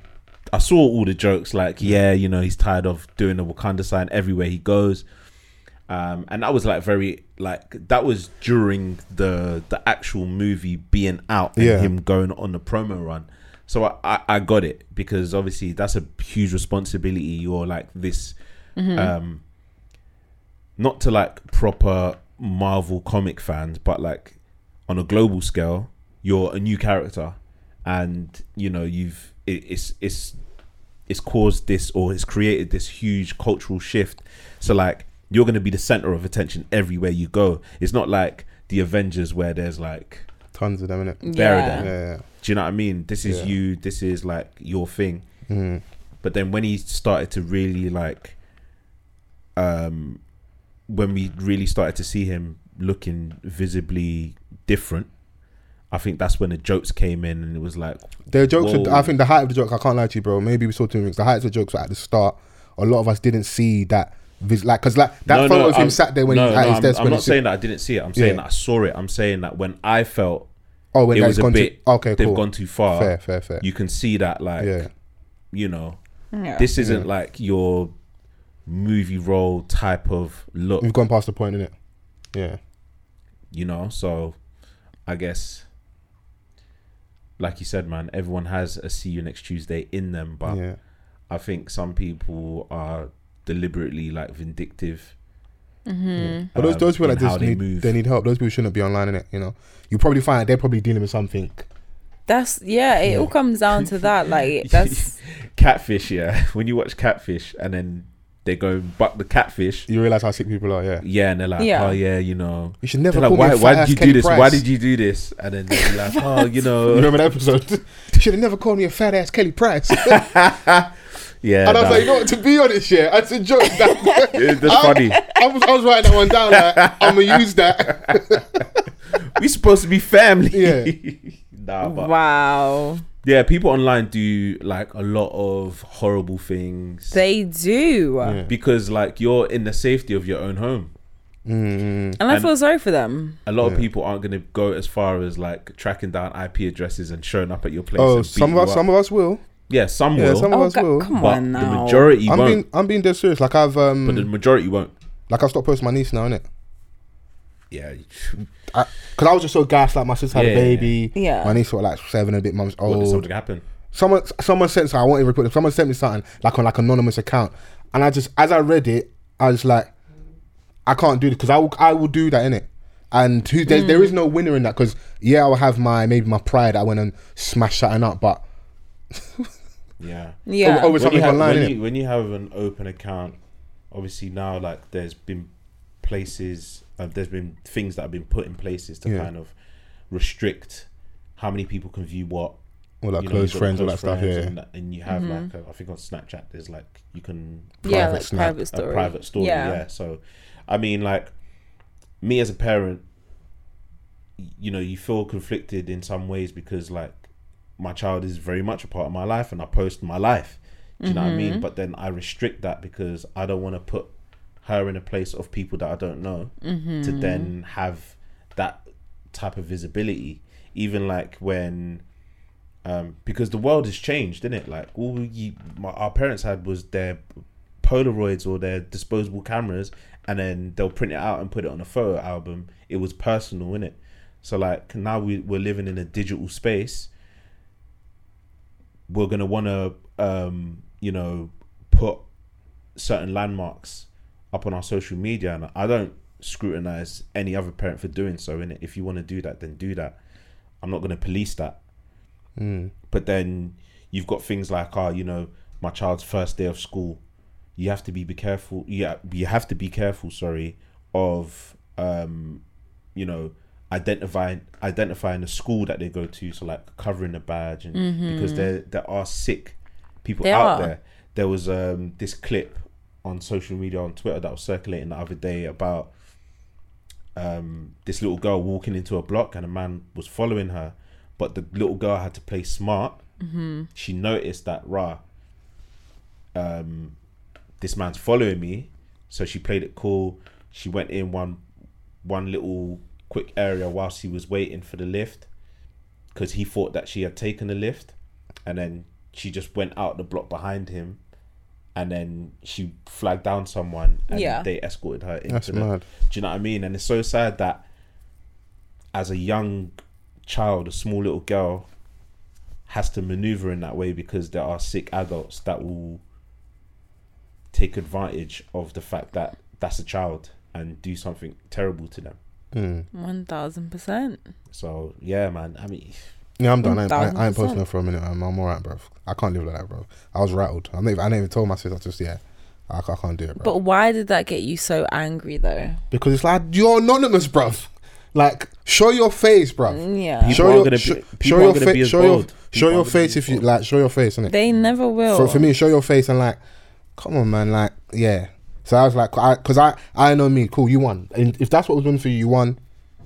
Speaker 1: I saw all the jokes like yeah you know he's tired of doing the Wakanda sign everywhere he goes, um and that was like very like that was during the the actual movie being out and
Speaker 2: Yeah.
Speaker 1: him going on the promo run, so I I, I got it because obviously that's a huge responsibility you're like this um not to like proper Marvel comic fans, but like on a global scale, you're a new character, and you know you've it, it's it's it's caused this or it's created this huge cultural shift. So like you're going to be the center of attention everywhere you go. It's not like the Avengers where there's like
Speaker 2: Tons of them, innit?
Speaker 1: Bury
Speaker 3: Yeah.
Speaker 1: them.
Speaker 2: Yeah.
Speaker 1: do you know what I mean? This is
Speaker 2: Yeah.
Speaker 1: you. This is like your thing.
Speaker 2: yeah. Mm.
Speaker 1: But then when he started to really like, um, when we really started to see him looking visibly different, I think that's when the jokes came in, and it was like,
Speaker 2: Their jokes, were,
Speaker 1: Whoa.
Speaker 2: I think the height of the jokes, I can't lie to you, bro. Maybe we saw two things. The height of the jokes were at the start. A lot of us didn't see that. Vis- like, because like, that
Speaker 1: No,
Speaker 2: photo
Speaker 1: no,
Speaker 2: of him
Speaker 1: I'm-
Speaker 2: sat there when
Speaker 1: no,
Speaker 2: he,
Speaker 1: no,
Speaker 2: at his
Speaker 1: I'm,
Speaker 2: desk.
Speaker 1: I'm
Speaker 2: when
Speaker 1: not
Speaker 2: he-
Speaker 1: saying that I didn't see it. I'm saying
Speaker 2: Yeah.
Speaker 1: that I saw it. I'm saying that when I felt
Speaker 2: oh, when
Speaker 1: it
Speaker 2: that
Speaker 1: was
Speaker 2: he's
Speaker 1: a
Speaker 2: gone
Speaker 1: bit,
Speaker 2: to. Okay,
Speaker 1: they've
Speaker 2: cool.
Speaker 1: gone too far.
Speaker 2: fair, fair, fair.
Speaker 1: You can see that, like,
Speaker 2: yeah.
Speaker 1: you know,
Speaker 3: Yeah.
Speaker 1: this isn't
Speaker 2: Yeah.
Speaker 1: like your movie role type of look,
Speaker 2: We've gone past the point, innit? Yeah.
Speaker 1: you know. So, I guess, like you said, man, everyone has a see you next Tuesday in them, but
Speaker 2: yeah.
Speaker 1: I think some people are deliberately like vindictive.
Speaker 3: Mhm.
Speaker 2: But those,
Speaker 1: um,
Speaker 2: those people
Speaker 1: in
Speaker 2: that
Speaker 1: how
Speaker 2: just
Speaker 1: they
Speaker 2: need
Speaker 1: move.
Speaker 2: they need help. Those people shouldn't be online, innit? You know, you probably find they're probably dealing with something.
Speaker 3: That's yeah. It
Speaker 2: Yeah.
Speaker 3: all comes down to that. Like that's
Speaker 1: Catfish, yeah. When you watch Catfish and then they go buck the catfish,
Speaker 2: You realize how sick people are. Yeah.
Speaker 1: yeah, and they're like,
Speaker 3: Yeah.
Speaker 1: oh yeah, you know,
Speaker 2: You should never.
Speaker 1: They're like,
Speaker 2: call
Speaker 1: why,
Speaker 2: me a
Speaker 1: why
Speaker 2: fat-ass
Speaker 1: did you do
Speaker 2: Kelly
Speaker 1: this?
Speaker 2: Price.
Speaker 1: Why did you do this? And then they'll be like, oh, you
Speaker 2: You
Speaker 1: know,
Speaker 2: remember that episode? you should have never called me a fat ass Kelly Price.
Speaker 1: yeah,
Speaker 2: and I was
Speaker 1: nah.
Speaker 2: like, you know what? To be honest, yeah, that's a joke. That,
Speaker 1: It- that's funny.
Speaker 2: I was I was writing that one down. Like, I'm gonna use that.
Speaker 1: We supposed to be family.
Speaker 2: Yeah.
Speaker 1: nah, but
Speaker 3: wow.
Speaker 1: yeah, people online do like a lot of horrible things
Speaker 3: They do,
Speaker 1: because like you're in the safety of your own home.
Speaker 2: Mm,
Speaker 3: and I
Speaker 1: And-
Speaker 3: feel sorry for them.
Speaker 1: A lot of
Speaker 2: Yeah.
Speaker 1: people aren't going to go as far as like tracking down IP addresses and showing up at your place.
Speaker 2: Oh,
Speaker 1: and
Speaker 2: some
Speaker 1: beating
Speaker 2: of us,
Speaker 1: you up.
Speaker 2: some of us will.
Speaker 1: yeah, some
Speaker 2: Yeah,
Speaker 1: will,
Speaker 2: some of
Speaker 3: Oh,
Speaker 2: us will.
Speaker 3: God, come
Speaker 1: but
Speaker 3: on
Speaker 1: the
Speaker 3: now.
Speaker 1: majority
Speaker 2: I'm
Speaker 1: won't.
Speaker 2: being I'm being dead serious. Like I've um
Speaker 1: but the majority won't.
Speaker 2: like I've stopped posting my niece now, innit?
Speaker 1: Yeah, you-
Speaker 2: Because I was just so gaslit. My sister had
Speaker 1: Yeah.
Speaker 2: a baby.
Speaker 3: Yeah.
Speaker 2: My niece was like seven and a bit months
Speaker 1: what did
Speaker 2: old.
Speaker 1: something happen?
Speaker 2: Someone someone sent something. I won't even put it. Someone sent me something like on like anonymous account, and I just as I read it, I was like, I can't do this because I will I will do that in it. And who, there, there is no winner in that because yeah, I will have my maybe my pride. I went and smashed something up, but
Speaker 1: Yeah.
Speaker 3: Yeah.
Speaker 2: over, over
Speaker 1: when you,
Speaker 2: something
Speaker 1: have,
Speaker 2: online.
Speaker 1: when,
Speaker 2: innit?
Speaker 1: you, when you have an open account, obviously now like there's been places, uh, there's been things that have been put in places to
Speaker 2: Yeah.
Speaker 1: kind of restrict how many people can view what.
Speaker 2: All that
Speaker 1: you know,
Speaker 2: close
Speaker 1: you've got
Speaker 2: friends, all that
Speaker 1: close
Speaker 2: stuff.
Speaker 1: friends
Speaker 2: Yeah,
Speaker 1: And, that- and you have like, a, I think on Snapchat, there's like you can
Speaker 3: yeah,
Speaker 2: private
Speaker 3: like
Speaker 2: snap,
Speaker 1: a
Speaker 3: private story.
Speaker 1: private story. Yeah.
Speaker 3: Yeah.
Speaker 1: So, I mean, like me as a parent, y- you know, you feel conflicted in some ways because like my child is very much a part of my life and I post my life. Do you know what I
Speaker 3: Mm-hmm.
Speaker 1: mean? But then I restrict that because I don't want to put her in a place of people that I don't know
Speaker 3: Mm-hmm.
Speaker 1: to then have that type of visibility. Even like when um, because the world has changed, didn't it? Like all you, my, our parents had was their Polaroids or their disposable cameras, and then they'll print it out and put it on a photo album. It was personal, innit? So like now we, we're living in a digital space. We're gonna want to, um, you know, put certain landmarks up on our social media, and I don't scrutinize any other parent for doing so. In it, if you want to do that, then do that. I'm not gonna police that
Speaker 2: Mm.
Speaker 1: but then you've got things like oh you know my child's first day of school you have to be, be careful yeah you have to be careful sorry of um you know identifying identifying the school that they go to so like covering the badge and because there there are sick people
Speaker 3: They
Speaker 1: out
Speaker 3: are.
Speaker 1: Mm-hmm. there there was um this clip on social media on twitter that was circulating the other day about um, this little girl walking into a block and a man was following her, but the little girl had to play smart. Mm-hmm. She noticed that rah, um, this man's following me, so she played it cool. She went in one one little quick area whilst he was waiting for the lift, because he thought that she had taken the lift, and then she just went out the block behind him. And then she flagged down someone, and
Speaker 3: Yeah.
Speaker 1: they escorted her into
Speaker 2: That's
Speaker 1: the
Speaker 2: mad.
Speaker 1: do you know what I mean? And it's so sad that as a young child, a small little girl has to maneuver in that way because there are sick adults that will take advantage of the fact that that's a child and do something terrible to them.
Speaker 2: Mm.
Speaker 3: One thousand percent.
Speaker 1: So yeah, man. I mean,
Speaker 2: Yeah, I'm done. I ain't, I ain't- I
Speaker 3: 1000%.
Speaker 2: ain't posting her for a minute. I'm, I'm all right, bro. I can't live like that, bro. I was rattled. I never, I never even told my sister. I just yeah, I, ca- I can't do it, bro.
Speaker 3: But why did that get you so angry though?
Speaker 2: because it's like you're anonymous, bro. Like show your face, bro.
Speaker 3: Yeah.
Speaker 1: People
Speaker 2: Show
Speaker 1: aren't
Speaker 2: your,
Speaker 1: gonna
Speaker 2: sh-
Speaker 1: be- people
Speaker 2: show
Speaker 1: aren't
Speaker 2: your
Speaker 1: gonna be
Speaker 2: face.
Speaker 1: as
Speaker 2: Show your,
Speaker 1: bold. People
Speaker 2: show your
Speaker 1: aren't gonna
Speaker 2: face
Speaker 1: be
Speaker 2: if
Speaker 1: as
Speaker 2: you
Speaker 1: bold.
Speaker 2: like. Show your face, innit?
Speaker 3: They never will.
Speaker 2: For, for me, show your face and like, come on, man. Like, yeah. So I was like, because I, I, know me. Cool, you won. And if that's what was won for you, you won.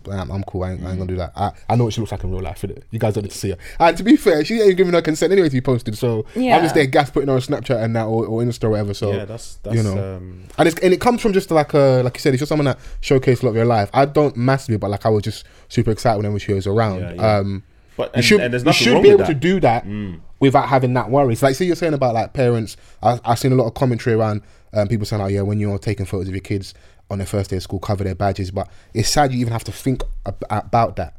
Speaker 2: Bam, I'm cool. I ain't, I ain't gonna do that. I, I know what she looks like in real life. Innit? You guys don't need to see her. And to be fair, she ain't giving her consent anyway to be posted. So
Speaker 3: Yeah.
Speaker 2: I'm just there, gas putting her on Snapchat and that, or, or Insta or whatever. So
Speaker 1: yeah, that's that's
Speaker 2: you know.
Speaker 1: um,
Speaker 2: and it's and it comes from just like uh like you said, it's just someone that showcased a lot of your life. I don't massively, but like I was just super excited whenever she was around.
Speaker 1: Yeah, yeah.
Speaker 2: Um,
Speaker 1: but
Speaker 2: you
Speaker 1: and,
Speaker 2: should
Speaker 1: and there's
Speaker 2: you
Speaker 1: nothing
Speaker 2: should
Speaker 1: wrong
Speaker 2: be
Speaker 1: with
Speaker 2: able to
Speaker 1: that. Mm.
Speaker 2: do that without having that worry. So like, see, you're saying about like parents. I, I've seen a lot of commentary around um, people saying, "Oh yeah, when you're taking photos of your kids on their first day of school, cover their badges." But it's sad you even have to think ab- about that.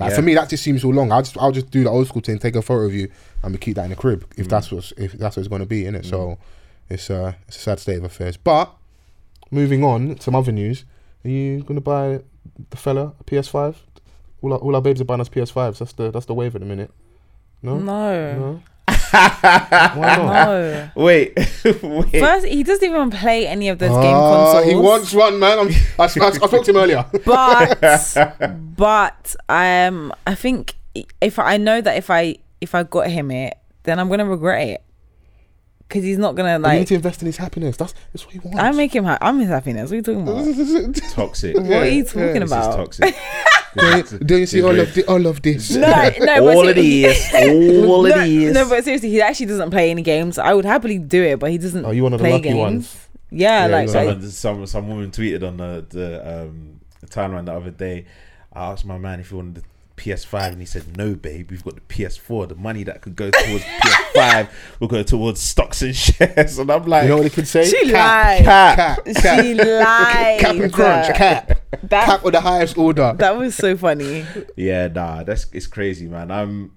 Speaker 2: Like
Speaker 1: Yeah.
Speaker 2: for me, that just seems so long. I'll just I'll just do the old school thing, take a photo of you, and we keep that in the crib
Speaker 1: Mm.
Speaker 2: if that's what's if that's what it's going to be in it. So it's uh it's a sad state of affairs. But moving on, some other news. Are you gonna buy the fella a PS5? All our, all our babes are buying us PS5s. That's the that's the wave at the minute. No,
Speaker 3: No.
Speaker 2: no. Why not?
Speaker 3: No.
Speaker 1: Wait, wait.
Speaker 3: First, he doesn't even play any of those game
Speaker 2: Ah,
Speaker 3: consoles.
Speaker 2: he wants one, man. I'm, I, I, I spoke to him earlier.
Speaker 3: but but um I think if I know that if I if I got him it, then I'm gonna regret it because he's not gonna
Speaker 2: you need
Speaker 3: like.
Speaker 2: to invest in his happiness. That's that's what he wants.
Speaker 3: I make him. Ha- I'm his happiness. What are you talking about? What
Speaker 1: Toxic.
Speaker 2: Yeah,
Speaker 3: are you
Speaker 2: yeah.
Speaker 3: talking
Speaker 1: This is
Speaker 2: This
Speaker 3: about?
Speaker 1: toxic.
Speaker 2: do, do you see all of the, all of this?
Speaker 3: No, no, but
Speaker 1: all it
Speaker 3: see-
Speaker 1: is, all
Speaker 3: no,
Speaker 1: it is.
Speaker 3: no, but seriously, he actually doesn't play any games. I would happily do it, but he doesn't.
Speaker 2: Oh, you one of the
Speaker 3: play
Speaker 2: lucky
Speaker 3: games.
Speaker 2: ones.
Speaker 3: Yeah,
Speaker 2: Yeah,
Speaker 3: like
Speaker 2: you are.
Speaker 3: I,
Speaker 1: Someone, some some woman tweeted on the the um, timeline the other day. I asked my man if he wanted the PS5, and he said, "No, babe, we've got the PS4. The money that could go towards PS5 will go towards stocks and shares." And I'm like,
Speaker 2: You know what he could say?
Speaker 3: She lied.
Speaker 2: cap, cap, cap,
Speaker 3: she lied.
Speaker 2: cap and crunch, cap,
Speaker 3: That
Speaker 2: cap of the highest order.
Speaker 3: that was so funny.
Speaker 1: "Yeah, nah, that's it's crazy, man. I'm."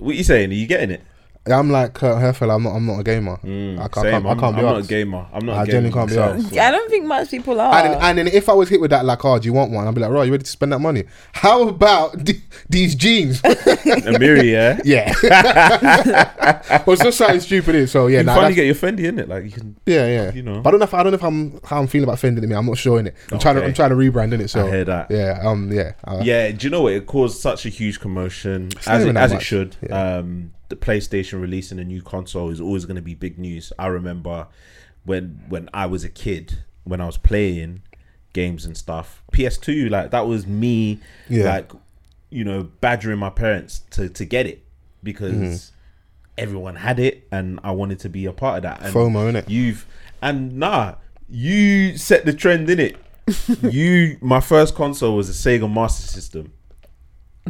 Speaker 1: What you saying? Are you getting it?
Speaker 2: I'm like Kurt Herfeld. I'm not. I'm not a gamer. I can't.
Speaker 1: Same.
Speaker 2: I can't
Speaker 1: I'm,
Speaker 2: be
Speaker 1: I'm not a
Speaker 2: arsed.
Speaker 1: gamer. I'm not.
Speaker 2: I
Speaker 1: a gamer
Speaker 2: genuinely can't be
Speaker 1: myself,
Speaker 2: arsed.
Speaker 1: so-
Speaker 3: I don't think much people are.
Speaker 2: And,
Speaker 1: Uh.
Speaker 2: then- and then if I was hit with that, like, oh, do you want one? I'd be like, right, you ready to spend that money? How about th- these jeans?
Speaker 1: Amiri, yeah.
Speaker 2: yeah. well, it's just something stupid, is so yeah,
Speaker 1: You
Speaker 2: nah,
Speaker 1: finally
Speaker 2: that's,
Speaker 1: get your Fendi in it, like you can.
Speaker 2: yeah, yeah.
Speaker 1: you know.
Speaker 2: But I don't know. If, I don't know if I'm how I'm feeling about Fendi. Me, I'm not sure in it. I'm trying to.
Speaker 1: Okay.
Speaker 2: I'm trying to rebrand in it. So
Speaker 1: I hear that.
Speaker 2: Yeah. Um. Yeah. Uh,
Speaker 1: yeah, do you know what? It caused such a huge commotion
Speaker 2: not
Speaker 1: as
Speaker 2: even
Speaker 1: it,
Speaker 2: that
Speaker 1: as
Speaker 2: much.
Speaker 1: it should.
Speaker 2: Yeah.
Speaker 1: Um, the PlayStation releasing a new console is always going to be big news. I remember when when I was a kid, when I was playing games and stuff, PS2, like that was me,
Speaker 2: Yeah.
Speaker 1: like you know, badgering my parents to to get it because
Speaker 2: Mm-hmm.
Speaker 1: everyone had it, and I wanted to be a part of that. And
Speaker 2: FOMO, innit?
Speaker 1: You've and nah, you set the trend in it. you, my first console was a Sega Master System,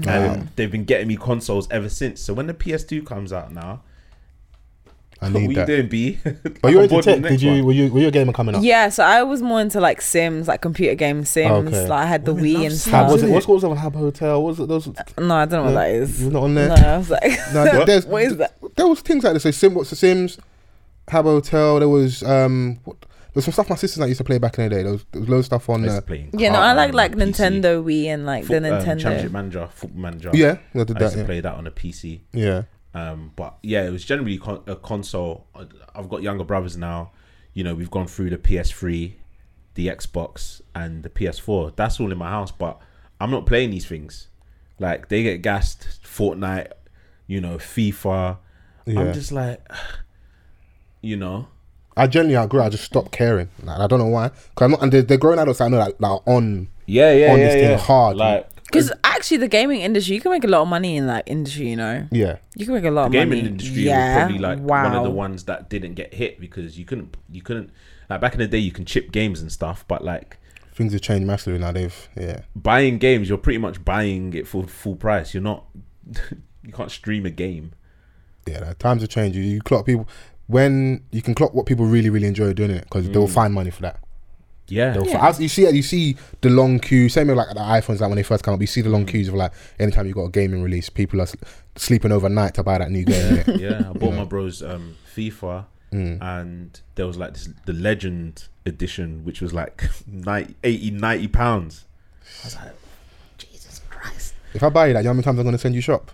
Speaker 1: and they've been getting me consoles ever since. So when the PS2 comes out now,
Speaker 2: I
Speaker 1: what
Speaker 2: need
Speaker 1: you
Speaker 2: that.
Speaker 1: doing, B?
Speaker 2: But
Speaker 1: I'm
Speaker 2: you were into
Speaker 1: bored with
Speaker 2: tech.
Speaker 1: the
Speaker 2: Did
Speaker 1: next
Speaker 2: you?
Speaker 1: one.
Speaker 2: Were you? Were you a gamer coming up?
Speaker 3: Yeah, so I was more into like Sims, like computer game Sims.
Speaker 2: Okay.
Speaker 3: Like I had the
Speaker 1: Women
Speaker 3: Wii
Speaker 1: love
Speaker 3: and
Speaker 1: Sims.
Speaker 2: Hab,
Speaker 3: stuff.
Speaker 2: was it? What's what was on Hab Hotel? What was it? Those.
Speaker 3: No, I don't know what that is.
Speaker 2: You're not on there.
Speaker 3: No, I was like,
Speaker 2: No, th- there's,
Speaker 3: what is that?
Speaker 2: There was things like this. So Sim, what's the Sims? Habbo Hotel. There was um, what, there's some stuff my sisters and I used to play back in the day. There was, there was loads of stuff on.
Speaker 1: I used
Speaker 2: Uh,
Speaker 1: to play in
Speaker 3: Yeah, no,
Speaker 1: car
Speaker 3: I
Speaker 1: on
Speaker 3: like
Speaker 1: my
Speaker 3: like
Speaker 1: PC.
Speaker 3: Nintendo Wii and like
Speaker 1: Foot-
Speaker 3: the
Speaker 1: um,
Speaker 3: Nintendo.
Speaker 1: Championship Manager, Football Manager.
Speaker 2: yeah, I did
Speaker 1: I
Speaker 2: that.
Speaker 1: used
Speaker 2: Yeah.
Speaker 1: to play that on a PC.
Speaker 2: yeah,
Speaker 1: Um, but yeah, it was generally con- a console. I- I've got younger brothers now. You know, we've gone through the PS3, the Xbox, and the PS4. That's all in my house, but I'm not playing these things. Like they get gassed, Fortnite, you know, FIFA.
Speaker 2: Yeah.
Speaker 1: I'm just like, you know,
Speaker 2: I generally outgrew. it. I just stopped caring. Like, I don't know why. Cause I'm not. And they're, they're grown adults. I know that like, on.
Speaker 1: yeah, yeah,
Speaker 2: On
Speaker 1: yeah,
Speaker 2: this thing
Speaker 1: yeah.
Speaker 2: hard.
Speaker 1: Like
Speaker 3: Because actually, the gaming industry, you can make a lot of money in that industry. You know,
Speaker 2: Yeah.
Speaker 3: you can make a lot
Speaker 1: the
Speaker 3: of money.
Speaker 1: gaming industry
Speaker 3: yeah,
Speaker 1: was probably like
Speaker 3: wow.
Speaker 1: one of the ones that didn't get hit because you couldn't, you couldn't. Like back in the day, you can chip games and stuff, but like
Speaker 2: Things have changed massively now. They've yeah.
Speaker 1: buying games, you're pretty much buying it for full price. You're not, you can't stream a game.
Speaker 2: yeah, like, times have changed. You, you clock people when you can clock what people really, really enjoy doing it because
Speaker 1: Mm.
Speaker 2: they'll find money for that.
Speaker 1: Yeah,
Speaker 2: They'll fi- as you see, you see the long queue. Same with like the iPhones, like when they first come up, you see the long queues of like anytime you got a gaming release, people are s- sleeping overnight to buy that new game. innit? Mm.
Speaker 1: yeah. I bought my bros um, FIFA, and there was like this, the Legend edition, which was like 90, 80, 90 pounds. I was like, Jesus Christ!
Speaker 2: If I buy you that, you know how many times I'm gonna send you shop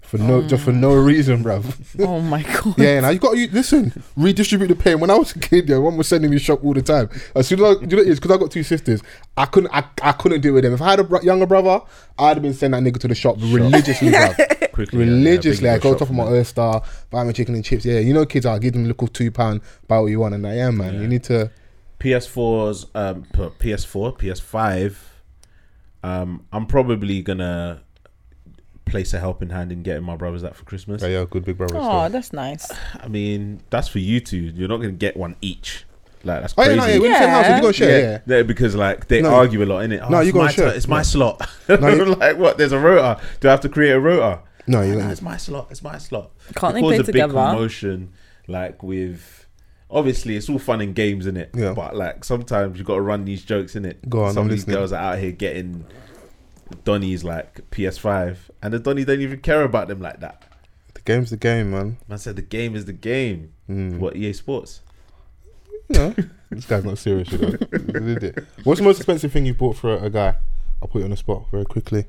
Speaker 2: for no just for no reason, bruv.
Speaker 3: oh my god.
Speaker 2: Yeah, now you got to listen. Redistribute the pain. When I was a kid, yeah, one was sending me shop all the time. As soon as I, you know, it's because I got two sisters. I couldn't, I, I couldn't deal with them. If I had a bro- younger brother, I'd have been sending that nigga to the shop religiously, bruv.
Speaker 1: Quickly, yeah, yeah,
Speaker 2: religiously.
Speaker 1: big
Speaker 2: I go
Speaker 1: shop
Speaker 2: top of my
Speaker 1: from there.
Speaker 2: Earth Star, buy my chicken and chips. Yeah, you know, kids, I give them a little two pound, buy what you want, and I am man. You need to.
Speaker 1: PS4's um, p- PS4, PS5. Um, I'm probably gonna place a helping hand in getting my brothers that for Christmas.
Speaker 2: Yeah, yeah, good big brother.
Speaker 3: Oh, that's nice.
Speaker 1: I mean, that's for you two. You're not gonna get one each. Like that's
Speaker 2: Oh
Speaker 1: crazy.
Speaker 2: yeah, no, yeah, when you send
Speaker 3: Yeah.
Speaker 2: house, you gonna share. Yeah.
Speaker 1: Yeah, because like they
Speaker 2: No.
Speaker 1: argue a lot in it.
Speaker 2: No,
Speaker 1: it's
Speaker 2: you gotta
Speaker 1: my
Speaker 2: share.
Speaker 1: turn, It's my slot.
Speaker 2: No, you-
Speaker 1: like what? There's a rotor. Do I have to create a rotor?
Speaker 2: No,
Speaker 1: "Nah,
Speaker 2: you
Speaker 1: nah,
Speaker 2: don't.
Speaker 1: it's my slot. It's my slot.
Speaker 3: Can't they
Speaker 1: It caused
Speaker 3: play
Speaker 1: a
Speaker 3: together?
Speaker 1: Big commotion, like with. Obviously, it's all fun and games, in it.
Speaker 2: Yeah.
Speaker 1: But like sometimes you got to run these jokes, in it.
Speaker 2: Go on,
Speaker 1: Some
Speaker 2: I'm
Speaker 1: of these
Speaker 2: listening.
Speaker 1: girls are out here getting Donny's like PS5, and the Donny don't even care about them like that.
Speaker 2: The game's the game, man.
Speaker 1: Man said the game is the game.
Speaker 2: Mm.
Speaker 1: What EA Sports?
Speaker 2: No, this guy's not serious. You know. He's an idiot. What's the most expensive thing you bought for a, a guy? I'll put you on the spot very quickly.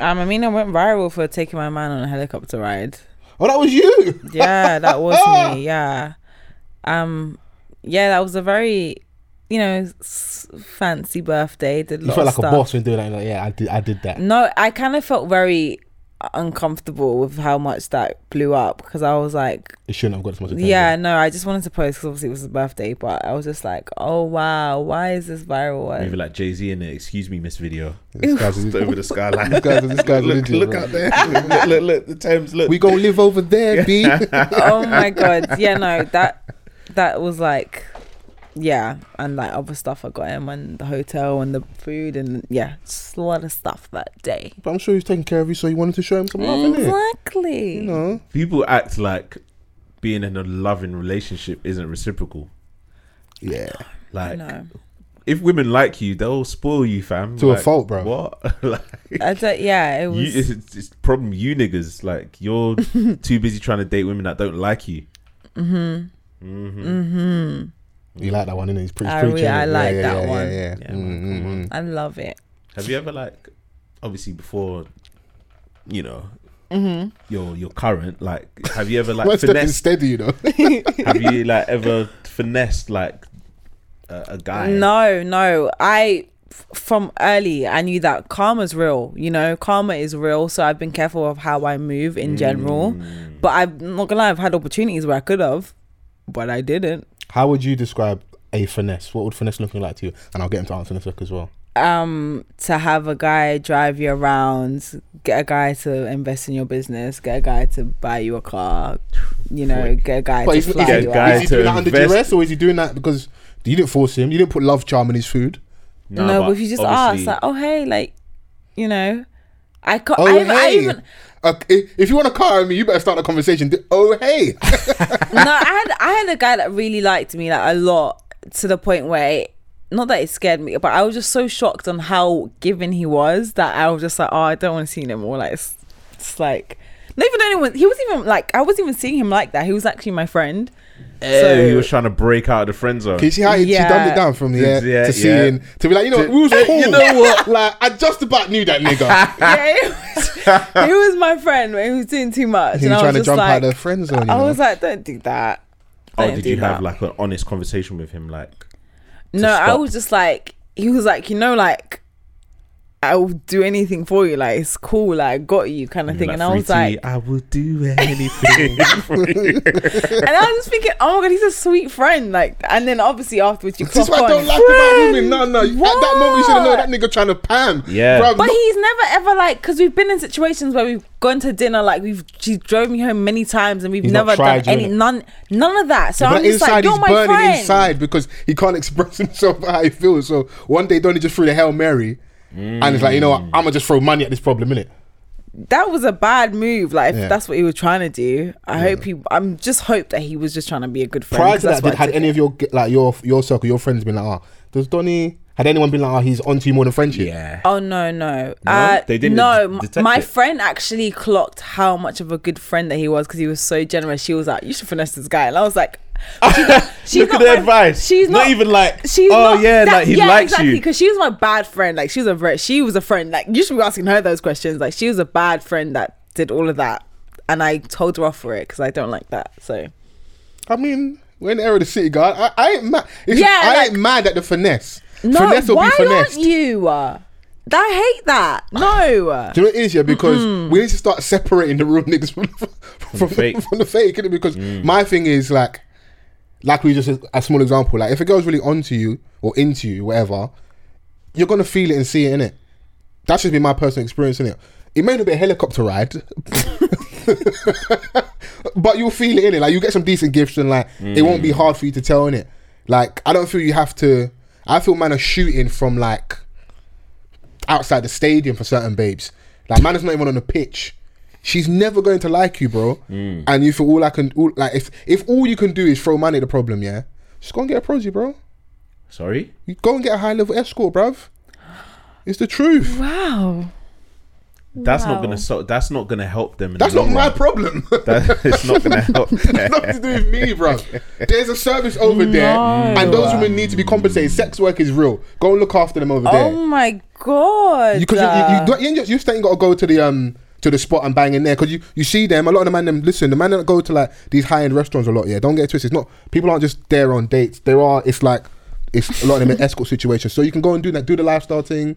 Speaker 3: Um, I mean, I went viral for taking my man on a helicopter ride.
Speaker 2: Oh, that was you.
Speaker 3: Yeah, that was me. Yeah. Um, yeah, that was a very, you know, s- fancy birthday. Did a
Speaker 2: You
Speaker 3: lot
Speaker 2: felt
Speaker 3: of
Speaker 2: like
Speaker 3: stuff.
Speaker 2: a boss when doing that. Like, yeah, I did. I did that.
Speaker 3: No, I kind of felt very uncomfortable with how much that blew up because I was like,
Speaker 2: It shouldn't have got as much attention.
Speaker 3: yeah, no, I just wanted to post because obviously it was his birthday, but I was just like, oh wow, why is this
Speaker 1: Maybe
Speaker 3: viral?
Speaker 1: like Jay Z in it. Excuse me, Miss Video.
Speaker 2: This guy's,
Speaker 1: Just
Speaker 2: this
Speaker 1: over the skyline.
Speaker 2: guy's, this guy's an
Speaker 1: look,
Speaker 2: idiot,
Speaker 1: look
Speaker 2: man.
Speaker 1: out there. look, look, look, the Thames. Look.
Speaker 2: We gonna live over there, B.
Speaker 3: oh my god, yeah, no, that that was like, yeah, and like other stuff I got him and the hotel and the food and yeah, just a lot of stuff that day.
Speaker 2: But I'm sure he's taking care of you, so you wanted to show him some love,
Speaker 3: Mm.
Speaker 2: innit?
Speaker 3: exactly.
Speaker 2: You know,
Speaker 1: People act like being in a loving relationship isn't reciprocal.
Speaker 2: yeah.
Speaker 1: Like
Speaker 3: no,
Speaker 1: if women like you, they'll spoil you, fam.
Speaker 2: To a
Speaker 1: Like,
Speaker 2: fault, bro.
Speaker 1: What? like
Speaker 3: I don't. Yeah, it was.
Speaker 1: you, it's, it's it's problem you niggas. Like you're too busy trying to date women that don't like you. Mm-hmm. Mm-hmm.
Speaker 2: You like that one, innit? He's pretty.
Speaker 3: I
Speaker 2: pretty
Speaker 3: really- I
Speaker 2: chill.
Speaker 3: like
Speaker 2: yeah,
Speaker 3: that
Speaker 2: yeah,
Speaker 3: one.
Speaker 2: Yeah, yeah.
Speaker 1: Yeah, man,
Speaker 2: yeah
Speaker 1: come on.
Speaker 2: mm, mm, mm.
Speaker 3: I love it.
Speaker 1: Have you ever like, obviously before, you know,
Speaker 3: Mm-hmm.
Speaker 1: your your current like, have you ever
Speaker 2: One
Speaker 1: like
Speaker 2: step in
Speaker 1: finessed?
Speaker 2: steady, you know.
Speaker 1: have you like ever finessed like a, a guy?
Speaker 3: No, no. I f- from early I knew that karma's real, you know, karma is real, so I've been careful of how I move in general.
Speaker 1: Mm.
Speaker 3: But I'm not gonna lie, I've had opportunities where I could have, but I didn't.
Speaker 2: How would you describe a finesse? What would finesse looking like to you? And I'll get him to answer in a sec as well.
Speaker 3: Um, to have a guy drive you around, get a guy to invest in your business, get a guy to buy you a car, you know,
Speaker 1: Wait.
Speaker 3: get a guy
Speaker 2: But
Speaker 3: to
Speaker 2: is, is,
Speaker 3: fly
Speaker 1: Yeah,
Speaker 2: he-
Speaker 3: you
Speaker 1: guy
Speaker 2: is
Speaker 3: out.
Speaker 2: he
Speaker 1: to
Speaker 2: doing that under
Speaker 1: invest-
Speaker 2: duress or is he doing that because you didn't force him? You didn't put love charm in his food.
Speaker 3: No, but if you just ask,
Speaker 1: obviously-
Speaker 3: like, oh hey, like, you know, I can't.
Speaker 2: Oh
Speaker 3: I, I
Speaker 2: hey,
Speaker 3: even
Speaker 2: Uh, i- if you want a car, I mean, you better start a conversation. D- Oh hey,
Speaker 3: no, I had I had a guy that really liked me like a lot to the point where it, not that it scared me, but I was just so shocked on how given he was that I was just like, oh, I don't want to see him anymore. Like it's, it's like not even anyone. He was even like I wasn't even seeing him like that. He was actually my friend.
Speaker 1: so he
Speaker 3: So-
Speaker 1: was trying to break out of the friend zone.
Speaker 2: can you see how he, she
Speaker 3: Yeah.
Speaker 2: dumbed it down from the air
Speaker 1: Yeah,
Speaker 2: to
Speaker 1: yeah.
Speaker 2: seeing to be like, you know,
Speaker 1: To-
Speaker 2: we was
Speaker 1: Hey, you
Speaker 2: cool.
Speaker 1: know
Speaker 2: what? like, I just about knew that nigga.
Speaker 3: yeah, he was, he was my friend, but he was doing too much.
Speaker 2: he
Speaker 3: and I was
Speaker 2: was trying to
Speaker 3: just
Speaker 2: jump
Speaker 3: like,
Speaker 2: out of their friend zone. You
Speaker 3: I
Speaker 2: know?
Speaker 3: was like, don't do that.
Speaker 1: oh,
Speaker 3: Don't
Speaker 1: did
Speaker 3: do
Speaker 1: you have
Speaker 3: that.
Speaker 1: like an honest conversation with him? Like,
Speaker 3: No, I
Speaker 1: stop?
Speaker 3: was just like, he was like, you know, like, I will do anything for you. Like, it's cool. Like, I got you, kind of
Speaker 1: you
Speaker 3: thing.
Speaker 1: know,
Speaker 3: and I was
Speaker 1: 3T,
Speaker 3: like,
Speaker 1: I will do anything. for you."
Speaker 3: and I was just thinking, oh my god, he's a sweet friend. Like, and then obviously afterwards you
Speaker 2: this is
Speaker 3: clock
Speaker 2: what I
Speaker 3: on.
Speaker 2: don't like about women. No, no. At that moment, you should have known that nigga trying to pam.
Speaker 1: Yeah.
Speaker 2: Bruv,
Speaker 3: But
Speaker 2: no-
Speaker 3: he's never ever like, because we've been in situations where we've gone to dinner, like we've she drove me home many times, and we've
Speaker 2: He's not
Speaker 3: never done
Speaker 2: tried you,
Speaker 3: any
Speaker 2: innit?
Speaker 3: none none of that. So
Speaker 2: but
Speaker 3: I'm just like,
Speaker 2: inside,
Speaker 3: you're
Speaker 2: he's
Speaker 3: my
Speaker 2: burning
Speaker 3: friend.
Speaker 2: inside because he can't express himself how he feels. So one day, Donny just threw the Hail Mary, and it's like, you know what? I'm gonna just throw money at this problem, innit?
Speaker 3: that was a bad move. Like if
Speaker 2: Yeah.
Speaker 3: that's what he was trying to do. I hope he. I'm just hope that he was just trying to be a good friend.
Speaker 2: Prior
Speaker 3: 'cause
Speaker 2: to
Speaker 3: that's
Speaker 2: that, did,
Speaker 3: what I
Speaker 2: had
Speaker 3: took
Speaker 2: any
Speaker 3: it.
Speaker 2: of your like your your circle, your friends been like, ah, does Donny? Had anyone been like, ah, he's onto you more than friendship?
Speaker 1: yeah.
Speaker 3: Oh no no! uh,
Speaker 1: They didn't
Speaker 3: No,
Speaker 1: d-
Speaker 3: m-
Speaker 1: detect
Speaker 3: my
Speaker 1: it?
Speaker 3: friend actually clocked how much of a good friend that he was because he was so generous. She was like, "You should finesse this guy," and I was like, she's not- she's
Speaker 1: Look at
Speaker 3: not
Speaker 1: the
Speaker 3: my-
Speaker 1: advice.
Speaker 3: She's
Speaker 1: Not even like,
Speaker 3: She's
Speaker 1: "Oh,
Speaker 3: not
Speaker 1: yeah,
Speaker 3: that-
Speaker 1: like, he
Speaker 3: yeah,
Speaker 1: likes
Speaker 3: exactly,
Speaker 1: you."
Speaker 3: Because she was my bad friend. Like she was a very, she was a friend. Like you should be asking her those questions. Like she was a bad friend that did all of that, and I told her off for it because I don't like that. So
Speaker 2: I mean, we're in the era of the city guard. I, I ain't mad. Yeah,
Speaker 3: Yeah,
Speaker 2: I
Speaker 3: like-
Speaker 2: ain't mad at the finesse.
Speaker 3: no,
Speaker 2: finesse will
Speaker 3: why
Speaker 2: be finessed.
Speaker 3: aren't you? I hate that. No.
Speaker 2: Do you know what it is, yeah? Because we need to start separating the real niggas from, from, from,
Speaker 1: fake.
Speaker 2: from the fake, innit? Because my thing is like, like we just a small example. Like if a girl's really onto you or into you, whatever, you're gonna feel it and see it, innit? That's just been my personal experience, innit? It may not be a helicopter ride, but you'll feel it in it. Like you get some decent gifts, and like it won't be hard for you to tell in it. Like I don't feel you have to. I feel man are shooting from like outside the stadium for certain babes. Like man is not even on the pitch. she's never going to like you, bro. And you feel all I can, all, like if if all you can do is throw money at the problem, yeah, just go and get a prosy, bro.
Speaker 1: Sorry?
Speaker 2: You go and get a high level escort, bruv. It's the truth.
Speaker 3: Wow.
Speaker 1: That's not
Speaker 3: Wow.
Speaker 1: gonna so, that's not gonna help them in
Speaker 2: That's
Speaker 1: the
Speaker 2: not
Speaker 1: long
Speaker 2: my
Speaker 1: run.
Speaker 2: problem.
Speaker 1: that, it's not gonna help them.
Speaker 2: Nothing to do with me, bruv. There's a service over there, and those women need to be compensated. Sex work is real. Go and look after them over
Speaker 3: Oh
Speaker 2: there.
Speaker 3: my god.
Speaker 2: You, cause you,
Speaker 3: uh,
Speaker 2: you, you, you, you, you still ain't got to go to the um to the spot and bang in there because you, you see them. A lot of the man them listen. The man that go to like these high end restaurants a lot. Yeah, don't get it twisted. It's not people aren't just there on dates. There are. It's like. It's a lot of them in escort situations, so you can go and do that, do the lifestyle thing,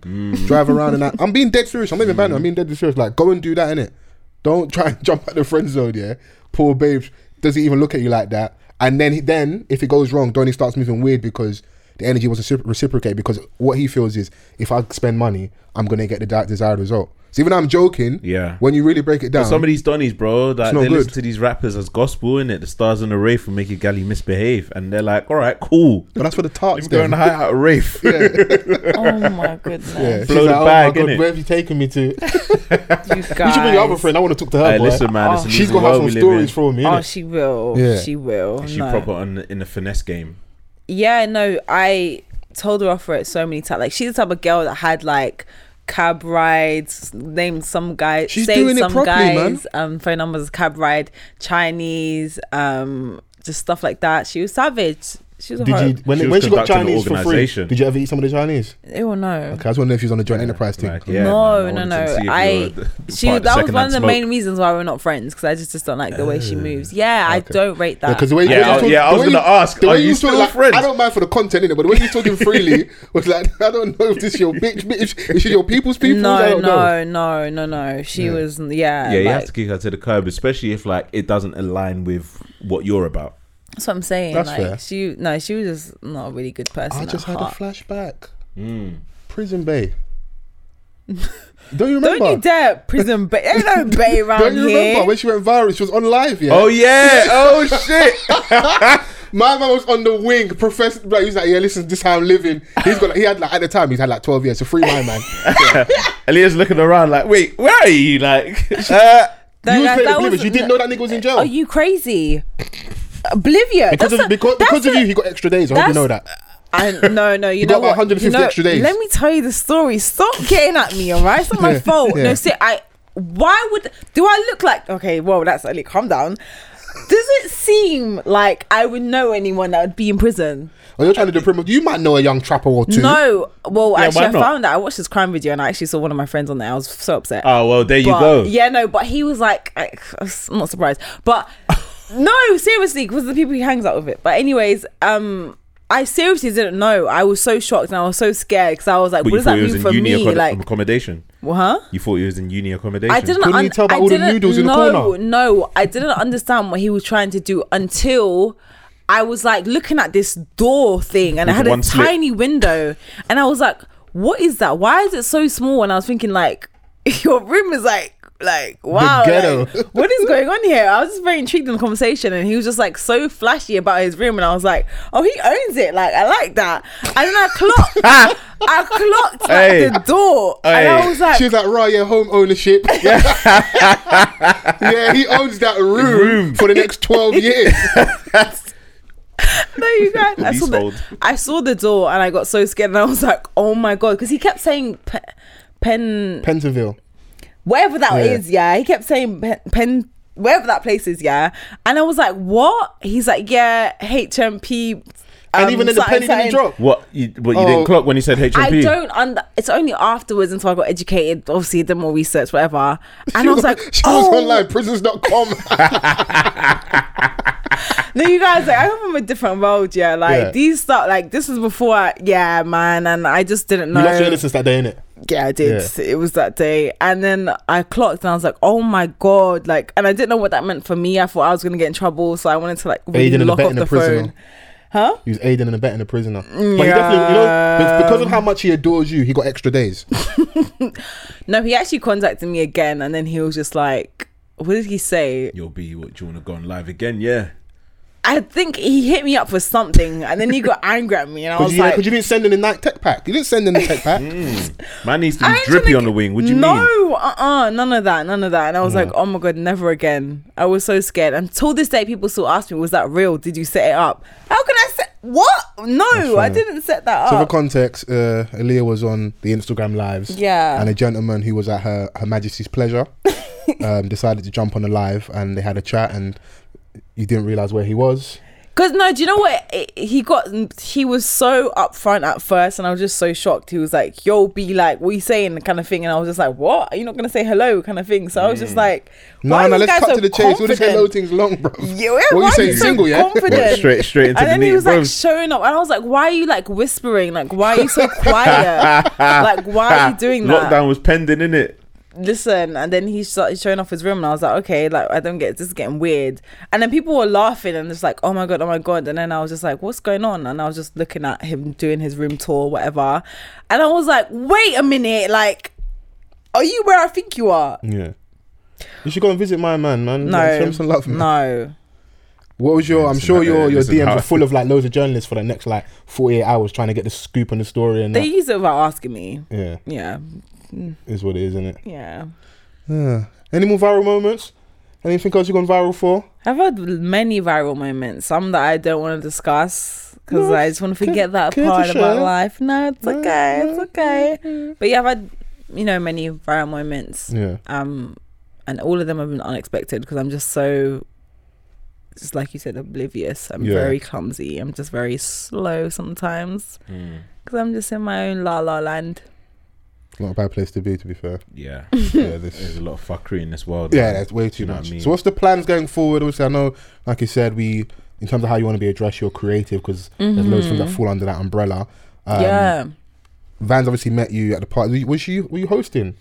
Speaker 2: drive around and that. I'm being dead serious. I'm not even banning. I'm being dead serious. Like, go and do that, innit? Don't try and jump at the friend zone, yeah. Poor babes doesn't even look at you like that. And then, then if it goes wrong, Donny starts moving weird because the energy wasn't recipro- reciprocated. Because what he feels is, if I spend money, I'm gonna get the di- desired result. So even though I'm joking,
Speaker 1: Yeah.
Speaker 2: When you really break it down,
Speaker 1: Some of these Donnies, bro, like
Speaker 2: not
Speaker 1: they listen
Speaker 2: good.
Speaker 1: to these rappers as gospel, innit? The stars on the rave will make your galley misbehave. And they're like, all right, cool.
Speaker 2: but that's for the
Speaker 1: I'm
Speaker 2: tarts.
Speaker 1: going
Speaker 2: then.
Speaker 1: high out of rave.
Speaker 3: oh my goodness.
Speaker 2: She's
Speaker 1: blow the
Speaker 2: like,
Speaker 1: bag,
Speaker 2: oh
Speaker 1: innit?"
Speaker 2: my god, where have you taken me to? You should
Speaker 3: You guys.
Speaker 2: bring your other friend. I want to talk to her.
Speaker 1: Hey,
Speaker 2: boy. Ah,
Speaker 1: listen, man, it's
Speaker 3: Oh.
Speaker 1: an
Speaker 2: She's
Speaker 1: evil
Speaker 2: gonna have
Speaker 1: world
Speaker 2: some
Speaker 1: we live in.
Speaker 2: stories for me.
Speaker 3: Oh,
Speaker 2: innit?
Speaker 3: she will.
Speaker 2: Yeah.
Speaker 3: She will.
Speaker 1: She
Speaker 3: no.
Speaker 1: proper on, in the finesse game.
Speaker 3: Yeah, no, I told her off for it so many times. Like she's the type of girl that had like cab rides, named some guy,
Speaker 2: She's
Speaker 3: saved
Speaker 2: doing it
Speaker 3: some
Speaker 2: properly, man.
Speaker 3: guys, um, phone numbers, as cab ride, Chinese, um, just stuff like that. She was savage. She was a
Speaker 2: Did
Speaker 3: horror.
Speaker 2: you when,
Speaker 1: She
Speaker 2: she,
Speaker 1: was
Speaker 2: when she got
Speaker 1: conducting the
Speaker 2: Chinese for free?
Speaker 1: organisation.
Speaker 2: Did you ever eat some of the Chinese?
Speaker 3: Ew, no.
Speaker 2: Okay, I was wondering if she was on the joint enterprise team.
Speaker 1: Like, yeah,
Speaker 3: no,
Speaker 1: man,
Speaker 3: no,
Speaker 1: I wanted
Speaker 3: no,
Speaker 1: to see if you
Speaker 3: I
Speaker 1: were the-
Speaker 3: she
Speaker 1: part
Speaker 3: that was one
Speaker 1: of secondhand
Speaker 3: of the
Speaker 1: smoke.
Speaker 3: main reasons why we're not friends because I just just don't like the way
Speaker 2: Oh.
Speaker 3: she moves. Yeah, I don't rate that.
Speaker 2: Because the way
Speaker 1: Yeah,
Speaker 2: the way
Speaker 1: I-
Speaker 2: talk-
Speaker 1: yeah, I
Speaker 2: the
Speaker 1: was
Speaker 2: way
Speaker 1: gonna ask,
Speaker 2: the
Speaker 1: are
Speaker 2: way
Speaker 1: you
Speaker 2: talk,
Speaker 1: still
Speaker 2: like,
Speaker 1: friends?
Speaker 2: I don't mind for the content, innit? But the way you talking freely was like, I don't know if this your bitch, bitch. Is she your people's people?
Speaker 3: no,
Speaker 2: I don't know.
Speaker 3: no, no, no, no. She was yeah.
Speaker 1: Yeah, you
Speaker 3: like,
Speaker 1: have to kick her to the curb, especially if like it doesn't align with what you're about.
Speaker 3: That's what I'm saying.
Speaker 2: That's
Speaker 3: like
Speaker 2: fair.
Speaker 3: she no, she was just not a really good person.
Speaker 2: I just
Speaker 3: at
Speaker 2: had a
Speaker 3: heart.
Speaker 2: flashback.
Speaker 1: Mm.
Speaker 2: Prison Bay. Don't you remember?
Speaker 3: Don't you dare prison bay. Ain't no bay around
Speaker 2: Don't you
Speaker 3: here.
Speaker 2: remember when she went viral? She was on live, yeah.
Speaker 1: Oh yeah! Oh shit!
Speaker 2: My man was on the wing, professor. Like, he was like, "Yeah, listen, this is how I'm living." He's got, like, he had like at the time, he's had like 12 years. So free my man.
Speaker 1: Elia's looking around like, wait, where are you? Like, uh,
Speaker 3: No,
Speaker 2: you was
Speaker 3: that-
Speaker 2: playing
Speaker 3: that
Speaker 2: oblivious.
Speaker 3: was-
Speaker 2: You didn't know that nigga was in jail.
Speaker 3: Are you crazy? Oblivious.
Speaker 2: because
Speaker 3: That's
Speaker 2: of,
Speaker 3: a-
Speaker 2: because,
Speaker 3: that's
Speaker 2: because of
Speaker 3: a-
Speaker 2: you, he got extra days. I hope you
Speaker 3: that's-
Speaker 2: know that.
Speaker 3: I, no, no, you,
Speaker 2: You
Speaker 3: know
Speaker 2: got about
Speaker 3: what?
Speaker 2: 150
Speaker 3: You know-
Speaker 2: extra days.
Speaker 3: Let me tell you the story. Stop getting at me, all right? It's not my fault.
Speaker 2: yeah.
Speaker 3: No, see, I. Why would do I look like? Okay, well, that's only calm down. Does it seem like I would know anyone that would be in prison?
Speaker 2: Oh, you're trying to do prim. You might know a young trapper or two.
Speaker 3: No. Well,
Speaker 1: Yeah,
Speaker 3: actually,
Speaker 1: why
Speaker 3: I
Speaker 1: not?
Speaker 3: found that I watched this crime video and I actually saw one of my friends on there. I was so upset.
Speaker 1: oh well, there you
Speaker 3: But-
Speaker 1: go.
Speaker 3: Yeah, no, but he was like, I, I'm not surprised, but no, seriously, because the people he hangs out with it. But anyways, um. I seriously didn't know. I was so shocked and I was so scared because I was like, "What
Speaker 1: But you
Speaker 3: does
Speaker 1: thought
Speaker 3: that
Speaker 1: he was
Speaker 3: mean
Speaker 1: in
Speaker 3: for
Speaker 1: uni
Speaker 3: me?"
Speaker 1: accom-
Speaker 3: Like,
Speaker 1: accommodation.
Speaker 3: well, huh?
Speaker 1: You thought he was in uni accommodation.
Speaker 3: I didn't.
Speaker 2: Couldn't you
Speaker 3: un-
Speaker 2: tell by
Speaker 3: I
Speaker 2: all the
Speaker 3: didn't,
Speaker 2: noodles in the
Speaker 3: no,
Speaker 2: corner?
Speaker 3: No, I didn't understand what he was trying to do until I was like looking at this door thing and I
Speaker 1: With
Speaker 3: had a
Speaker 1: one slit.
Speaker 3: tiny window and I was like, "What is that? Why is it so small?" And I was thinking like, "Your room is like." Like wow, like,
Speaker 2: ghetto.
Speaker 3: what is going on here? I was just very intrigued in the conversation, and he was just like so flashy about his room, and I was like, oh, he owns it. Like I like that. And then I clocked, I clocked like,
Speaker 1: Hey.
Speaker 3: the door, and
Speaker 1: Hey.
Speaker 3: I was like,
Speaker 2: She was like, right, yeah, home ownership. yeah, he owns that room,
Speaker 1: Room.
Speaker 2: for the next 12 years.
Speaker 3: No, you guys. I saw, the,
Speaker 1: Leasehold.
Speaker 3: I saw the door and I got so scared and I was like, oh my god, because he kept saying pe- pen,
Speaker 2: Pentonville.
Speaker 3: whatever that
Speaker 2: Yeah.
Speaker 3: is, yeah. He kept saying pen, pen, wherever that place is, yeah. And I was like, what? He's like, yeah, HMP.
Speaker 2: And
Speaker 3: um,
Speaker 2: even then, the
Speaker 3: something,
Speaker 2: penny
Speaker 3: something."
Speaker 2: didn't drop.
Speaker 1: What? You, what you
Speaker 2: Oh.
Speaker 1: didn't clock when you said HMP?
Speaker 3: I don't under. It's only afterwards until I got educated. Obviously, did more research, whatever. And
Speaker 2: She
Speaker 3: I was like,
Speaker 2: she
Speaker 3: oh,
Speaker 2: was online, prisons.com.
Speaker 3: No, you guys, like, I come from a different world, yeah. Like
Speaker 2: Yeah.
Speaker 3: these stuff, like this is before, I, yeah, man. And I just didn't know.
Speaker 2: You lost your innocence that day, innit?
Speaker 3: yeah, I did. It was that day. And then I clocked and I was like, oh my God. Like, and I didn't know what that meant for me. I thought I was going to get in trouble. So I wanted to like really
Speaker 2: Aiding and
Speaker 3: lock off
Speaker 2: abetting
Speaker 3: the
Speaker 2: a prisoner.
Speaker 3: phone. Huh?
Speaker 2: He was aiding and abetting a prisoner. But he definitely, you know, be- because of how much he adores you, he got extra days.
Speaker 3: No, he actually contacted me again. And then he was just like, what did he say?
Speaker 1: You'll be what? Do you want to go on live again? Yeah.
Speaker 3: I think he hit me up for something, and then he got angry at me, and I
Speaker 2: Because
Speaker 3: was
Speaker 2: you,
Speaker 3: like,
Speaker 2: because you didn't send in the night tech pack. You didn't send in the tech pack.
Speaker 1: Man needs to
Speaker 3: I
Speaker 1: be
Speaker 3: ain't
Speaker 1: drippy
Speaker 3: tryna
Speaker 1: on the
Speaker 3: get-
Speaker 1: wing. What do you
Speaker 3: no,
Speaker 1: mean?
Speaker 3: uh-uh, none of that, none of that. And I was like, oh my god, never again. I was so scared. Until this day, people still ask me, was that real? Did you set it up? How can I set what? No, I
Speaker 2: right.
Speaker 3: didn't set that
Speaker 2: So for
Speaker 3: up.
Speaker 2: context, uh, Aaliyah was on the Instagram lives.
Speaker 3: Yeah.
Speaker 2: And a gentleman who was at her Her Majesty's pleasure um, decided to jump on a live, and they had a chat, and you didn't realize where he was.
Speaker 3: Cause no, do you know what? It- He got he was so upfront at first, and I was just so shocked. He was like, "Yo, be like, what you saying?" kind of thing, and I was just like, "What? Are you not gonna say hello?" kind of thing. So I was just like,
Speaker 2: Mm. No,
Speaker 3: why are
Speaker 2: no,
Speaker 3: these
Speaker 2: let's
Speaker 3: guys
Speaker 2: cut
Speaker 3: so
Speaker 2: to the chase. All this hello
Speaker 3: confident?
Speaker 2: thing's long, bro.
Speaker 3: Yeah,
Speaker 2: What
Speaker 3: why
Speaker 2: you
Speaker 3: are
Speaker 2: saying?
Speaker 3: you so
Speaker 2: single, yeah?
Speaker 3: confident?
Speaker 1: Straight, straight into
Speaker 3: and
Speaker 1: the
Speaker 3: then
Speaker 1: meat,
Speaker 3: he was
Speaker 1: bro.
Speaker 3: like showing up, and I was like, "Why are you like whispering? Like, why are you so quiet? like, why are you doing that?"
Speaker 1: Lockdown was pending, innit?
Speaker 3: Listen, and then he started showing off his room, and I was like, "Okay, like, I don't get this is getting weird." And then people were laughing and just like, "Oh my god, oh my god!" And then I was just like, "What's going on?" And I was just looking at him doing his room tour, whatever, and I was like, "Wait a minute, like." Are you where I think you are?
Speaker 2: Yeah. You should go and visit my man, man.
Speaker 3: No,
Speaker 2: Show him some love, man.
Speaker 3: no.
Speaker 2: What was your? I'm
Speaker 1: Listen,
Speaker 2: sure
Speaker 1: uh,
Speaker 2: your your
Speaker 1: listen,
Speaker 2: DMs
Speaker 1: how-
Speaker 2: were full of like loads of journalists for the next like 48 hours trying to get the scoop on the story and
Speaker 3: They
Speaker 2: that.
Speaker 3: use it without asking me.
Speaker 2: Yeah,
Speaker 3: Yeah,
Speaker 2: is what it is, isn't it?
Speaker 3: yeah.
Speaker 2: Yeah. Any more viral moments? Anything else you gone viral for?
Speaker 3: I've had many viral moments. Some that I don't want to discuss because
Speaker 2: No,
Speaker 3: I just want to
Speaker 2: care-
Speaker 3: forget that
Speaker 2: care to
Speaker 3: part of my
Speaker 2: share?
Speaker 3: life. No, it's
Speaker 2: No,
Speaker 3: okay.
Speaker 2: no,
Speaker 3: It's okay. But yeah, I've had you know many viral moments.
Speaker 2: Yeah.
Speaker 3: Um, and all of them have been unexpected because I'm just so, just like you said, oblivious. I'm
Speaker 2: Yeah.
Speaker 3: very clumsy. I'm just very slow sometimes
Speaker 1: Hmm,
Speaker 3: because I'm just in my own la la land.
Speaker 2: Not a bad place to be, to be fair.
Speaker 1: Yeah.
Speaker 2: yeah, this.
Speaker 1: There's a lot of fuckery in this world.
Speaker 2: Yeah,
Speaker 1: man.
Speaker 2: that's way too
Speaker 1: You know
Speaker 2: much.
Speaker 1: what I mean?
Speaker 2: So, what's the plans going forward? Obviously, I know, like you said, we in terms of how you want to be addressed, you're creative because there's loads of things that fall under that umbrella. Um,
Speaker 3: Mm-hmm. yeah,
Speaker 2: Van's obviously met you at the party. Was you were you hosting?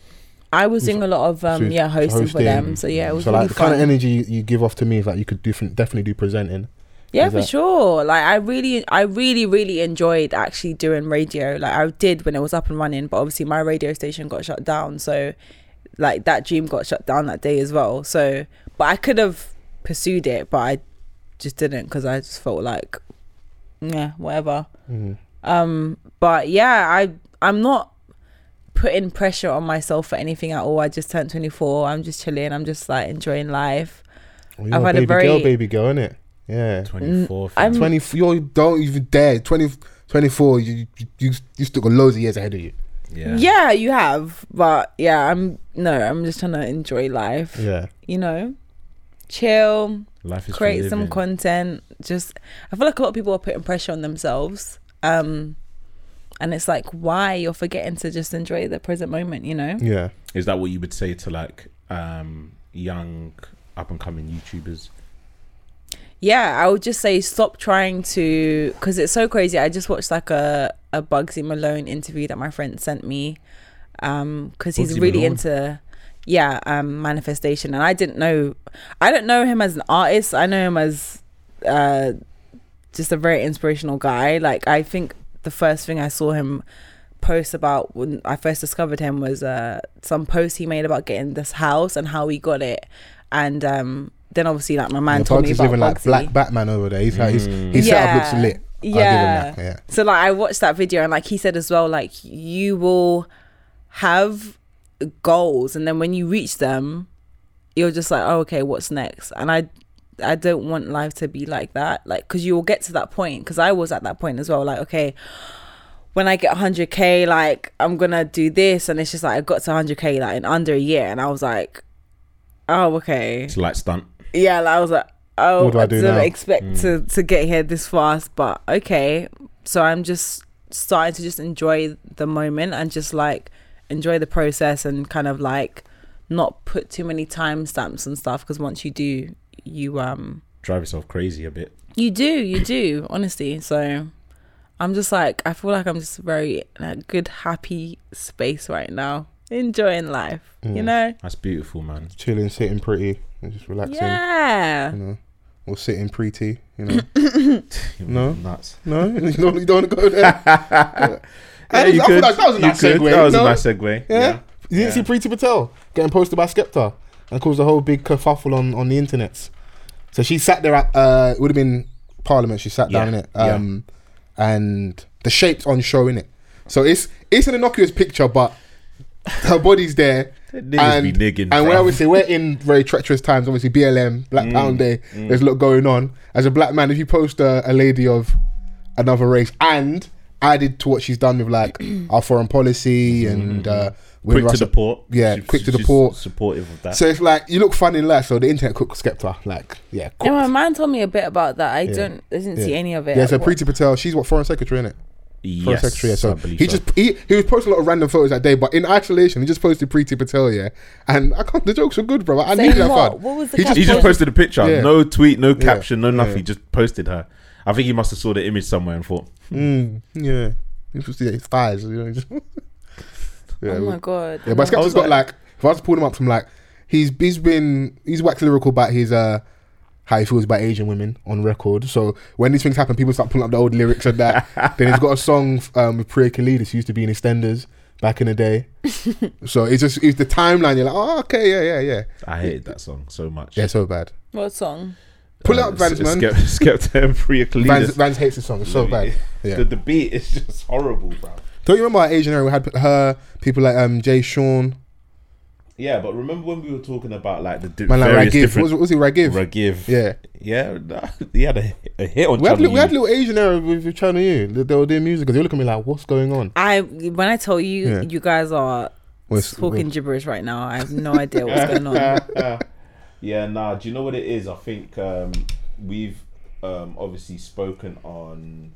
Speaker 3: I was doing a lot of um,
Speaker 2: so
Speaker 3: yeah hosting, for
Speaker 2: hosting.
Speaker 3: them. So yeah, it was
Speaker 2: so,
Speaker 3: really
Speaker 2: like the
Speaker 3: fun.
Speaker 2: kind of energy you give off to me is like you could different, definitely do presenting.
Speaker 3: Yeah,
Speaker 2: Is
Speaker 3: for
Speaker 2: that-
Speaker 3: sure. Like I really, I really, really enjoyed actually doing radio. Like I did when it was up and running, but obviously my radio station got shut down. So, like that dream got shut down that day as well. So, but I could have pursued it, but I just didn't because I just felt like, yeah, whatever.
Speaker 1: Mm-hmm.
Speaker 2: Mhm.
Speaker 3: Um, but yeah, I I'm not putting pressure on myself for anything at all. I just turned 24. I'm just chilling. I'm just like enjoying life.
Speaker 2: Well, you're
Speaker 3: I've
Speaker 2: a
Speaker 3: had a
Speaker 2: baby girl,
Speaker 3: very- Um,
Speaker 2: baby girl, innit? Yeah.
Speaker 1: 24.
Speaker 3: I'm-
Speaker 2: 20, you don't even dare. 20, 24, you, you, you, you still got loads of years ahead of you.
Speaker 1: yeah.
Speaker 3: Yeah. you have, but yeah, I'm no, I'm just trying to enjoy life.
Speaker 2: Yeah.
Speaker 3: You know, chill,
Speaker 1: Life is for
Speaker 3: create some
Speaker 1: living.
Speaker 3: content. Just, I feel like a lot of people are putting pressure on themselves, um, and it's like why you're forgetting to just enjoy the present moment. You know,
Speaker 2: Yeah.
Speaker 1: Is that what you would say to like um young up and coming YouTubers?
Speaker 3: yeah, I would just say stop trying to because it's so crazy. I just watched like a a Bugsy Malone interview that my friend sent me um because he's
Speaker 1: Bugsy
Speaker 3: really
Speaker 1: Malone?
Speaker 3: into yeah um manifestation and I didn't know I don't know him as an artist. I know him as uh just a very inspirational guy. Like I think the first thing I saw him post about when I first discovered him was uh some post he made about getting this house and how he got it and um then obviously like my man
Speaker 2: And
Speaker 3: told me
Speaker 2: Bugs is
Speaker 3: about
Speaker 2: living like
Speaker 3: Bugsy.
Speaker 2: Black Batman over there. He's, like, he's, his setup looks lit.
Speaker 3: Yeah.
Speaker 2: I'll give him that.
Speaker 3: So like I watched that video and like he said as well, like you will have goals and then when you reach them, you're just like, oh, okay, what's next? And I I don't want life to be like that, like because you will get to that point. Because I was at that point as well, like okay. When I get 100k, like I'm gonna do this, and it's just like I got to 100k like in under a year, and I was like, oh okay,
Speaker 1: It's like stunt.
Speaker 3: yeah, like, I was like, oh,
Speaker 2: What do I
Speaker 3: I,
Speaker 2: do
Speaker 3: didn't
Speaker 2: now? Mm.
Speaker 3: expect to, to get here this fast, but okay. So I'm just starting to just enjoy the moment and just like enjoy the process and kind of like not put too many timestamps and stuff because once you do, you um
Speaker 1: Drive yourself crazy a bit.
Speaker 3: you do, you do, honestly. So I'm just like I feel like I'm just very in a good happy space right now, enjoying life,
Speaker 2: Mm.
Speaker 3: you know?
Speaker 1: That's beautiful, man.
Speaker 2: Chilling, sitting pretty, and just relaxing.
Speaker 3: Yeah.
Speaker 2: You know. Or sitting pretty, you know. No.
Speaker 1: nuts.
Speaker 2: no, you don't, you don't want to go there. I
Speaker 1: Yeah,
Speaker 2: just-
Speaker 1: you
Speaker 2: I feel
Speaker 1: could.
Speaker 2: like that was a
Speaker 1: You
Speaker 2: nice
Speaker 1: could.
Speaker 2: segue,
Speaker 1: That was
Speaker 2: no?
Speaker 1: a nice segue.
Speaker 2: Yeah.
Speaker 1: Yeah.
Speaker 2: You didn't see
Speaker 1: Yeah.
Speaker 2: Preeti Patel getting posted by Skepta and caused a whole big kerfuffle on, on the internets. So she sat there at, uh, it would have been Parliament. She sat down
Speaker 1: Yeah,
Speaker 2: in it, um, and the shape's on show in it. So it's it's an innocuous picture, but her body's there.
Speaker 1: Niggas be nigging.
Speaker 2: And
Speaker 1: bruv.
Speaker 2: when obviously we're in very treacherous times, obviously BLM, Black
Speaker 1: Mm,
Speaker 2: Pound Day, there's a lot going on. As a black man, if you post a, a lady of another race and added to what she's done with like our foreign policy and uh,
Speaker 1: Mm. quick
Speaker 2: Windrush-
Speaker 1: to the port.
Speaker 2: Yeah,
Speaker 1: She's-
Speaker 2: quick to the
Speaker 1: she's
Speaker 2: port.
Speaker 1: Supportive of that.
Speaker 2: so it's like you look funny in life. So the internet cook skipped her. Like yeah, cooked.
Speaker 3: Yeah, my man told me a bit about that. I don't, I didn't see
Speaker 2: Yeah.
Speaker 3: any of it.
Speaker 2: yeah. So
Speaker 3: What-
Speaker 2: Preeti Patel, she's what foreign secretary in it. Foreign
Speaker 1: yes,
Speaker 2: secretary. Yeah, so
Speaker 1: I believe
Speaker 2: he just he, he was posting a lot of random photos that day, but in isolation, he just posted Preeti Patel. Yeah, and I can't. The jokes were good, bro. I
Speaker 3: Saying
Speaker 2: needed that
Speaker 3: what?
Speaker 2: fun.
Speaker 3: What was the
Speaker 2: He just-
Speaker 1: He just posted a picture.
Speaker 2: Yeah.
Speaker 1: No tweet, no caption, no
Speaker 2: Yeah.
Speaker 1: nothing. He just posted her. I think he must have saw the image somewhere and thought,
Speaker 2: Mm, yeah. You can see his thighs. You know, just- yeah,
Speaker 3: Oh my god.
Speaker 2: yeah, but
Speaker 3: No.
Speaker 2: Skepta's got like, if I was to pull him up from like, he's he's been he's waxed lyrical about his uh how he feels about Asian women on record. So when these things happen, people start pulling up the old lyrics and that. then he's got a song um, with Priya Khalid. She used to be in EastEnders back in the day. so it's just it's the timeline. You're like, oh okay, yeah, yeah, yeah,
Speaker 1: I hated that song so much. Uh,
Speaker 2: yeah. So bad.
Speaker 3: What song?
Speaker 2: Pull it up, Vans, man.
Speaker 1: Skepta and Priya
Speaker 2: Vans,
Speaker 1: Kalidas.
Speaker 2: Vans hates the song. It's so bad. Yeah.
Speaker 1: The, the beat is just horrible, bro.
Speaker 2: Don't you remember our Asian era? We had her people like um Jay Sean.
Speaker 1: Yeah, but remember when we were talking about like the di-
Speaker 2: Man, like
Speaker 1: various
Speaker 2: Ragiv. What
Speaker 1: different
Speaker 2: was, what was it Ragiv?
Speaker 1: Ragiv?
Speaker 2: yeah.
Speaker 1: yeah, nah, he had a, a hit on.
Speaker 2: We had,
Speaker 1: Channel
Speaker 2: li- we had
Speaker 1: U.
Speaker 2: little Asian era with, with Channel U. They, they were doing music because they were looking at me like, what's going on?
Speaker 3: I when I tell you,
Speaker 2: Yeah.
Speaker 3: you guys are
Speaker 2: Well, it's-
Speaker 3: talking gibberish right now. I have no idea what's going on.
Speaker 1: yeah, nah. Do you know what it is? I think um, we've um, obviously spoken on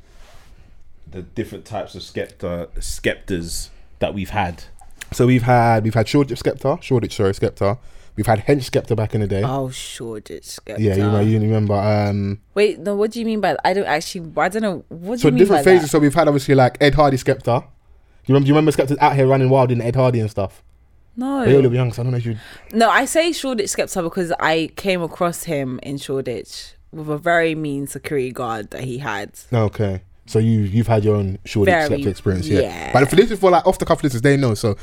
Speaker 1: the different types of skepta skepters that we've had.
Speaker 2: So we've had we've had Shoreditch Skepta, Shoreditch sorry Skepta. We've had Hench Skepta back in the day.
Speaker 3: Oh, Shoreditch. Skepta.
Speaker 2: yeah, you know you remember. Um,
Speaker 3: Wait, no. What do you mean by? I don't actually. I don't know. What do
Speaker 2: so
Speaker 3: you mean
Speaker 2: different
Speaker 3: by
Speaker 2: phases.
Speaker 3: That?
Speaker 2: So we've had obviously like Ed Hardy Skepta. You remember? You remember Skepta's out here running wild in Ed Hardy and stuff. But you're a
Speaker 3: No,
Speaker 2: little young, so I don't know if you.
Speaker 3: no. I say Shoreditch Skepta because I came across him in Shoreditch with a very mean security guard that he had.
Speaker 2: Okay. So you you've had your own Shoreditch
Speaker 3: Very-
Speaker 2: Skepta experience, yeah.
Speaker 3: yeah.
Speaker 2: But for this is for like off the cuff listeners, they know. So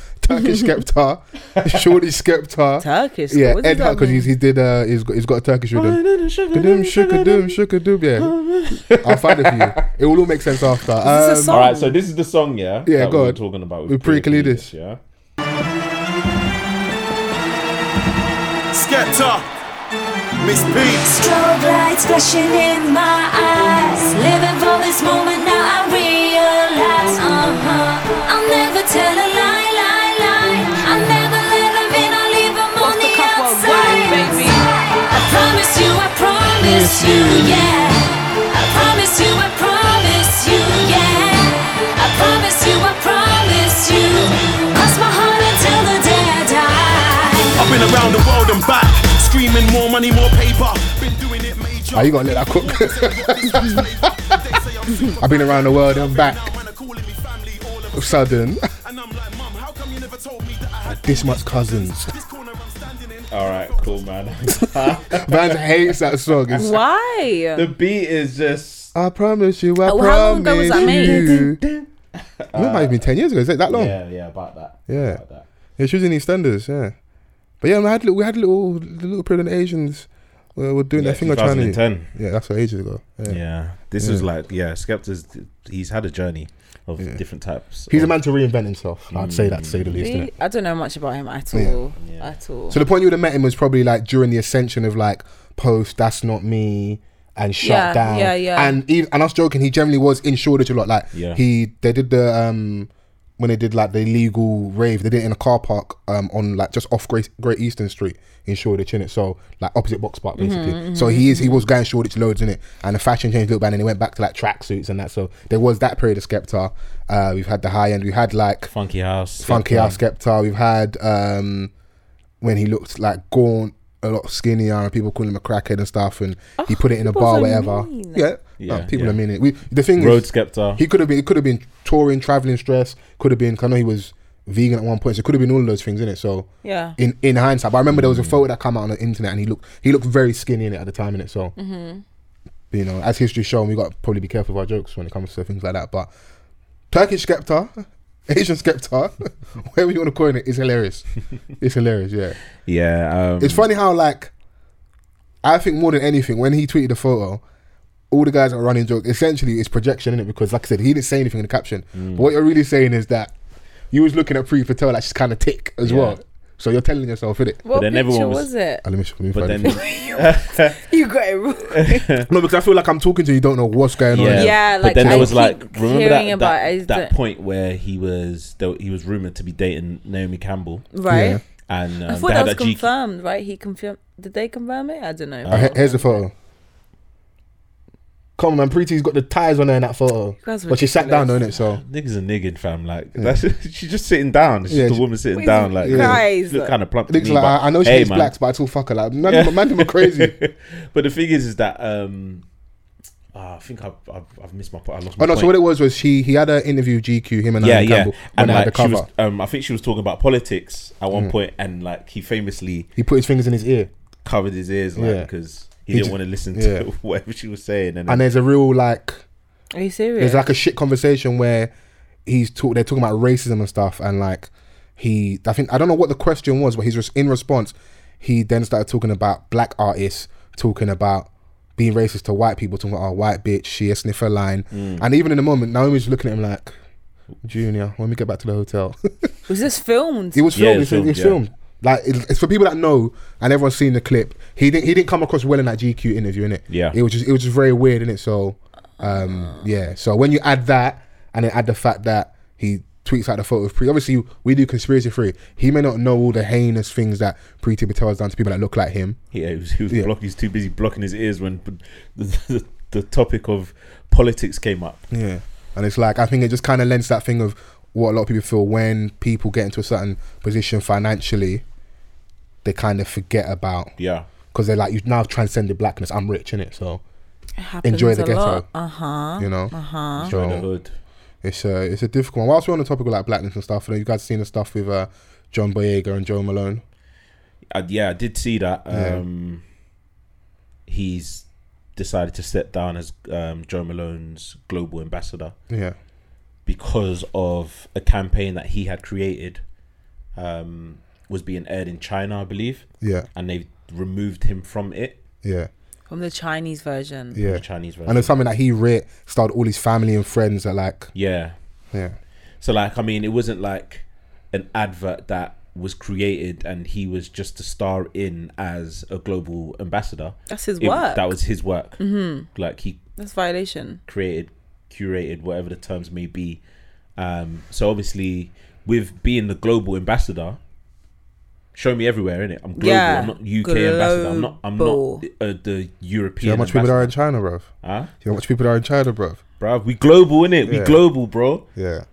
Speaker 2: Turkish Skepta, Shoreditch Skepta,
Speaker 3: Turkish.
Speaker 2: yeah,
Speaker 3: what does
Speaker 2: Ed
Speaker 3: that
Speaker 2: Hardy because
Speaker 3: mean?
Speaker 2: he did uh he's got he's got a Turkish
Speaker 3: Oh,
Speaker 2: rhythm. Kadoom, shakadoom, shakadoom, yeah. I'll find it for you. It will all make sense after.
Speaker 3: Is Oh, this a
Speaker 2: Um,
Speaker 3: song?
Speaker 1: All right, so this is the song, yeah.
Speaker 2: Yeah,
Speaker 1: that
Speaker 2: go
Speaker 1: we were
Speaker 2: on.
Speaker 1: talking about
Speaker 2: With Priya Kalidas.
Speaker 1: yeah.
Speaker 4: Skepta, Miss Beats.
Speaker 5: Strobe lights flashing in my eyes. Living for this moment now, I realize. Uh huh. I'll never tell a lie, lie, lie. I never let 'em in, I leave 'em on
Speaker 3: Off the
Speaker 5: the
Speaker 3: cuff, one
Speaker 5: outside.
Speaker 3: word, baby.
Speaker 5: I promise you, I promise you, yeah. I promise you, I promise you, yeah. I promise you, I promise you. Cross my heart until the day I die.
Speaker 4: I've been around the world and back, screaming more money, more paper. Been doing it major.
Speaker 2: Oh, you gotta let that cook. I've been around the world and back. Sudden, this much cousins.
Speaker 1: All right, cool, man.
Speaker 2: Vans hates that song. It's,
Speaker 3: Why?
Speaker 1: the beat is just
Speaker 2: I promise you, I
Speaker 3: Oh,
Speaker 2: promise
Speaker 3: how long ago was that made?
Speaker 2: you. It might have been ten years ago. Is it that long?
Speaker 1: yeah, yeah, about that.
Speaker 2: Yeah.
Speaker 1: about that.
Speaker 2: Yeah, she was in EastEnders, yeah. But yeah, we had little, we had little the little period of Asians uh, were doing
Speaker 1: Yeah,
Speaker 2: their thing on China.
Speaker 1: 2010.
Speaker 2: Yeah, that's what ages ago. Yeah.
Speaker 1: Yeah, this is like yeah, Skepta's. He's had a journey of
Speaker 2: Yeah.
Speaker 1: different types.
Speaker 2: He's a
Speaker 1: of-
Speaker 2: man to reinvent himself. I'd say that to say the least. innit?
Speaker 3: I don't know much about him at all.
Speaker 2: Yeah.
Speaker 1: Yeah.
Speaker 3: At all.
Speaker 2: So the point you would have met him was probably like during the ascension of like post that's not me and shut
Speaker 3: Yeah,
Speaker 2: down.
Speaker 3: yeah, yeah.
Speaker 2: And even, and I was joking, he generally was in Shoreditch a lot. Like
Speaker 1: Yeah.
Speaker 2: he they did the um when they did like the illegal rave, they did it in a car park um on like just off Great Great Eastern Street in Shoreditch, innit? So like opposite box park basically.
Speaker 3: Mm-hmm,
Speaker 2: So he is he was going Shoreditch loads, innit? And the fashion changed a little bit and he went back to like tracksuits and that. So there was that period of Skepta. Uh we've had the high end, we had like
Speaker 1: Funky house.
Speaker 2: Funky
Speaker 1: Skepta.
Speaker 2: Al Skepta. We've had um, when he looked like gaunt, a lot skinnier, and people calling him a crackhead and stuff, and he put it in a
Speaker 3: people
Speaker 2: bar,
Speaker 3: are
Speaker 2: whatever.
Speaker 3: mean.
Speaker 2: Yeah,
Speaker 1: Yeah,
Speaker 2: no, people
Speaker 1: yeah.
Speaker 2: are mean it. We, the thing
Speaker 1: Um, Road
Speaker 2: is,
Speaker 1: Skepta.
Speaker 2: he could have been. It could have been touring, traveling stress. Could have been. 'cause I know he was vegan at one point, so it could have been all of those things in it. So
Speaker 3: yeah.
Speaker 2: in in hindsight, but I remember there was a photo that came out on the internet, and he looked he looked very skinny in it at the time in it. So you know, as history's shown, we got to probably be careful of our jokes when it comes to things like that. But Turkish Skepta, Asian Skepta, whatever you want to call it, is hilarious. it's hilarious, yeah.
Speaker 1: Yeah, um,
Speaker 2: It's funny how like I think more than anything when he tweeted the photo, all the guys that are running jokes, essentially it's projection, in it? Because like I said, he didn't say anything in the caption. But what you're really saying is that you was looking at Pre Patel like she's kind of tick as
Speaker 1: Yeah.
Speaker 2: well. So you're telling yourself, innit?
Speaker 3: What
Speaker 1: then
Speaker 3: picture
Speaker 1: everyone
Speaker 3: was,
Speaker 1: was-
Speaker 3: it?
Speaker 2: Ah, let me sh- let me
Speaker 1: But
Speaker 2: find
Speaker 1: then,
Speaker 2: it.
Speaker 3: You got it wrong.
Speaker 2: no, because I feel like I'm talking to you, you don't know what's going on.
Speaker 1: yeah,
Speaker 2: innit?
Speaker 3: Yeah,
Speaker 1: but
Speaker 3: like,
Speaker 1: then
Speaker 3: I
Speaker 1: there was
Speaker 3: keep
Speaker 1: like, remember
Speaker 3: hearing
Speaker 1: that
Speaker 3: about it, I
Speaker 1: that, that
Speaker 3: don't-
Speaker 1: point where he was there, he was rumored to be dating Naomi Campbell,
Speaker 3: Right.
Speaker 2: Yeah.
Speaker 1: and um,
Speaker 3: I thought
Speaker 1: they
Speaker 3: that
Speaker 1: had
Speaker 3: was
Speaker 1: that GQ
Speaker 3: confirmed, right? He confirmed. Did they confirm it? I don't know.
Speaker 2: Oh, he- here's the photo. Come on, man. Preeti's got the ties on her in that photo.
Speaker 3: guys are
Speaker 2: But she sat down, though, innit? So.
Speaker 1: Niggas are nigging, fam. Like that's she's just sitting down. She's
Speaker 2: Yeah,
Speaker 1: just a
Speaker 2: she-
Speaker 1: woman sitting
Speaker 3: Please,
Speaker 1: down. Like
Speaker 3: guys.
Speaker 1: look kind of plump. to
Speaker 2: Niggas
Speaker 1: me,
Speaker 2: like,
Speaker 1: but
Speaker 2: I, I know she
Speaker 1: hey,
Speaker 2: hates
Speaker 1: man.
Speaker 2: blacks, but I still fuck her. Like, man, man, them are crazy.
Speaker 1: but the thing is, is that um, ah, I think I've, I've I've missed my point. I lost my
Speaker 2: Oh no!
Speaker 1: point.
Speaker 2: So what it was was she he had an interview GQ him and
Speaker 1: yeah,
Speaker 2: Naomi
Speaker 1: yeah,
Speaker 2: Campbell when
Speaker 1: and
Speaker 2: they had the
Speaker 1: like she
Speaker 2: cover. Mm.
Speaker 1: was, um, I think she was talking about politics at one point, and like he famously
Speaker 2: he put his fingers in his ear,
Speaker 1: covered his ears, like
Speaker 2: Yeah.
Speaker 1: because he,
Speaker 2: He
Speaker 1: didn't
Speaker 2: ju-
Speaker 1: want to listen
Speaker 2: yeah.
Speaker 1: to whatever she was saying, and, uh,
Speaker 2: and there's a real like
Speaker 3: Are you serious?
Speaker 2: there's like a shit conversation where he's talk they're talking about racism and stuff, and like he I think I don't know what the question was, but he's just in response he then started talking about black artists talking about being racist to white people, talking about oh, white bitch, she a sniffer line, and even in the moment Naomi's looking at him like. Junior, when we get back to the hotel,
Speaker 3: was this filmed?
Speaker 2: It was
Speaker 1: Yeah,
Speaker 2: filmed.
Speaker 1: it's
Speaker 2: it's it's
Speaker 1: filmed,
Speaker 2: filmed. Like it's it's for people that know and everyone's seen the clip. He didn't. He didn't come across well in that GQ interview, innit?
Speaker 1: Yeah.
Speaker 2: It was just. It was just very weird, innit? So, um, yeah. So when you add that and then add the fact that he tweets out the photo of Pre. Obviously, we do conspiracy theory. He may not know all the heinous things that Preeti Patel has done to people that look like him.
Speaker 1: yeah, he was, he was
Speaker 2: Yeah.
Speaker 1: block, he's too busy blocking his ears when the, the, the topic of politics came up.
Speaker 2: Yeah. And it's like I think it just kind of lends that thing of what a lot of people feel when people get into a certain position financially, they kind of forget about
Speaker 1: Yeah,
Speaker 2: because they're like you've now transcended blackness. I'm rich in it, so
Speaker 3: It
Speaker 2: enjoy the ghetto.
Speaker 3: Uh huh.
Speaker 2: you know.
Speaker 3: Uh huh.
Speaker 1: Join the
Speaker 2: So
Speaker 1: hood.
Speaker 2: it's a it's a difficult one. Whilst we're on the topic of like blackness and stuff, you, know, you guys seen the stuff with uh, John Boyega and Joe Malone.
Speaker 1: I, yeah, I did see that.
Speaker 2: Yeah.
Speaker 1: Um, He's decided to step down as um, Joe Malone's global ambassador
Speaker 2: Yeah,
Speaker 1: because of a campaign that he had created. Um, was being aired in China, I believe,
Speaker 2: yeah,
Speaker 1: and they removed him from it.
Speaker 2: yeah,
Speaker 3: From the Chinese version.
Speaker 1: from
Speaker 2: yeah.
Speaker 1: the Chinese version.
Speaker 2: And it's something that he writ starred all his family and friends are like,
Speaker 1: yeah,
Speaker 2: yeah,
Speaker 1: So like, I mean, it wasn't like an advert that was created and he was just to star in as a global ambassador.
Speaker 3: That's his
Speaker 1: It-
Speaker 3: work.
Speaker 1: That was his work. Mm-hmm. Like he
Speaker 3: That's violation.
Speaker 1: created, curated, whatever the terms may be. Um, so obviously, with being the global ambassador, show me everywhere in it. I'm global.
Speaker 3: Yeah,
Speaker 1: I'm not UK ambassador. I'm not. I'm
Speaker 3: global.
Speaker 1: not uh, the
Speaker 2: Do you
Speaker 1: European.
Speaker 2: know how much people there are
Speaker 1: ambassador.
Speaker 2: in China, bruv? Do
Speaker 1: Huh?
Speaker 2: you know how much people there are in China, bruv?
Speaker 1: Bruv, we global in it. We
Speaker 2: Yeah.
Speaker 1: global, bro.
Speaker 2: Yeah,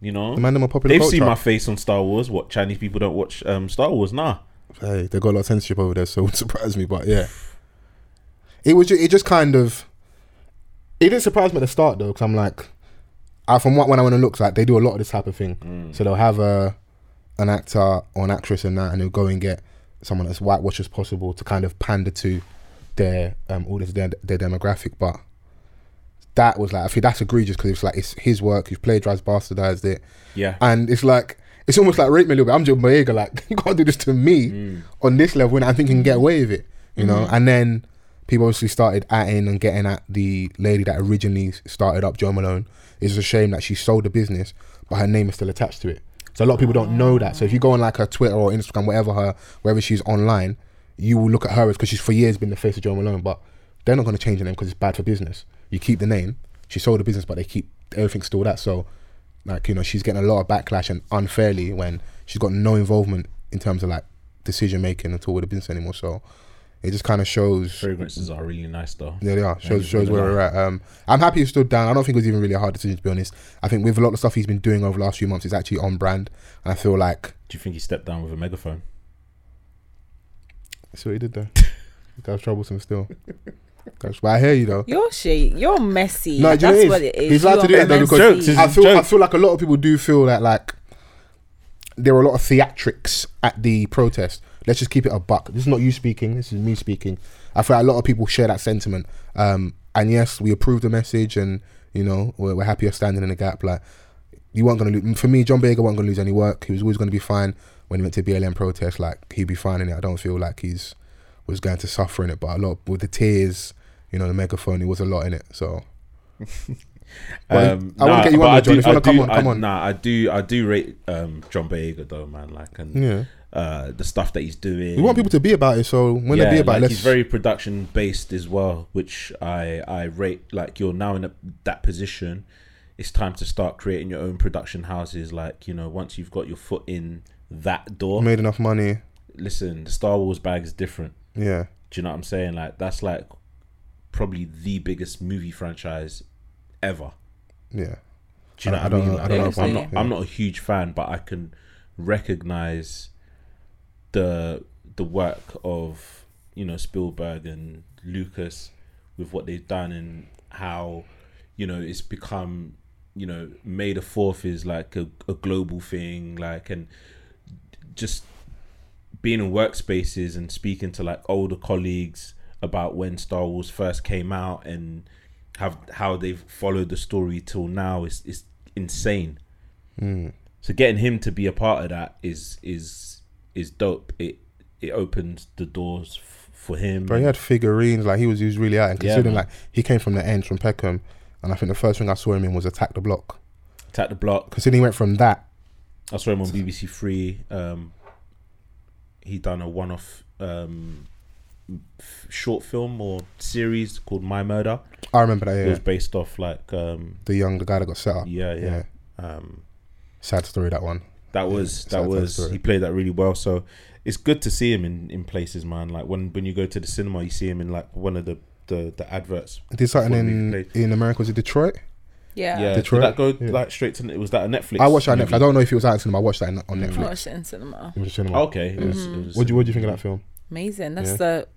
Speaker 1: You know,
Speaker 2: the man them are popular.
Speaker 1: They've
Speaker 2: culture.
Speaker 1: seen my face on Star Wars. What Chinese people don't watch um, Star Wars? Nah.
Speaker 2: hey, they got a lot of censorship over there, so it wouldn't surprise me. But yeah, it was. Ju- it just kind of. It didn't surprise me at the start though, because I'm like, I, from what when I went and looked, like they do a lot of this type of thing. So they'll have a an actor or an actress and that, and they'll go and get someone as whitewashed as possible to kind of pander to their um audience, their their demographic. But that was like, I think that's egregious because it's like it's his work. He's plagiarized, bastardized it.
Speaker 1: Yeah.
Speaker 2: And it's like it's almost like rape me a little bit. I'm Joe Boyega, like you can't do this to me on this level, and I think you can get away with it, you know. And then people obviously started atting and getting at the lady that originally started up Joe Malone. It's a shame that she sold the business, but her name is still attached to it. So a lot of people don't know that. So if you go on like her Twitter or Instagram, whatever her wherever she's online, you will look at her as because she's for years been the face of Joe Malone, but they're not going to change the name because it's bad for business. You keep the name. She sold the business, but they keep everything still that. So like you know she's getting a lot of backlash and unfairly when she's got no involvement in terms of like decision making at all with the business anymore so it just kind of shows
Speaker 1: Fragrances are really nice though.
Speaker 2: yeah, they are. Shows,
Speaker 1: he's
Speaker 2: shows
Speaker 1: really
Speaker 2: where we're at. Um, I'm happy he stood down. I don't think it was even really a hard decision, to be honest. I think with a lot of stuff he's been doing over the last few months, it's actually on brand. And I feel like.
Speaker 1: Do you think he stepped down with a megaphone?
Speaker 2: See what he did there? That was troublesome still. Gosh, but I hear you though.
Speaker 3: You're shit. You're messy.
Speaker 2: No,
Speaker 3: That's
Speaker 2: do you know
Speaker 3: what
Speaker 2: it
Speaker 3: it
Speaker 2: is?
Speaker 3: is.
Speaker 2: He's allowed
Speaker 3: You
Speaker 2: to do
Speaker 3: are
Speaker 2: that though because
Speaker 3: messy.
Speaker 1: Jokes is-
Speaker 2: I feel I
Speaker 1: Jokes.
Speaker 2: feel like a lot of people do feel that like there were a lot of theatrics at the protest. Let's just keep it a buck. This is not you speaking. This is me speaking. I feel like a lot of people share that sentiment. Um, and yes, we approve the message, and you know we're, we're happy you're standing in the gap. Like you weren't gonna lose. For me, John Baker wasn't gonna lose any work. He was always gonna be fine when he went to BLM protest. Like he'd be fine in it. I don't feel like he's was going to suffer in it, but a lot with the tears, you know, the megaphone. It was a lot in it. So Well,
Speaker 1: Um,
Speaker 2: I wanna
Speaker 1: nah,
Speaker 2: get you
Speaker 1: but
Speaker 2: on there,
Speaker 1: I do-
Speaker 2: John, if you
Speaker 1: I
Speaker 2: wanna come
Speaker 1: do-
Speaker 2: on, come
Speaker 1: I-
Speaker 2: on.
Speaker 1: Nah, I do, I do rate um, John Boyega though, man. Like, and
Speaker 2: yeah,
Speaker 1: uh, the stuff that he's doing.
Speaker 2: we want people to be about it. So when
Speaker 1: Yeah,
Speaker 2: they be about
Speaker 1: like
Speaker 2: it, let's.
Speaker 1: he's very production based as well, which I I rate. Like you're now in a, that position, it's time to start creating your own production houses. Like you know, once you've got your foot in that door,
Speaker 2: made enough money.
Speaker 1: listen, the Star Wars bag is different.
Speaker 2: Yeah,
Speaker 1: Do you know what I'm saying? Like that's like probably the biggest movie franchise ever.
Speaker 2: yeah.
Speaker 1: Do you know what
Speaker 2: I- I
Speaker 1: I
Speaker 2: don't
Speaker 1: mean?
Speaker 2: know- I
Speaker 1: Like,
Speaker 2: don't
Speaker 3: know
Speaker 1: I'm
Speaker 3: if
Speaker 1: not.
Speaker 3: I'm-
Speaker 1: I'm not, a huge fan, but I can recognize the the work of you know Spielberg and Lucas with what they've done and how you know it's become you know May the Fourth is like a, a global thing, like and just being in workspaces and speaking to like older colleagues about when Star Wars first came out and have how they've followed the story till now is is insane. So getting him to be a part of that is is is dope. It it opens the doors f- for him.
Speaker 2: But he had figurines, like he was, he was really out. And
Speaker 1: Mm. Yeah,
Speaker 2: considering,
Speaker 1: man.
Speaker 2: like, he came from the end, from Peckham, and I think the first thing I saw him in was Attack the Block.
Speaker 1: Attack the block.
Speaker 2: Considering he went from that,
Speaker 1: I saw him on BBC Three. Um, he done a one-off um, f- short film or series called My Murder.
Speaker 2: I remember that,
Speaker 1: It
Speaker 2: yeah.
Speaker 1: was based off like um,
Speaker 2: The young, the guy that got set up.
Speaker 1: yeah, yeah. Um,
Speaker 2: Sad story, that one.
Speaker 1: That was
Speaker 2: sad,
Speaker 1: that
Speaker 2: sad
Speaker 1: was
Speaker 2: story.
Speaker 1: he played that really well. So it's good to see him in, in places, man. Like when when you go to the cinema, you see him in like one of the the, the adverts.
Speaker 2: He did something
Speaker 1: Before
Speaker 2: in,
Speaker 1: we played.
Speaker 2: in America, was it Detroit?
Speaker 3: Yeah.
Speaker 1: yeah,
Speaker 2: Detroit?
Speaker 1: did that go
Speaker 2: Yeah.
Speaker 1: like straight to? Was that a Netflix?
Speaker 2: I watched that on
Speaker 1: movie? Mm.
Speaker 2: Netflix. I don't know if it was out in cinema. I watched that in, on
Speaker 3: I
Speaker 2: Netflix.
Speaker 3: watched it in cinema.
Speaker 2: It was a cinema.
Speaker 1: Okay, it was, it was-
Speaker 2: What do you What do you think of that film?
Speaker 3: Amazing. That's
Speaker 2: Yeah.
Speaker 3: the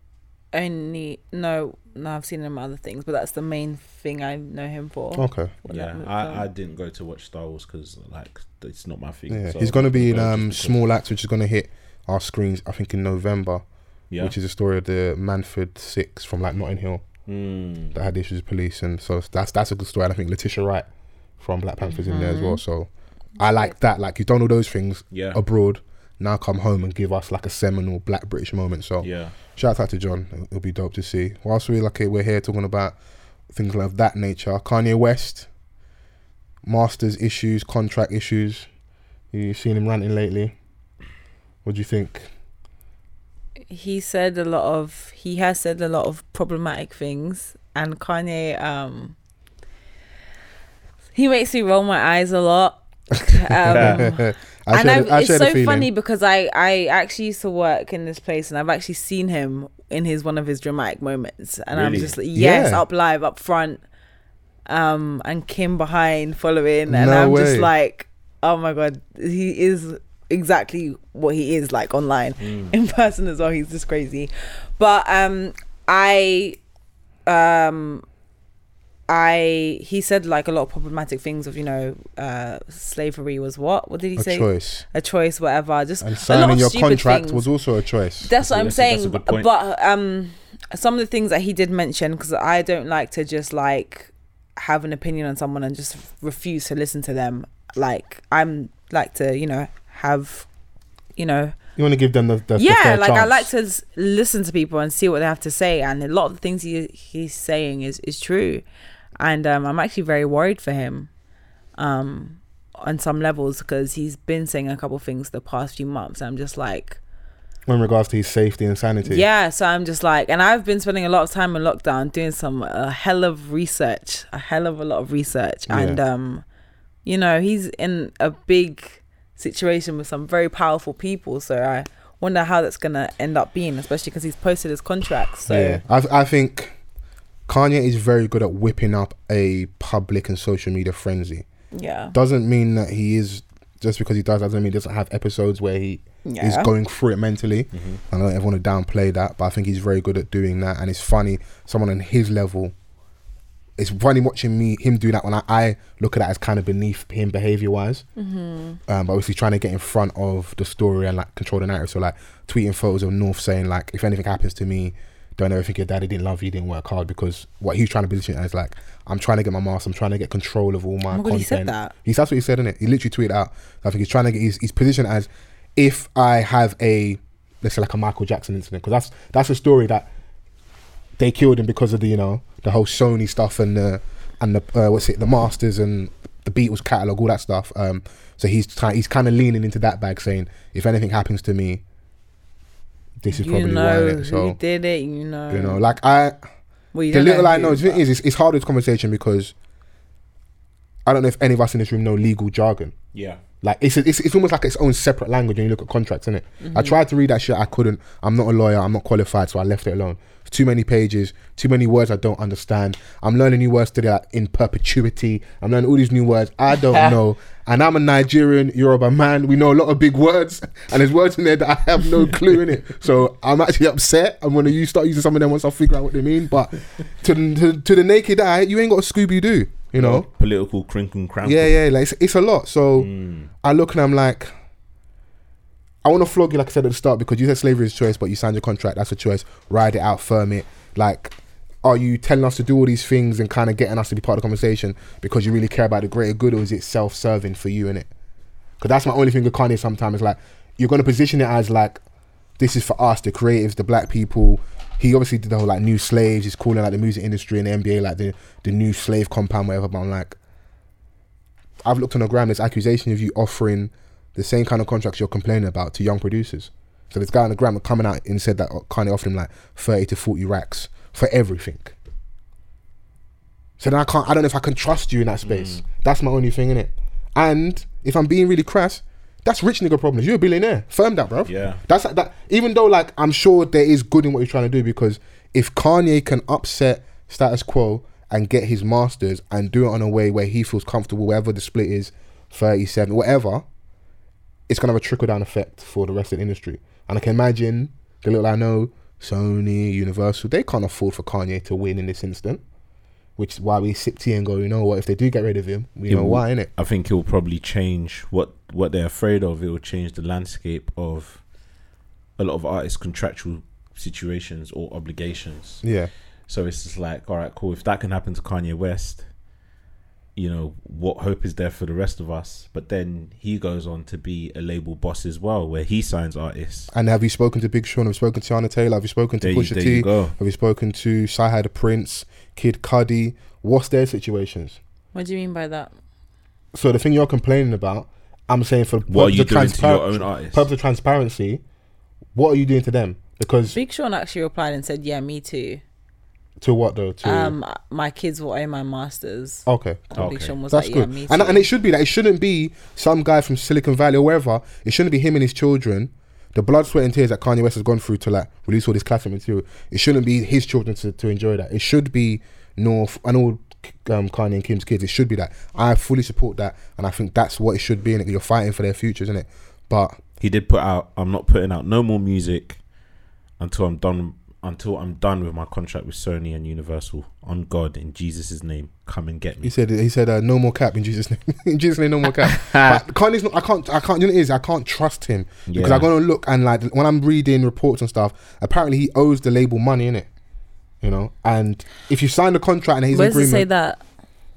Speaker 3: only no no I've seen him in other things, but that's the main thing I know him for.
Speaker 2: Okay.
Speaker 3: for that
Speaker 1: Yeah,
Speaker 3: mo- film.
Speaker 1: I, I didn't go to watch Star Wars because like it's not my thing.
Speaker 2: Yeah.
Speaker 1: so
Speaker 2: He's going to be in
Speaker 1: Just
Speaker 2: um,
Speaker 1: because-
Speaker 2: Small Axe, which is going to hit our screens, I think, in November,
Speaker 1: Yeah.
Speaker 2: which is the story of the Manford Six from, like, Notting Hill.
Speaker 1: Mm.
Speaker 2: that had issues with police, and so that's that's a good story. And I think Letitia Wright from Black Panther's in there as
Speaker 3: Mm-hmm.
Speaker 2: well. So I like that. Like you've done all those things
Speaker 1: Yeah.
Speaker 2: abroad, now come home and give us like a seminal Black British moment. So
Speaker 1: Yeah.
Speaker 2: shout out to John. It'll- It'll be dope to see. Whilst we're like we're here talking about things of that nature, Kanye West, masters issues, contract issues. You seen him ranting lately? What do you think?
Speaker 3: he said a lot of he has said a lot of problematic things and Kanye um he makes me roll my eyes a lot. Um,
Speaker 2: I
Speaker 3: and
Speaker 2: share the-
Speaker 3: I've,
Speaker 2: I
Speaker 3: it's
Speaker 2: share
Speaker 3: so
Speaker 2: the feeling.
Speaker 3: funny because I, I actually used to work in this place and I've actually seen him in his one of his dramatic moments and I'm
Speaker 1: Really?
Speaker 3: just like, yes
Speaker 2: Yeah.
Speaker 3: up live up front um and Kim behind following and
Speaker 2: No
Speaker 3: I'm
Speaker 2: way.
Speaker 3: just like oh my god he is exactly what he is like online in person as well he's just crazy but um I um I he said like a lot of problematic things of you know uh slavery was what what did he
Speaker 2: A
Speaker 3: say
Speaker 2: choice.
Speaker 3: a choice, whatever. Just
Speaker 2: And
Speaker 3: a lot
Speaker 2: signing
Speaker 3: of
Speaker 2: your
Speaker 3: stupid
Speaker 2: contract
Speaker 3: things.
Speaker 2: was also a choice.
Speaker 3: That's what I'm
Speaker 1: That's a- that's a
Speaker 3: saying.
Speaker 1: good point.
Speaker 3: But um, some of the things that he did mention, because I don't like to just like have an opinion on someone and just refuse to listen to them. Like I'm like to you know have you know
Speaker 2: You want to give them the, the the
Speaker 3: yeah
Speaker 2: fair
Speaker 3: like I
Speaker 2: chance.
Speaker 3: like to s- listen to people and see what they have to say and a lot of the things he he's saying is is true, and um, I'm actually very worried for him. Um, on some levels, because he's been saying a couple things the past few months, and I'm just like,
Speaker 2: in regards to his safety and sanity.
Speaker 3: yeah, so I'm just like, and I've been spending a lot of time in lockdown doing some a hell of research, a hell of a lot of research,
Speaker 2: Yeah.
Speaker 3: and um, you know, he's in a big situation with some very powerful people, so I wonder how that's gonna end up being, especially because he's posted his contract. So
Speaker 2: yeah. I, I think Kanye is very good at whipping up a public and social media frenzy.
Speaker 3: yeah,
Speaker 2: Doesn't mean that he is just because he does doesn't mean he doesn't have episodes where he is
Speaker 3: Yeah.
Speaker 2: going through it mentally. I know everyone to downplay that, but I think he's very good at doing that, and it's funny. Someone on his level. It's funny watching me him do that when I, I look at that as kind of beneath him behavior wise. um, but obviously trying to get in front of the story and like control the narrative. So like tweeting photos of North saying like, if anything happens to me, don't ever think your daddy didn't love you, didn't work hard because what he's trying to position it as like, I'm trying to get my mask, I'm trying to get control of all my
Speaker 3: Oh my God,
Speaker 2: content.
Speaker 3: he said that.
Speaker 2: He's that's what he said in it. He literally tweeted out. I think he's trying to get he's, he's positioned as if I have a let's say like a Michael Jackson incident because that's that's a story that they killed him because of the you know the whole Sony stuff and the and the uh, what's it the Masters and the Beatles catalog all that stuff. Um, so he's try- he's kind of leaning into that bag, saying if anything happens to me, this is
Speaker 3: You
Speaker 2: probably
Speaker 3: know
Speaker 2: why. innit?
Speaker 3: who
Speaker 2: So
Speaker 3: did it. You know.
Speaker 2: you know, like I
Speaker 3: Well, you
Speaker 2: the
Speaker 3: don't
Speaker 2: little I
Speaker 3: who,
Speaker 2: know, the
Speaker 3: but-
Speaker 2: thing is, it's, it's hard with this conversation because I don't know if any of us in this room know legal jargon.
Speaker 1: Yeah.
Speaker 2: Like it's, it's it's almost like its own separate language when you look at contracts, innit? I tried to read that shit, I couldn't. I'm not a lawyer, I'm not qualified, so I left it alone. It's too many pages, too many words I don't understand. I'm learning new words today, like in perpetuity. I'm learning all these new words I don't know. And I'm a Nigerian Yoruba man. We know a lot of big words, and there's words in there that I have no clue in it. So I'm actually upset. I'm gonna use, start using some of them once I figure out what they mean. But to to, to the naked eye, you ain't got a Scooby Doo, you know.
Speaker 1: Political crink and crank.
Speaker 2: Oh. Yeah, yeah, like it's, it's a lot. So I look and I'm like, I want to flog you, like I said at the start, because you said slavery is a choice, but you signed your contract. That's a choice. Ride it out, firm it. Like, are you telling us to do all these things and kind of getting us to be part of the conversation because you really care about the greater good, or is it self-serving for you in it? Because that's my only thing with Kanye. Sometimes like you're gonna position it as like this is for us, the creatives, the black people. He obviously did the whole like new slaves. He's calling like the music industry and the NBA like the the new slave compound, whatever. But I'm like, I've looked on the gram. There's accusation of you offering the same kind of contracts you're complaining about to young producers. So this guy on the gram coming out and said that uh, Kanye offered him like thirty to forty racks for everything. So then I can't. I don't know if I can trust you in that space. That's my only thing in it. And if I'm being really crass, that's rich nigga problems. You're a billionaire. Firm that, bro.
Speaker 1: Yeah.
Speaker 2: That's that. Even though, like, I'm sure there is good in what you're trying to do because if Kanye can upset status quo and get his masters and do it on a way where he feels comfortable, wherever the split is, thirty-seven, whatever, it's gonna have a trickle down effect for the rest of the industry. And I can imagine the little I know, Sony, Universal, they can't afford for Kanye to win in this instant. Which is why we sip tea and go, you know what, if they do get rid of him, we
Speaker 1: It
Speaker 2: know
Speaker 1: will-
Speaker 2: why, innit?
Speaker 1: I think it'll probably change what what they're afraid of. It will change the landscape of a lot of artists' contractual situations or obligations.
Speaker 2: Yeah.
Speaker 1: So it's just like, all right, cool. If that can happen to Kanye West, you know, what hope is there for the rest of us? But then he goes on to be a label boss as well, where he signs artists.
Speaker 2: And have you spoken to Big Sean? Have you spoken to Tiana Taylor? Have you spoken to
Speaker 1: There you-
Speaker 2: Pusha
Speaker 1: there
Speaker 2: T?
Speaker 1: you go.
Speaker 2: Have you spoken to Sahai the Prince, Kid Cudi? What's their situations?
Speaker 3: What do you mean by that?
Speaker 2: So the thing you're complaining about, I'm saying for
Speaker 1: What are
Speaker 2: purpose
Speaker 1: you
Speaker 2: of
Speaker 1: doing to your
Speaker 2: transpar-
Speaker 1: own artists?
Speaker 2: Purpose of transparency, what are you doing to them? Because
Speaker 3: Big Sean actually replied and said, "Yeah, me too.
Speaker 2: to what though? To
Speaker 3: Um, my kids will own my masters."
Speaker 2: Oh, okay,
Speaker 3: And Big
Speaker 1: Okay.
Speaker 3: Sean was
Speaker 2: That's
Speaker 3: like,
Speaker 2: good.
Speaker 3: "Yeah, me too."
Speaker 2: and, and it should be that. It shouldn't be some guy from Silicon Valley or wherever. It shouldn't be him and his children. The blood, sweat, and tears that Kanye West has gone through to like release all this classic material. It shouldn't be his children to, to enjoy that. It should be North and all um, Kanye and Kim's kids. It should be that. I fully support that, and I think that's what it should be. And you're fighting for their futures, isn't it? But
Speaker 1: He did put out, I'm not putting out no more music until I'm done. Until I'm done with my contract with Sony and Universal, on God in Jesus' name, come and get
Speaker 2: He
Speaker 1: me.
Speaker 2: said he said uh, no more cap in Jesus name. in Jesus name, no more cap. but Kanye's not. I can't. I can't. You know what it is. I can't trust him because
Speaker 1: Yeah.
Speaker 2: I'm gonna look and like when I'm reading reports and stuff. Apparently, he owes the label money in it. You know, and if you sign the contract and he's
Speaker 3: Where
Speaker 2: in
Speaker 3: does it say
Speaker 2: agreement,
Speaker 3: that?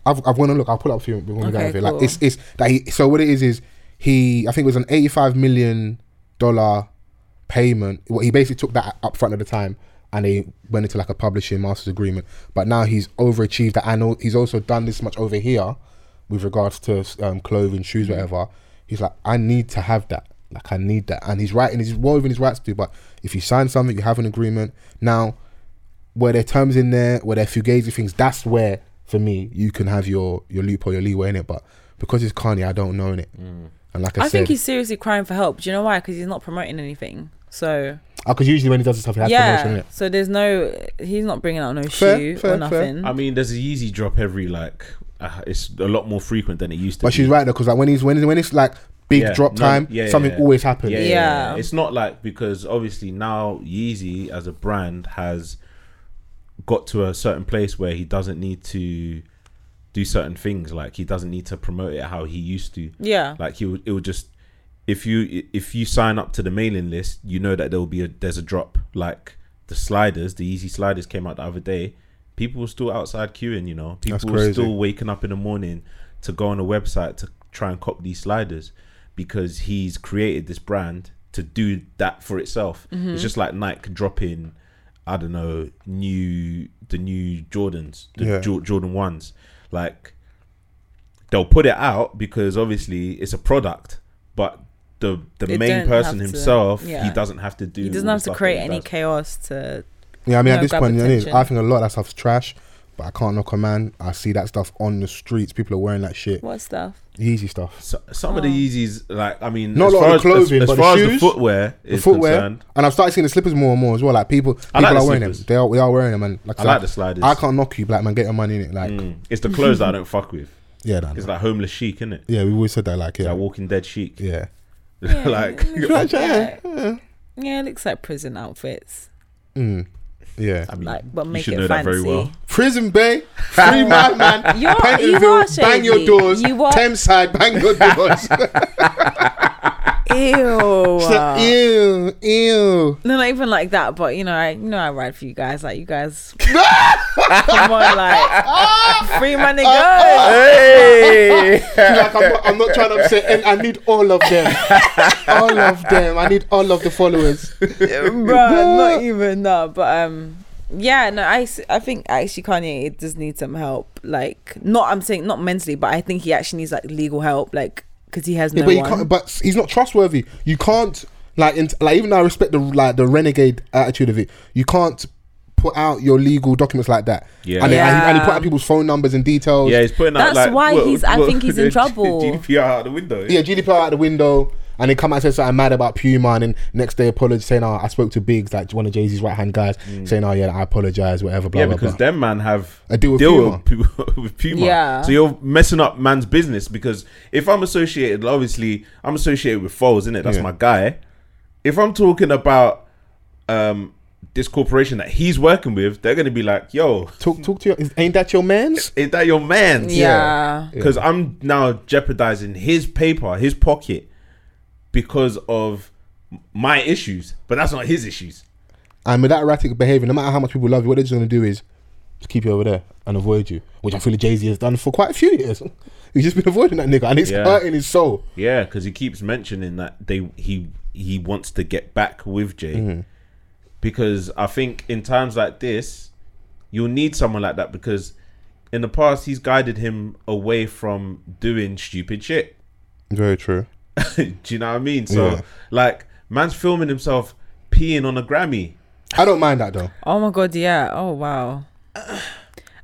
Speaker 2: I've I've gone to look. I'll pull it up for you when we get
Speaker 3: Okay,
Speaker 2: out of it. Like
Speaker 3: cool.
Speaker 2: it's it's that he. So what it is is he. I think it was an 85 million dollar payment. Well, he basically took that up front at the time. And they went into like a publishing master's agreement, but now he's overachieved that. And al- he's also done this much over here, with regards to um, clothing,
Speaker 3: Mm-hmm.
Speaker 2: shoes, whatever. He's like, I need to have that. Like, I need that. And he's right, and he's well within his rights to do. But if you sign something, you have an agreement. Now, where there are terms in there, where there are fugazi things, that's where, for me, you can have your your loophole, your leeway in it. But because it's Kanye, I don't know in it.
Speaker 1: Mm.
Speaker 2: And like I,
Speaker 3: I
Speaker 2: said,
Speaker 3: think he's seriously crying for help. Do you know why? Because he's not promoting anything. So
Speaker 2: because uh, usually when he does this stuff, he has promotion in
Speaker 3: yeah.
Speaker 2: it.
Speaker 3: So there's no. He's not bringing out no
Speaker 2: Fair,
Speaker 3: shoe
Speaker 2: fair,
Speaker 3: or
Speaker 2: fair.
Speaker 3: nothing.
Speaker 1: I mean, there's a Yeezy drop every like, uh, it's a lot more frequent than it used to.
Speaker 2: But
Speaker 1: be.
Speaker 2: she's right though, because like when he's when when it's like big
Speaker 1: Yeah,
Speaker 2: drop
Speaker 1: no,
Speaker 2: time,
Speaker 1: yeah, yeah,
Speaker 2: something
Speaker 1: yeah.
Speaker 2: always happens.
Speaker 1: Yeah, yeah,
Speaker 3: Yeah.
Speaker 1: yeah. It's not like because obviously now Yeezy as a brand has got to a certain place where he doesn't need to do certain things. Like he doesn't need to promote it how he used to.
Speaker 3: yeah.
Speaker 1: Like he would, it would just if you if you sign up to the mailing list, you know that there will be a there's a drop. Like the sliders, the Yeezy sliders came out the other day. People were still outside queuing. You know, people
Speaker 2: That's
Speaker 1: were
Speaker 2: crazy.
Speaker 1: still waking up in the morning to go on a website to try and cop these sliders because he's created this brand to do that for itself. It's just like Nike dropping I don't know, new the new Jordans, the
Speaker 2: Yeah.
Speaker 1: Jor- Jordan ones. Like they'll put it out because obviously it's a product, but the the
Speaker 3: They don't
Speaker 1: main
Speaker 3: have
Speaker 1: person
Speaker 3: to-
Speaker 1: himself, he
Speaker 3: yeah.
Speaker 1: doesn't have to do.
Speaker 3: He doesn't
Speaker 1: all
Speaker 3: have to
Speaker 1: the stuff
Speaker 3: create
Speaker 1: that he
Speaker 3: any
Speaker 1: does.
Speaker 3: chaos to.
Speaker 2: Yeah, I mean,
Speaker 3: No,
Speaker 2: at this
Speaker 3: grab
Speaker 2: point, you know what it is?
Speaker 3: attention.
Speaker 2: I think a lot of that stuff's trash, but I can't knock a man. I see that stuff on the streets. People are wearing that shit.
Speaker 3: What stuff?
Speaker 2: Easy stuff.
Speaker 1: So, some
Speaker 3: Oh.
Speaker 1: of the Yeezys, like I mean,
Speaker 2: Not
Speaker 1: as
Speaker 2: a lot
Speaker 1: far
Speaker 2: of
Speaker 1: as,
Speaker 2: the clothing,
Speaker 1: as, as
Speaker 2: but the
Speaker 1: far as the
Speaker 2: shoes,
Speaker 1: footwear
Speaker 2: The
Speaker 1: is
Speaker 2: footwear,
Speaker 1: concerned,
Speaker 2: and I've started seeing the slippers more and more as well. Like people, people
Speaker 1: I like
Speaker 2: are
Speaker 1: the
Speaker 2: wearing
Speaker 1: slippers.
Speaker 2: them. They are, they are wearing them, and like
Speaker 1: I like the sliders.
Speaker 2: I can't knock you, black man. Get your money in it. Like,
Speaker 1: mm, it's the clothes that I don't fuck with.
Speaker 2: yeah, nah, nah.
Speaker 1: It's like homeless chic, isn't it?
Speaker 2: yeah. We always said that. Like, yeah,
Speaker 1: Like Walking Dead chic.
Speaker 2: yeah.
Speaker 1: like
Speaker 3: Yeah. yeah, it looks like prison outfits.
Speaker 2: Mm. Yeah.
Speaker 1: I mean,
Speaker 3: Like, but
Speaker 1: you
Speaker 3: make
Speaker 1: should
Speaker 3: it
Speaker 1: know
Speaker 3: fancy.
Speaker 1: that very well.
Speaker 2: Prison Bay, free man, man.
Speaker 3: You're-
Speaker 2: Pentonville,
Speaker 3: you are
Speaker 2: bang your
Speaker 3: shady.
Speaker 2: doors.
Speaker 3: You are-
Speaker 2: Thames side, bang your doors.
Speaker 3: Ew.
Speaker 2: ew, ew.
Speaker 3: No, not even like that. But you know, I you know I ride for you guys. Like you guys, come on, like free
Speaker 2: Uh,
Speaker 3: money go.
Speaker 1: Hey,
Speaker 2: Like, I'm, not, I'm not trying to upset, and I need all of them. all of them. I need all of the followers.
Speaker 3: Bruh, not even no. But um, yeah, no, I s- I think actually Kanye does need some help. Like, not I'm saying not mentally, but I think he actually needs like legal help. Like, because he has no
Speaker 2: Yeah, but, you
Speaker 3: one.
Speaker 2: can't, but he's not trustworthy. You can't like in, like even though I respect the like the renegade attitude of it. You can't put out your legal documents like that.
Speaker 1: Yeah.
Speaker 2: And, then- and he, and he
Speaker 3: Yeah.
Speaker 2: put out people's phone numbers and details.
Speaker 1: yeah, he's putting out.
Speaker 3: That's
Speaker 1: like,
Speaker 3: why he's- I think he's in
Speaker 1: the
Speaker 3: trouble.
Speaker 1: GDPR out the window.
Speaker 2: yeah, GDPR out the window. And they come out and say something mad about Puma, and then next day apologize saying, "Oh, I spoke to Biggs, like one of Jay Z's right hand guys, saying, oh yeah, I apologize, whatever,
Speaker 1: Mm.
Speaker 2: blah
Speaker 1: Yeah,
Speaker 2: blah
Speaker 1: because
Speaker 2: blah."
Speaker 1: them man have
Speaker 2: A deal with
Speaker 1: with Puma. with Puma.
Speaker 3: Yeah.
Speaker 1: So you're messing up man's business because if I'm associated, obviously I'm associated with Foles, isn't it? That's
Speaker 2: Yeah.
Speaker 1: my guy. If I'm talking about um this corporation that he's working with, they're gonna be like, "Yo,
Speaker 2: talk, talk to your, is- ain't that your man's?
Speaker 1: is that your man?"
Speaker 3: yeah.
Speaker 1: Because I'm now jeopardizing his paper, his pocket, because of m- my issues. But that's not his issues.
Speaker 2: And with that erratic behavior, no matter how much people love you, what they're just gonna do is just keep you over there and avoid you, which I feel Jay Z has done for quite a few years. He's just been avoiding that nigga, and it's
Speaker 1: Yeah.
Speaker 2: hurting his soul.
Speaker 1: Yeah, because he keeps mentioning that they he he wants to get back with Jay,
Speaker 2: Mm-hmm.
Speaker 1: because I think in times like this, you'll need someone like that because in the past he's guided him away from doing stupid shit.
Speaker 2: Very true.
Speaker 1: Do you know what I mean? So
Speaker 2: Yeah.
Speaker 1: like, man's filming himself peeing on a Grammy.
Speaker 2: I don't mind that though.
Speaker 3: Oh my god, yeah. Oh wow.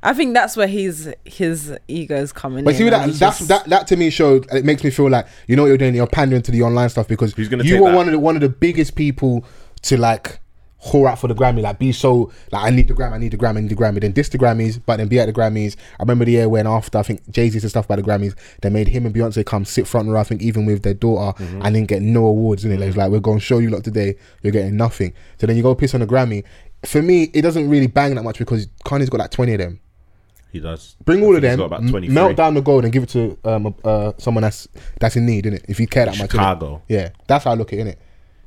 Speaker 3: I think that's where his his ego's coming
Speaker 2: But
Speaker 3: in.
Speaker 2: see
Speaker 3: and
Speaker 2: that
Speaker 3: he's
Speaker 2: that's,
Speaker 3: just-
Speaker 2: that that to me showed it makes me feel like you know what you're doing. You're pandering to the online stuff because
Speaker 1: Who's gonna
Speaker 2: you
Speaker 1: take
Speaker 2: were
Speaker 1: that?
Speaker 2: one of the, one of the biggest people to like whore out for the Grammy, like be so like I need the Grammy, I need the Grammy, I need the Grammy. Then diss the Grammys, but then be at the Grammys. I remember the year when after I think Jay Z said stuff about the Grammys, they made him and Beyonce come sit front row. I think even with their daughter,
Speaker 1: Mm-hmm.
Speaker 2: and then get no awards. In it, it's like we're going to show you lot today. You're getting nothing. So then you go piss on the Grammy. For me, it doesn't really bang that much because Kanye's got like twenty of them.
Speaker 1: He does.
Speaker 2: Bring
Speaker 1: I
Speaker 2: all
Speaker 1: think
Speaker 2: of
Speaker 1: he's
Speaker 2: them,
Speaker 1: got about
Speaker 2: m-
Speaker 1: 23.
Speaker 2: melt down the gold and give it to um, uh, someone that's that's in need, innit? If you care that much, innit?
Speaker 1: Chicago.
Speaker 2: yeah, that's how I look at it,
Speaker 1: Give it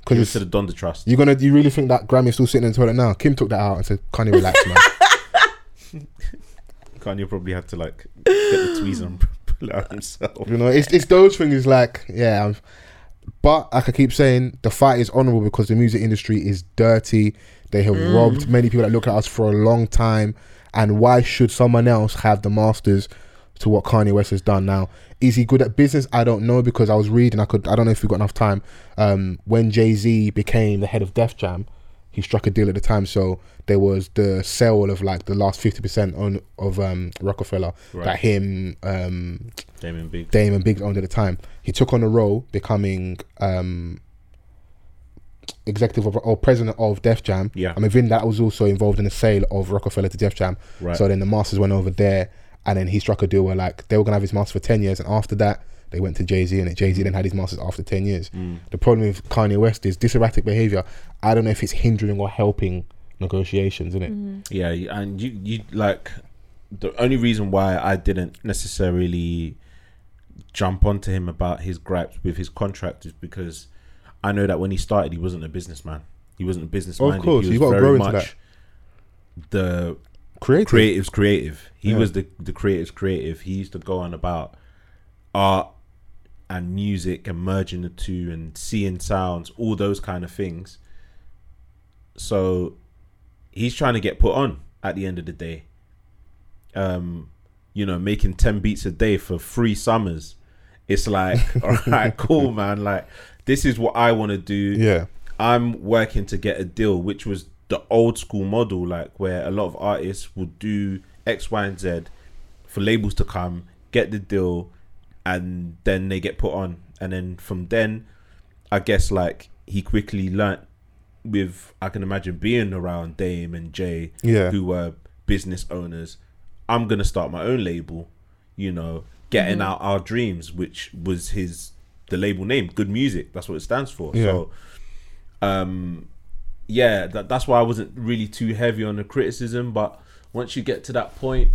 Speaker 2: because
Speaker 1: to the Donda Trust.
Speaker 2: you're gonna, you really think that Grammy's still sitting in the toilet now? Kim took that out and said, "Can't you relax, man?"
Speaker 1: Kanye probably had to like get the tweezer and pull it out himself.
Speaker 2: you know, it's it's those things like yeah, I'm, but like I keep saying, the fight is honourable because the music industry is dirty. They have robbed many people that look at us for a long time, and why should someone else have the masters? To what Kanye West has done now, is he good at business? I don't know because I was reading. I could. I don't know if we got enough time. Um, when Jay Z became the head of Def Jam, he struck a deal at the time. So there was the sale of like the last fifty percent on of um, Rockefeller that him, um,
Speaker 1: Damon Big.
Speaker 2: Dame and Biggs owned at the time. He took on the role becoming um, executive of, or president of Def Jam.
Speaker 1: Yeah.
Speaker 2: I mean, Vin that was also involved in the sale of Rockefeller to Def Jam.
Speaker 1: Right.
Speaker 2: So then the Masters went over there, and then he struck a deal where like they were gonna have his Masters for ten years, and after that they went to Jay Z, and Jay Z then had his Masters after ten years.
Speaker 1: Mm.
Speaker 2: The problem with Kanye West is this erratic behavior. I don't know if it's hindering or helping negotiations, isn't it?
Speaker 1: Yeah, you- and you you like the only reason why I didn't necessarily jump onto him about his gripes with his contract is because I know that when he started, he wasn't a businessman. He wasn't a businessman.
Speaker 2: course,
Speaker 1: he was
Speaker 2: you gotta
Speaker 1: very
Speaker 2: grow into
Speaker 1: much the
Speaker 2: Creative.
Speaker 1: creatives creative. He
Speaker 2: Yeah.
Speaker 1: was the the creatives creative. He used to go on about art and music and merging the two and seeing sounds, all those kind of things. So he's trying to get put on at the end of the day. Um, you know, making ten beats a day for three summers. It's like, all right, cool, man. Like, this is what I want to do.
Speaker 2: Yeah.
Speaker 1: I'm working to get a deal, which was the old school model, like where a lot of artists will do X, Y, and Z for labels to come, get the deal, and then they get put on. And then from then, I guess like he quickly learnt with I can imagine being around Dame and Jay,
Speaker 2: Yeah.
Speaker 1: who were business owners. I'm gonna start my own label, you know, getting
Speaker 2: Mm-hmm.
Speaker 1: out our dreams, which was his the label name, Good Music. That's what it stands for.
Speaker 2: Yeah.
Speaker 1: So um yeah that, that's why i wasn't really too heavy on the criticism but once you get to that point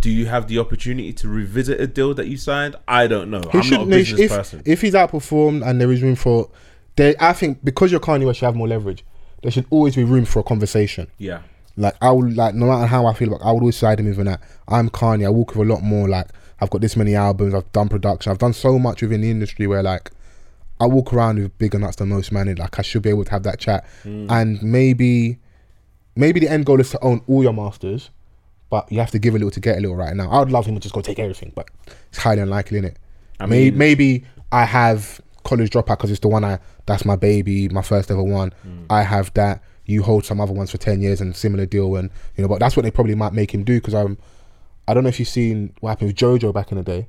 Speaker 1: do you have the opportunity to revisit a deal that you signed i don't know
Speaker 2: He
Speaker 1: i'm not a
Speaker 2: shouldn't- they sh-
Speaker 1: business
Speaker 2: if,
Speaker 1: person
Speaker 2: if he's outperformed and there is room for, there, I think because you're Kanye West, you have more leverage. There should always be room for a conversation.
Speaker 1: yeah
Speaker 2: Like I would like no matter how I feel about, I would always side him even that. I'm Kanye. I walk with a lot more. Like I've got this many albums. I've done production. I've done so much within the industry where like I walk around with bigger nuts than most man. And, like I should be able to have that chat.
Speaker 1: Mm.
Speaker 2: And maybe, maybe the end goal is to own all your masters, but you have to give a little to get a little. Right now, I would love him to just go take everything, but it's highly unlikely, innit? I maybe,
Speaker 1: mean-
Speaker 2: maybe I have college dropout because it's the one I that's my baby, my first ever one. I have that. You hold some other ones for ten years and similar deal, and you know, but that's what they probably might make him do because I'm. I don't know if you've seen what happened with JoJo back in the day.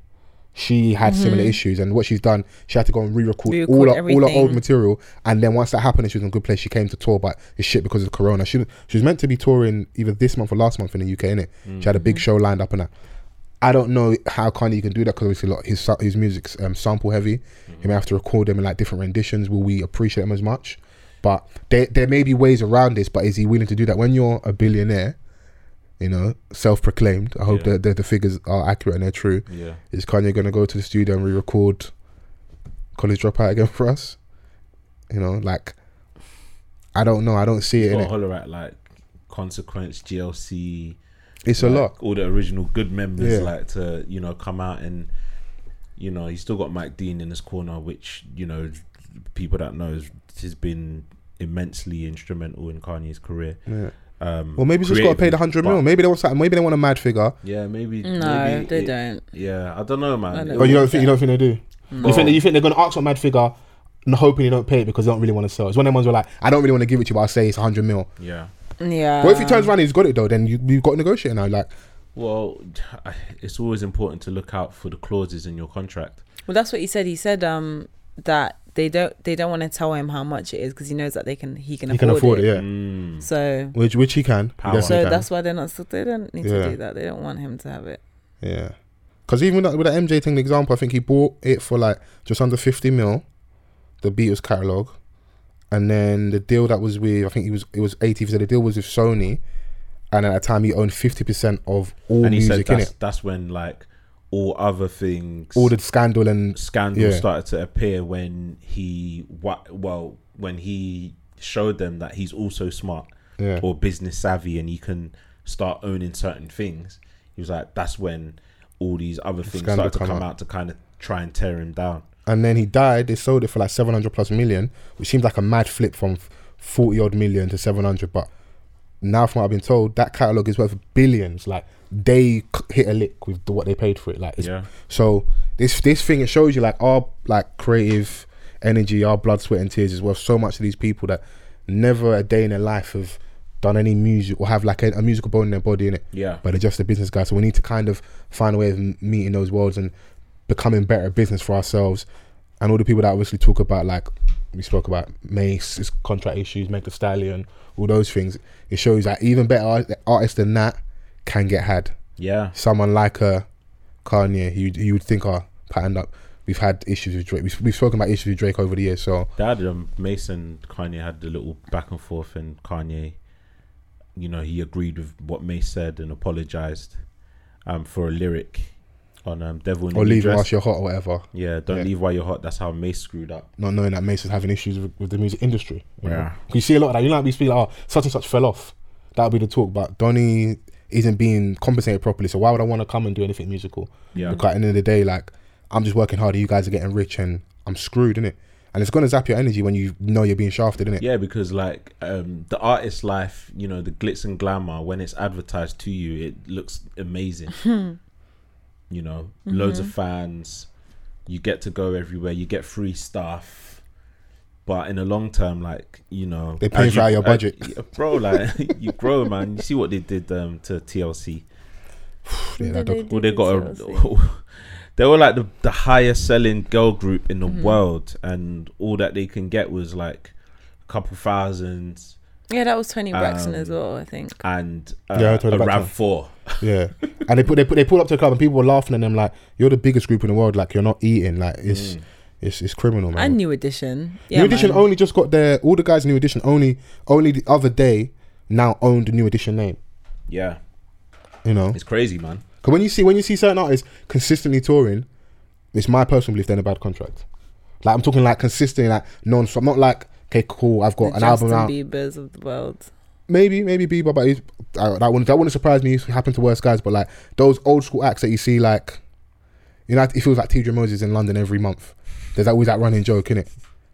Speaker 2: She had similar issues, and what she's done, she had to go and re-record,
Speaker 3: Mm-hmm. Re-record
Speaker 2: all her, all her old
Speaker 3: everything.
Speaker 2: material. And then once that happened, and she was in a good place. She came to tour, but it's shit because of Corona. She was- she was meant to be touring either this month or last month in the UK, innit? She had a big show lined up, and that. I don't know how Kanye can do that because obviously a lot his his music's um, sample heavy. He may have to record them in like different renditions. Will we appreciate them as much? But there there may be ways around this. But is he willing to do that when you're a billionaire? You know, self-proclaimed. I hope
Speaker 1: Yeah.
Speaker 2: that, that the figures are accurate and they're true.
Speaker 1: yeah
Speaker 2: Is Kanye gonna go to the studio and re-record College Dropout again for us? You know, like I don't know. I don't see it.
Speaker 1: got
Speaker 2: In
Speaker 1: to holler at like consequence glc
Speaker 2: It's a
Speaker 1: like,
Speaker 2: lot.
Speaker 1: all the original good members
Speaker 2: Yeah.
Speaker 1: like to you know come out and you know he's still got mike dean in his corner which you know people that know has been immensely instrumental in kanye's career
Speaker 2: Yeah.
Speaker 1: um
Speaker 2: Well, maybe he's just got to pay the hundred
Speaker 1: but-
Speaker 2: mil. Maybe they want something- maybe they want a mad figure.
Speaker 1: Yeah, maybe.
Speaker 3: No,
Speaker 1: maybe
Speaker 3: they
Speaker 1: it-
Speaker 3: don't.
Speaker 1: Yeah, I don't know,
Speaker 3: I
Speaker 1: man.
Speaker 3: don't
Speaker 1: It
Speaker 2: Oh, you
Speaker 1: was-
Speaker 2: don't think you don't think they do? You think you think they're gonna ask for a mad figure, and hoping they don't pay it because they don't really want to sell. It's one of them ones where like I don't really want to give it to you, but I'll say it's hundred mil.
Speaker 1: Yeah.
Speaker 3: Yeah.
Speaker 2: Well, if he
Speaker 1: Ah.
Speaker 2: turns around and he's got it though, then you you've got to negotiate now. Like
Speaker 1: Well, it's always important to look out for the clauses in your contract.
Speaker 3: Well, that's what he said. He said um that they don't they don't want to tell him how much it is because he knows that they can he can
Speaker 2: he
Speaker 3: afford,
Speaker 2: can afford it, yeah.
Speaker 1: Mm.
Speaker 3: So
Speaker 2: Which which he can. He
Speaker 1: Power.
Speaker 2: definitely
Speaker 3: so
Speaker 2: can.
Speaker 3: that's why they're not so they don't need
Speaker 2: Yeah.
Speaker 3: to do that. They don't want him to have it.
Speaker 2: Yeah. Because even with that, with that MJ thing, the example, I think he bought it for like just under 50 mil, the Beatles catalog. And then the deal that was with, I think he was it was 80, so the deal was with Sony. And at that time, he owned 50% of all
Speaker 1: And he said
Speaker 2: music in
Speaker 1: that's,
Speaker 2: it.
Speaker 1: that's when like all other things,
Speaker 2: All the scandal and.
Speaker 1: scandals
Speaker 2: yeah.
Speaker 1: started to appear when he wa- well when he showed them that he's also smart
Speaker 2: Yeah.
Speaker 1: or business savvy and he can start owning certain things. He was like, that's when all these other things
Speaker 2: Scandal
Speaker 1: started to
Speaker 2: come
Speaker 1: come
Speaker 2: out.
Speaker 1: out to kind of try and tear him down.
Speaker 2: And then he died. They sold it for like 700 plus million, which seems like a mad flip from 40 odd million to 700. But now, from what I've been told, that catalog is worth billions. Like they c- hit a lick with the, what they paid for it. Like it's
Speaker 1: Yeah.
Speaker 2: So this this thing it shows you like our like creative energy, our blood, sweat, and tears is worth so much to these people that never a day in their life have done any music or have like a, a musical bone in their body in it.
Speaker 1: Yeah.
Speaker 2: But they're just a business guy, so we need to kind of find a way of m- meeting those worlds and becoming better at business for ourselves. And all the people that obviously talk about like we spoke about Mace's contract issues, Meg Thee Stallion, all those things. It shows that even better art- artists than that can get had
Speaker 1: Yeah.
Speaker 2: someone like a Kanye, you you would think are patterned up. We've had issues with Drake. We've, we've spoken about issues with Drake over the years. So
Speaker 1: They had um, Mason Kanye had the little back and forth, and Kanye, you know, he agreed with what Mace said and apologized um, for a lyric on um, "Devil in
Speaker 2: or
Speaker 1: a New
Speaker 2: Oh, leave
Speaker 1: Dress."
Speaker 2: whilst you're hot or whatever,
Speaker 1: yeah, don't
Speaker 2: Yeah.
Speaker 1: leave while you're hot. That's how Mace screwed up.
Speaker 2: not knowing that Mace is having issues with, with the music industry. You
Speaker 1: Yeah.
Speaker 2: know? you see a lot of that. You know, like we speak like, oh, such and such fell off. That would be the talk. But Donny isn't being compensated properly. So why would I want to come and do anything musical?
Speaker 1: Yeah.
Speaker 2: Mm. Because at the end of the day, like I'm just working hard. You guys are getting rich, and I'm screwed, innit? and it's gonna zap your energy when you know you're being shafted, isn't it?
Speaker 1: Yeah, because like um, the artist life, you know, the glitz and glamour, when it's advertised to you, it looks amazing. you know, loads of fans. You get to go everywhere. You get free stuff. But in the long term, like you know,
Speaker 2: They pay
Speaker 1: as
Speaker 2: for
Speaker 1: you-
Speaker 2: out your
Speaker 1: uh,
Speaker 2: budget.
Speaker 1: yeah, bro. Like you grow, man. You see what they did um, to TLC.
Speaker 2: Yeah, that dog-
Speaker 1: Well, they got a. they were like the, the highest selling girl group in the world, and all that they can get was like a couple thousand
Speaker 3: Yeah, that was Tony Braxton as
Speaker 1: Um,
Speaker 3: well, I think.
Speaker 1: and uh,
Speaker 2: Yeah, I
Speaker 1: a
Speaker 2: told you about
Speaker 1: Rav
Speaker 2: that.
Speaker 1: Four.
Speaker 2: yeah. And they put they put they pulled up to the club and people were laughing at them like you're the biggest group in the world. Like you're not eating. Like it's
Speaker 1: Mm.
Speaker 2: it's it's criminal, man.
Speaker 3: And New Edition. Yeah,
Speaker 2: New Edition
Speaker 3: man.
Speaker 2: only just got their all the guys in New Edition only only the other day now own the New Edition name.
Speaker 1: Yeah,
Speaker 2: You know,
Speaker 1: it's crazy, man.
Speaker 2: because when you see when you see certain artists consistently touring, it's my personal belief they're in a bad contract. Like I'm talking like consistently, like non. So I'm not like okay, cool. I've got
Speaker 3: The
Speaker 2: an
Speaker 3: Justin
Speaker 2: album out.
Speaker 3: Bieber's of the world.
Speaker 2: Maybe maybe Bieber, but he's, I, that wouldn't that wouldn't surprise me. It happened to worse guys, but like those old school acts that you see, like you know, it feels like T.J. Moses in London every month. There's always that running joke in it.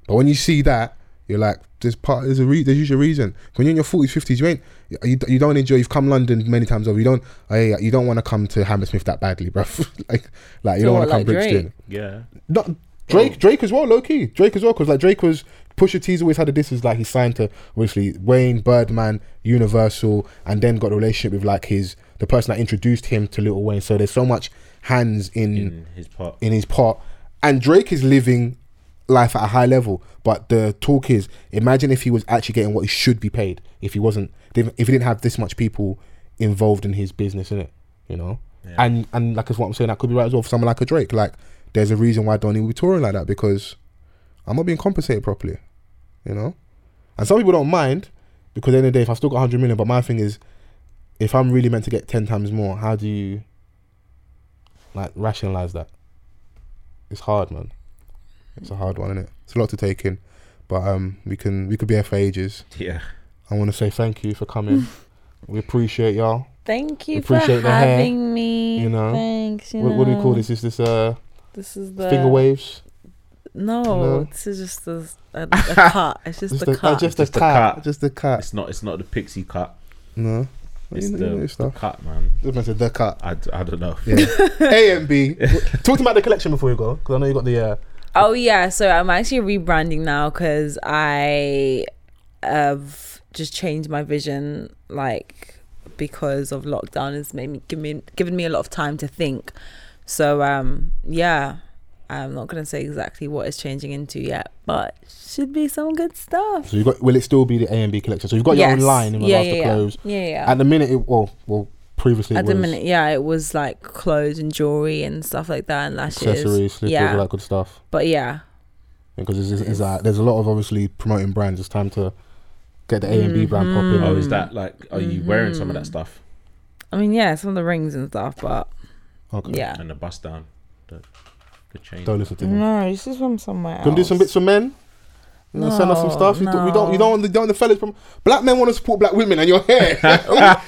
Speaker 2: But when you see that, you're like, there's part, there's a re- there's usually a reason. When you're in your 40s, 50s, you ain't you, you don't enjoy. You've come London many times over. You don't hey, you don't want to come to Hammersmith that badly, bruv. like like you
Speaker 3: So
Speaker 2: don't want
Speaker 3: what,
Speaker 2: to come
Speaker 3: like
Speaker 2: Brixton.
Speaker 3: Drake?
Speaker 1: Yeah,
Speaker 2: Not Drake. Drake as well, low key. Drake as well, because like Drake was Pusha T's always had a diss. is like he signed to obviously Wayne, Birdman, Universal, and then got a relationship with like his the person that introduced him to Little Wayne. So there's so much hands in
Speaker 1: in his part.
Speaker 2: in his pot. And Drake is living life at a high level. But the talk is, imagine if he was actually getting what he should be paid. If he wasn't, if he didn't have this much people involved in his business, in it, you know. And and like is what I'm saying, that could be right as well for someone like a Drake. Like, there's a reason why Donnie will be touring like that because I'm not being compensated properly, you know. And some people don't mind because at the end of the day, if I've still got 100 million, but my thing is, if I'm really meant to get 10 times more, how do you like rationalize that? It's hard, man. It's a hard one, isn't it? It's a lot to take in, but um, we can we could be here for ages.
Speaker 1: Yeah,
Speaker 2: I want to say thank you for coming. we appreciate y'all.
Speaker 3: Thank you for
Speaker 2: Appreciate the hair,
Speaker 3: having me.
Speaker 2: you know.
Speaker 3: Thanks. You
Speaker 2: What, what do we call
Speaker 3: know.
Speaker 2: this? Is this uh
Speaker 3: This is the
Speaker 2: finger waves?
Speaker 3: No,
Speaker 2: No.
Speaker 3: this is just a, a, a cut. It's just, a,
Speaker 2: a-
Speaker 3: cut.
Speaker 2: uh, just,
Speaker 1: Just
Speaker 2: a
Speaker 1: a
Speaker 2: cat.
Speaker 1: cat.
Speaker 2: Just a cat.
Speaker 1: it's not. It's not the pixie cut.
Speaker 2: No.
Speaker 1: It's
Speaker 2: You know-
Speaker 1: the,
Speaker 2: you know
Speaker 1: the
Speaker 2: stuff.
Speaker 1: cut, man.
Speaker 2: I was gonna say the cut.
Speaker 1: I, d- I don't know.
Speaker 2: Yeah. A and B. Talk to me about the collection before you go, because I know you got the. Uh,
Speaker 3: Oh yeah, so I'm actually rebranding now because I have just changed my vision, like because of lockdown has made me give me given me a lot of time to think. So um yeah, I'm not gonna say exactly what it's changing into yet, but should be some good stuff.
Speaker 2: so you got. Will it still be the A and B collection? So you've got your own line in regards to
Speaker 3: yeah,
Speaker 2: clothes.
Speaker 3: Yeah, yeah. yeah.
Speaker 2: At the minute, it well, well, previously it
Speaker 3: At the
Speaker 2: was
Speaker 3: minute, yeah, it was like clothes and jewelry and stuff like that and lashes.
Speaker 2: accessories, slippers, all
Speaker 3: yeah,
Speaker 2: that good stuff.
Speaker 3: but yeah,
Speaker 2: because it's, it's, it's, uh, there's a lot of obviously promoting brands. It's time to get the A and B brand popping.
Speaker 1: Oh,
Speaker 3: Mm-hmm.
Speaker 1: is that like? Are you wearing some of
Speaker 3: Mm.
Speaker 1: that stuff
Speaker 3: I mean, yeah, some of the rings and stuff, but
Speaker 2: okay?
Speaker 3: yeah.
Speaker 1: and the bust down, the, the chain?
Speaker 2: Don't listen to him.
Speaker 3: No, this is from somewhere
Speaker 2: Gonna do some bits for men. You know, send us some
Speaker 3: No,
Speaker 2: stuff. You don't- we don't.
Speaker 3: no.
Speaker 2: You don't. want the- You don't. want the fellas from black men want to support black women, and you're here.
Speaker 3: I don't know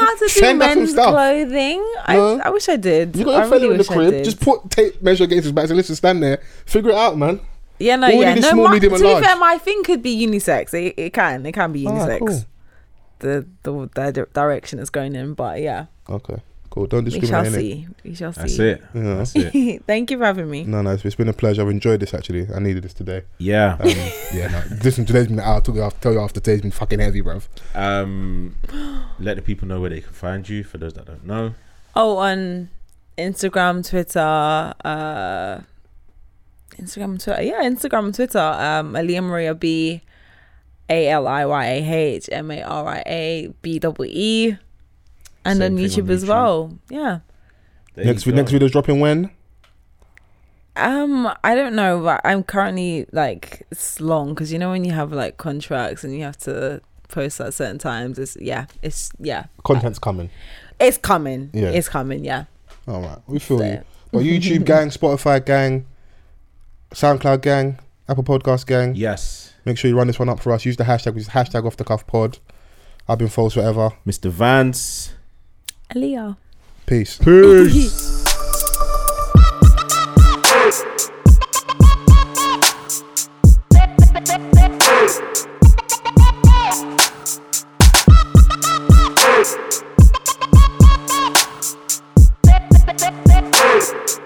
Speaker 3: how to do
Speaker 2: Send us some
Speaker 3: men's
Speaker 2: stuff.
Speaker 3: clothing.
Speaker 2: No.
Speaker 3: I, I wish I did.
Speaker 2: you got
Speaker 3: I
Speaker 2: your fella
Speaker 3: really
Speaker 2: in the
Speaker 3: wish I
Speaker 2: crib.
Speaker 3: did.
Speaker 2: Just put tape measure against his back and listen. Stand there. Figure it out, man.
Speaker 3: yeah, no,
Speaker 2: all we
Speaker 3: yeah,
Speaker 2: need is
Speaker 3: no.
Speaker 2: small,
Speaker 3: my,
Speaker 2: medium,
Speaker 3: to
Speaker 2: and
Speaker 3: be
Speaker 2: large.
Speaker 3: fair, my thing could be unisex. It, it can, it can be
Speaker 2: Ah,
Speaker 3: unisex.
Speaker 2: cool.
Speaker 3: The the the di- direction it's going in, but yeah,
Speaker 2: Okay. Cool. Don't
Speaker 3: we shall
Speaker 2: discriminate. innit?
Speaker 3: see. We shall see.
Speaker 1: That's it.
Speaker 2: Yeah.
Speaker 1: That's it.
Speaker 3: Thank you for having me.
Speaker 2: No, no. It's, it's been a pleasure. I've enjoyed this actually. I needed this today.
Speaker 1: Yeah.
Speaker 2: Um, yeah. No, listen, today's been. I'll tell you. I'll tell you after today's been fucking heavy, bruv.
Speaker 1: Um, let the people know where they can find you. For those that don't know,
Speaker 3: Oh, on Instagram, Twitter, uh, Instagram, Twitter, yeah, Instagram, and Twitter. Um, Aaliyah Maria B, A L I Y A H M A R I A B double E, and
Speaker 1: Same
Speaker 3: on
Speaker 1: thing
Speaker 3: YouTube,
Speaker 1: on
Speaker 3: as
Speaker 1: YouTube.
Speaker 3: well. Yeah.
Speaker 1: There
Speaker 2: next
Speaker 1: you
Speaker 2: week,
Speaker 1: go.
Speaker 2: next video's dropping when?
Speaker 3: Um, I don't know, but I'm currently like it's long because you know when you have like contracts and you have to post at certain times. It's yeah, it's yeah,
Speaker 2: Content's coming.
Speaker 3: it's coming.
Speaker 2: Yeah.
Speaker 3: it's coming. Yeah.
Speaker 2: All right, we feel you.
Speaker 3: So-
Speaker 2: But YouTube gang, Spotify gang, SoundCloud gang, Apple Podcast gang.
Speaker 1: Yes,
Speaker 2: Make sure you run this one up for us. Use the hashtag, which is hashtag off the cuff pod. I've been false forever.
Speaker 1: Mr. Vance.
Speaker 3: Aaliyah.
Speaker 2: Peace.
Speaker 6: Hey!